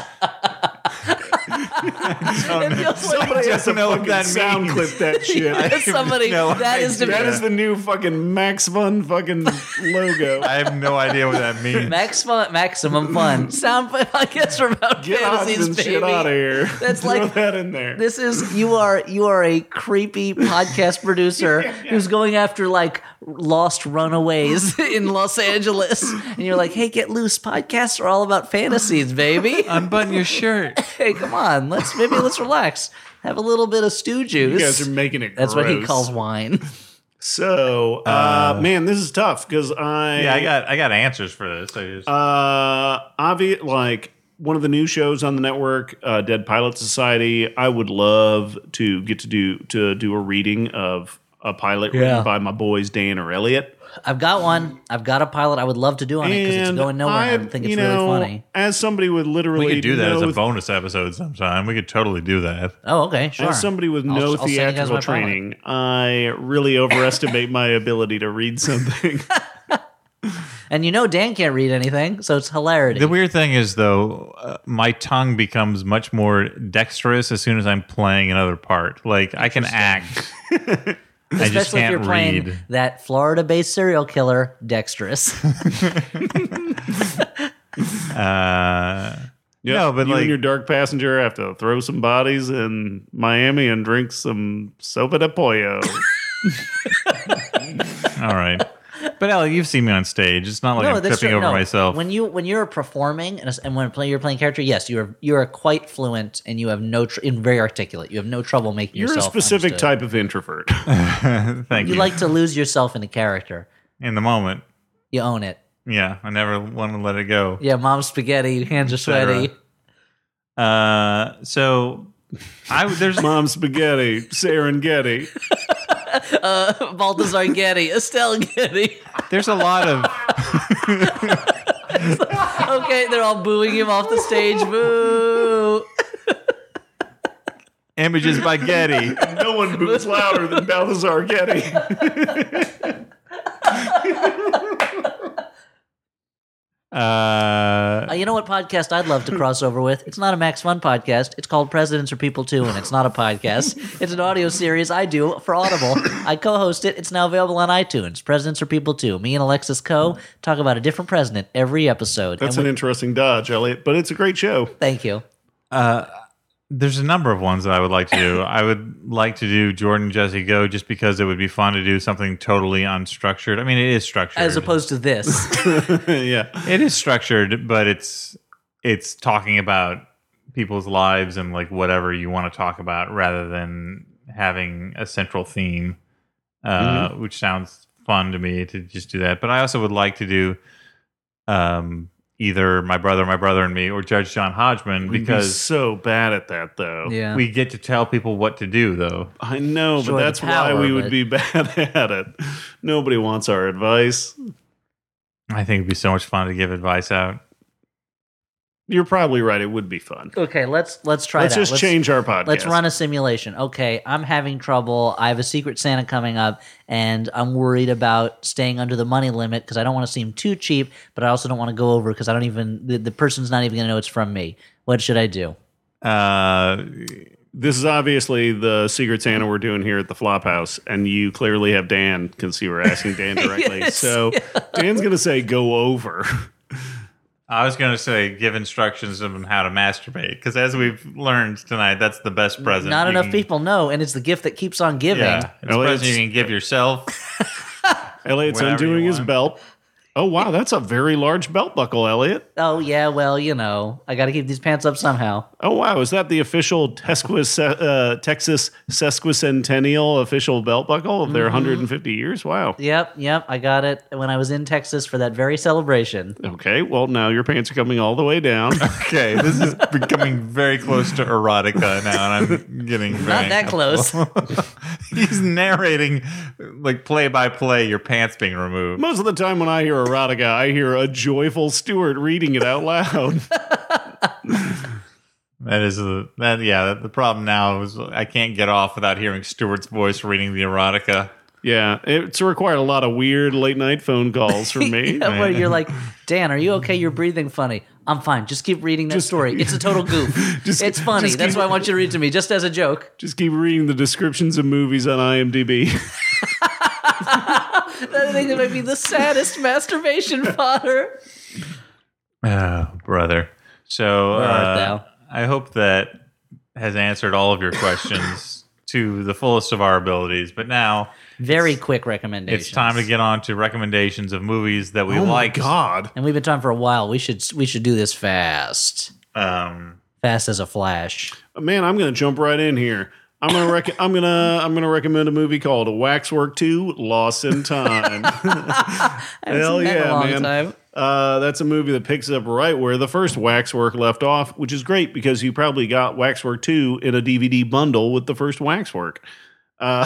It feels like *laughs* Somebody has to know what fucking that sound means. clip *laughs* that shit. somebody No *laughs* that is That to is the new fucking Max *laughs* Fun fucking logo. I have no idea what that means. max fun, maximum fun. *laughs* Sound podcasts are about Get fantasies, Austin baby. shit out of here. *laughs* That's Throw like- that in there. This is you are you are a creepy podcast producer who's going after like lost runaways *laughs* in Los Angeles, and you're like, "Hey, get loose! Podcasts are all about fantasies, baby. *laughs* Unbutton your shirt. *laughs* hey, come on, let's maybe let's relax, have a little bit of stew you guys juice. are making it. That's what he gross. calls wine. So, uh, man, this is tough because I Yeah, I got, I got answers for this. I just, uh obvi- like one of the new shows on the network uh, dead pilot society i would love to get to do to do a reading of a pilot Yeah. written by my boys dan or elliot I've got one. I've got a pilot I would love to do on it because it's going nowhere. I, I've- think it's you really know, funny. as somebody with literally we could do that as no- a bonus episode sometime. We could totally do that. Oh, okay, sure. as somebody with no I'll send you guys theatrical my pilot. training i really overestimate my ability to read something and you know, Dan can't read anything, so it's hilarity. The weird thing is, though, uh, my tongue becomes much more dexterous as soon as I'm playing another part. Like I can *laughs* act. I just Especially if you're can't playing read. that Florida-based serial killer, *laughs* Dexterous. Uh, *laughs* No, Yeah, but you like- and your dark passenger have to throw some bodies in Miami and drink some sopa de pollo. all right. But Ellie, you've seen me on stage. It's not like I'm tripping over No, myself. When you when you're performing and, and when play, you're playing character, yes, you are you are quite fluent and you have no tr- and very articulate. You have no trouble making You're a yourself specific understood. type *laughs* of *laughs* introvert. Thank you. You like to lose yourself in a character. In the moment. You own it. Yeah, I never want to let it go. Yeah, mom's spaghetti, *laughs* hands are cetera. sweaty. Uh, so I *laughs* there's Mom spaghetti, Serengeti. Balthazar Getty, Estelle Getty. *laughs* there's a lot of Okay, they're all booing him off the stage. Boo! images by Getty. *laughs* No one boots louder than Balthazar Getty. Uh, Uh, Uh, you know what podcast I'd love to cross over with? It's not a Max Fun podcast. It's called Presidents Are People Too, and it's not a podcast. It's an audio series I do for Audible. I co host it. It's now available on iTunes. Presidents Are People Too. Me and Alexis Coe talk about a different president every episode. That's and an we- interesting dodge, Elliot, but it's a great show. *laughs* thank you. There's a number of ones that I would like to *laughs* do. I would like to do Jordan Jesse Go just because it would be fun to do something totally unstructured. I mean, it is structured. As opposed to this. *laughs* yeah. it is structured, but it's it's talking about people's lives and like whatever you want to talk about rather than having a central theme. Uh, Mm-hmm. which sounds fun to me to just do that. But I also would like to do um either my brother, my brother and me, or Judge John Hodgman Because because so bad at that though. yeah. we get to tell people what to do though. I know, Sure, but the that's why power we of would it. be *laughs* bad at it. Nobody wants our advice. I think it'd be so much fun to give advice out. You're probably right. It would be fun. okay, let's let's try Let's it out. just change our podcast. Let's run a simulation. Okay, I'm having trouble. I have a secret Santa coming up, and I'm worried about staying under the money limit because I don't want to seem too cheap, but I also don't want to go over because I don't even the, the person's not even going to know it's from me. What should I do? Uh, This is obviously the Secret Santa we're doing here at the Flophouse, and you clearly have Dan because you were asking Dan directly. so Dan's going to say go over. *laughs* I was going to say give instructions on how to masturbate because as we've learned tonight, that's the best present. Not you enough can- people know, and it's the gift that keeps on giving. Yeah, it's a Well, present you it's- can give *laughs* yourself. Elliot's Whatever you undoing his want. belt. Oh wow, that's a very large belt buckle, Elliot. Oh yeah, well you know I got to keep these pants up somehow. Oh wow, is that the official Tesquis, uh, Texas sesquicentennial official belt buckle of their 150 years? Wow. Yep, yep, I got it when I was in Texas for that very celebration. Okay, well now your pants are coming all the way down. Okay, this is becoming very close to erotica now, and I'm getting Not very that close. *laughs* He's narrating like play by play your pants being removed. Most of the time when I hear erotica, I hear a joyful Stewart reading it out loud. That is the that yeah. The problem now is I can't get off without hearing Stewart's voice reading the erotica. yeah, it's required a lot of weird late night phone *laughs* calls from me. Yeah, where you're like, Dan, are you okay? You're breathing funny. I'm fine. Just keep reading that story. It's a total goof. Just- it's funny. just That's keep- why I want you to read to me, just as a joke. Just keep reading the descriptions of movies on IMDb. *laughs* I think it might be the saddest masturbation fodder. Oh, brother. So Where art uh, thou? I hope that has answered all of your questions to the fullest of our abilities. But now Very quick recommendation. it's time to get on to recommendations of movies that we oh my like. god. And we've been talking for a while. We should we should do this fast, Um, fast as a flash. man, I'm gonna jump right in here. I'm gonna rec- I'm gonna I'm gonna recommend a movie called Waxwork Two: Lost in *laughs* Time. Hell seen that in a yeah, long man! time. Uh, that's a movie that picks up right where the first Waxwork left off, which is great because you probably got Waxwork Two in a DVD bundle with the first Waxwork. Uh,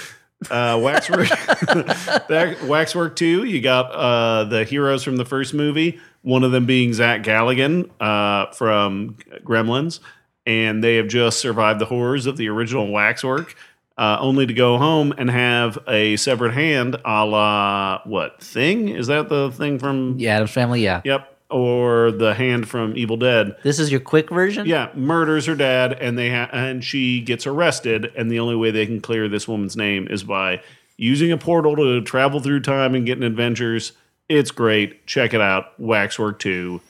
*laughs* uh, Waxwork, *laughs* that, Waxwork Two. You got uh, the heroes from the first movie. One of them being Zach Galligan uh, from Gremlins, and they have just survived the horrors of the original Waxwork, uh, only to go home and have a severed hand, a la what thing? Is that the thing from? Yeah, Adam's family. Yeah. Uh-huh. Yep. Or the hand from Evil Dead. This is your quick version. Yeah, murders her dad, and they ha- and she gets arrested. And the only way they can clear this woman's name is by using a portal to travel through time and getting adventures. It's great. Check it out. Waxwork Two.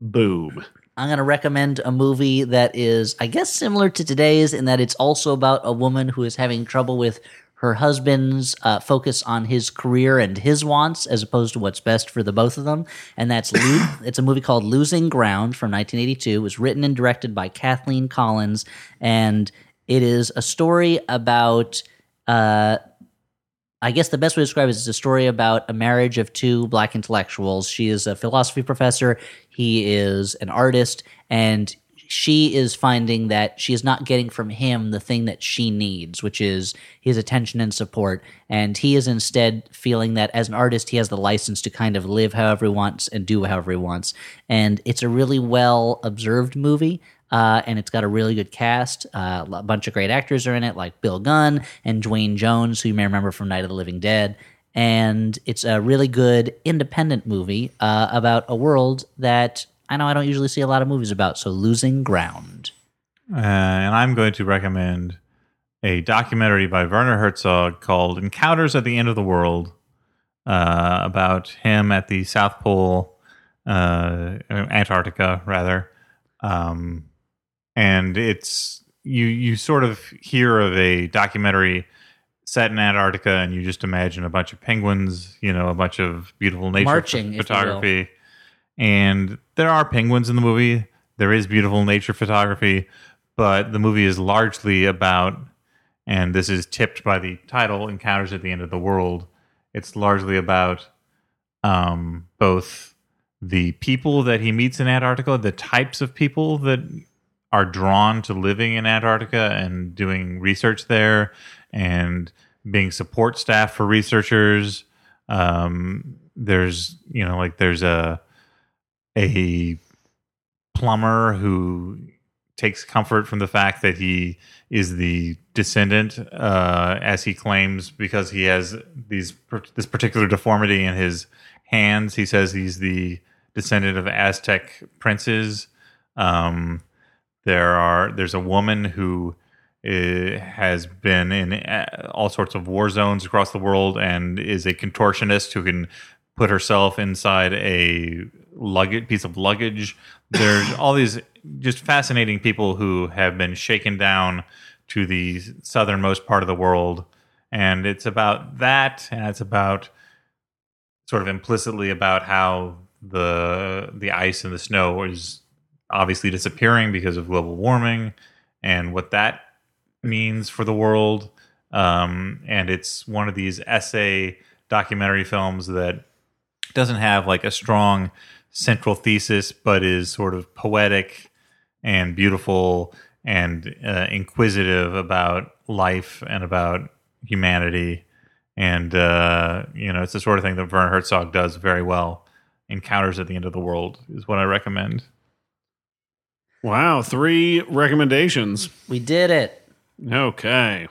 Boom. I'm going to recommend a movie that is, I guess, similar to today's in that it's also about a woman who is having trouble with her husband's uh, focus on his career and his wants as opposed to what's best for the both of them. And that's Lo- it's a movie called Losing Ground from 1982. It was written and directed by Kathleen Collins, and it is a story about. Uh, I guess the best way to describe it is it's a story about a marriage of two black intellectuals. She is a philosophy professor, he is an artist, and she is finding that she is not getting from him the thing that she needs, which is his attention and support. And he is instead feeling that as an artist, he has the license to kind of live however he wants and do however he wants. And it's a really well observed movie uh, and it's got a really good cast. Uh, a bunch of great actors are in it, like Bill Gunn and Dwayne Jones, who you may remember from Night of the Living Dead. and it's a really good independent movie uh, about a world that I know I don't usually see a lot of movies about. So losing ground. Uh, and I'm going to recommend a documentary by Werner Herzog called Encounters at the End of the World uh, about him at the South Pole, uh, Antarctica, rather. Um, and it's you you sort of hear of a documentary set in Antarctica and you just imagine a bunch of penguins, you know, a bunch of beautiful nature Marching, if you will. photography. And there are penguins in the movie. There is beautiful nature photography, but the movie is largely about and this is tipped by the title Encounters at the End of the World. It's largely about um, both the people that he meets in Antarctica, the types of people that are drawn to living in Antarctica and doing research there and being support staff for researchers. Um, there's, you know, like there's a, a plumber who takes comfort from the fact that he is the descendant, uh, as he claims, because he has these this particular deformity in his hands. He says he's the descendant of Aztec princes. Um, there are there's a woman who uh, has been in uh, all sorts of war zones across the world and is a contortionist who can put herself inside a luggage piece of luggage there's all these just fascinating people who have been shaken down to the southernmost part of the world and it's about that and it's about sort of implicitly about how the the ice and the snow is obviously disappearing because of global warming and what that means for the world. Um, and it's one of these essay documentary films that doesn't have like a strong central thesis, but is sort of poetic and beautiful and uh, inquisitive about life and about humanity. And, uh, you know, it's the sort of thing that Werner Herzog does very well. Encounters at the End of the World is what I recommend. Wow, three recommendations. We did it. Okay.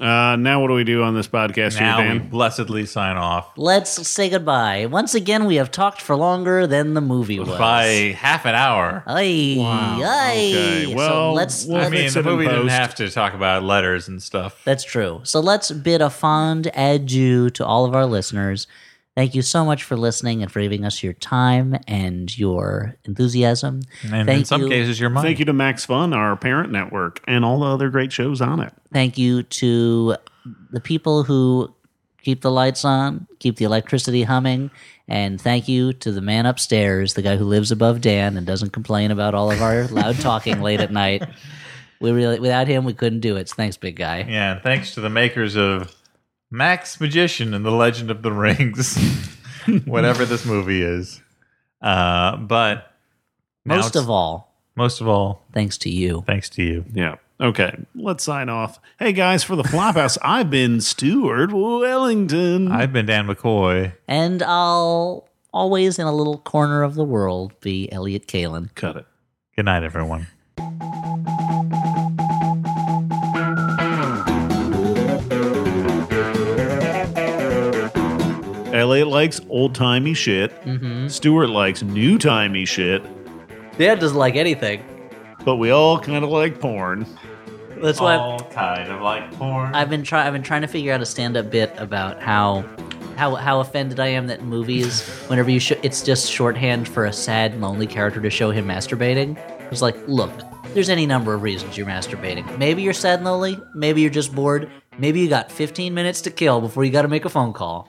Uh, now what do we do on this podcast here, now we Dan? blessedly sign off Let's say goodbye. Once again, we have talked for longer than the movie was. by half an hour. Ay, ay. Okay, well, so let's, we'll- I let's- mean, it's the in movie didn't post. have to talk about letters and stuff. that's true. So let's bid a fond adieu to all of our listeners. Thank you so much for listening and for giving us your time and your enthusiasm. And Thank in some you. cases, your money. Thank you to Max Fun, our parent network, and all the other great shows on it. Thank you to the people who keep the lights on, keep the electricity humming, and thank you to the man upstairs, the guy who lives above Dan and doesn't complain about all of our loud talking late at night. *laughs* We really, without him, we couldn't do it. So thanks, big guy. Yeah, and thanks to the makers of Max Magician and The Legend of the Rings, *laughs* whatever this movie is. Uh, but now Most it's- of all, most of all, thanks to you. thanks to you. Yeah. Okay. Let's sign off. Hey guys, for the Flophouse, *laughs* I've been Stuart Wellington. I've been Dan McCoy. And I'll always, in a little corner of the world, be Elliot Kalin. cut it. Good night, everyone. Elliot likes old timey shit. Mm-hmm. Stuart likes new timey shit. Dad doesn't like anything. But we all kind of like porn. That's why. I've- kind of like porn. I've been trying. I've been trying to figure out a stand-up bit about how, how how offended I am that in movies, whenever you show, it's just shorthand for a sad, lonely character to show him masturbating. It's like, look, there's any number of reasons you're masturbating. Maybe you're sad and lonely. Maybe you're just bored. Maybe you got 15 minutes to kill before you got to make a phone call.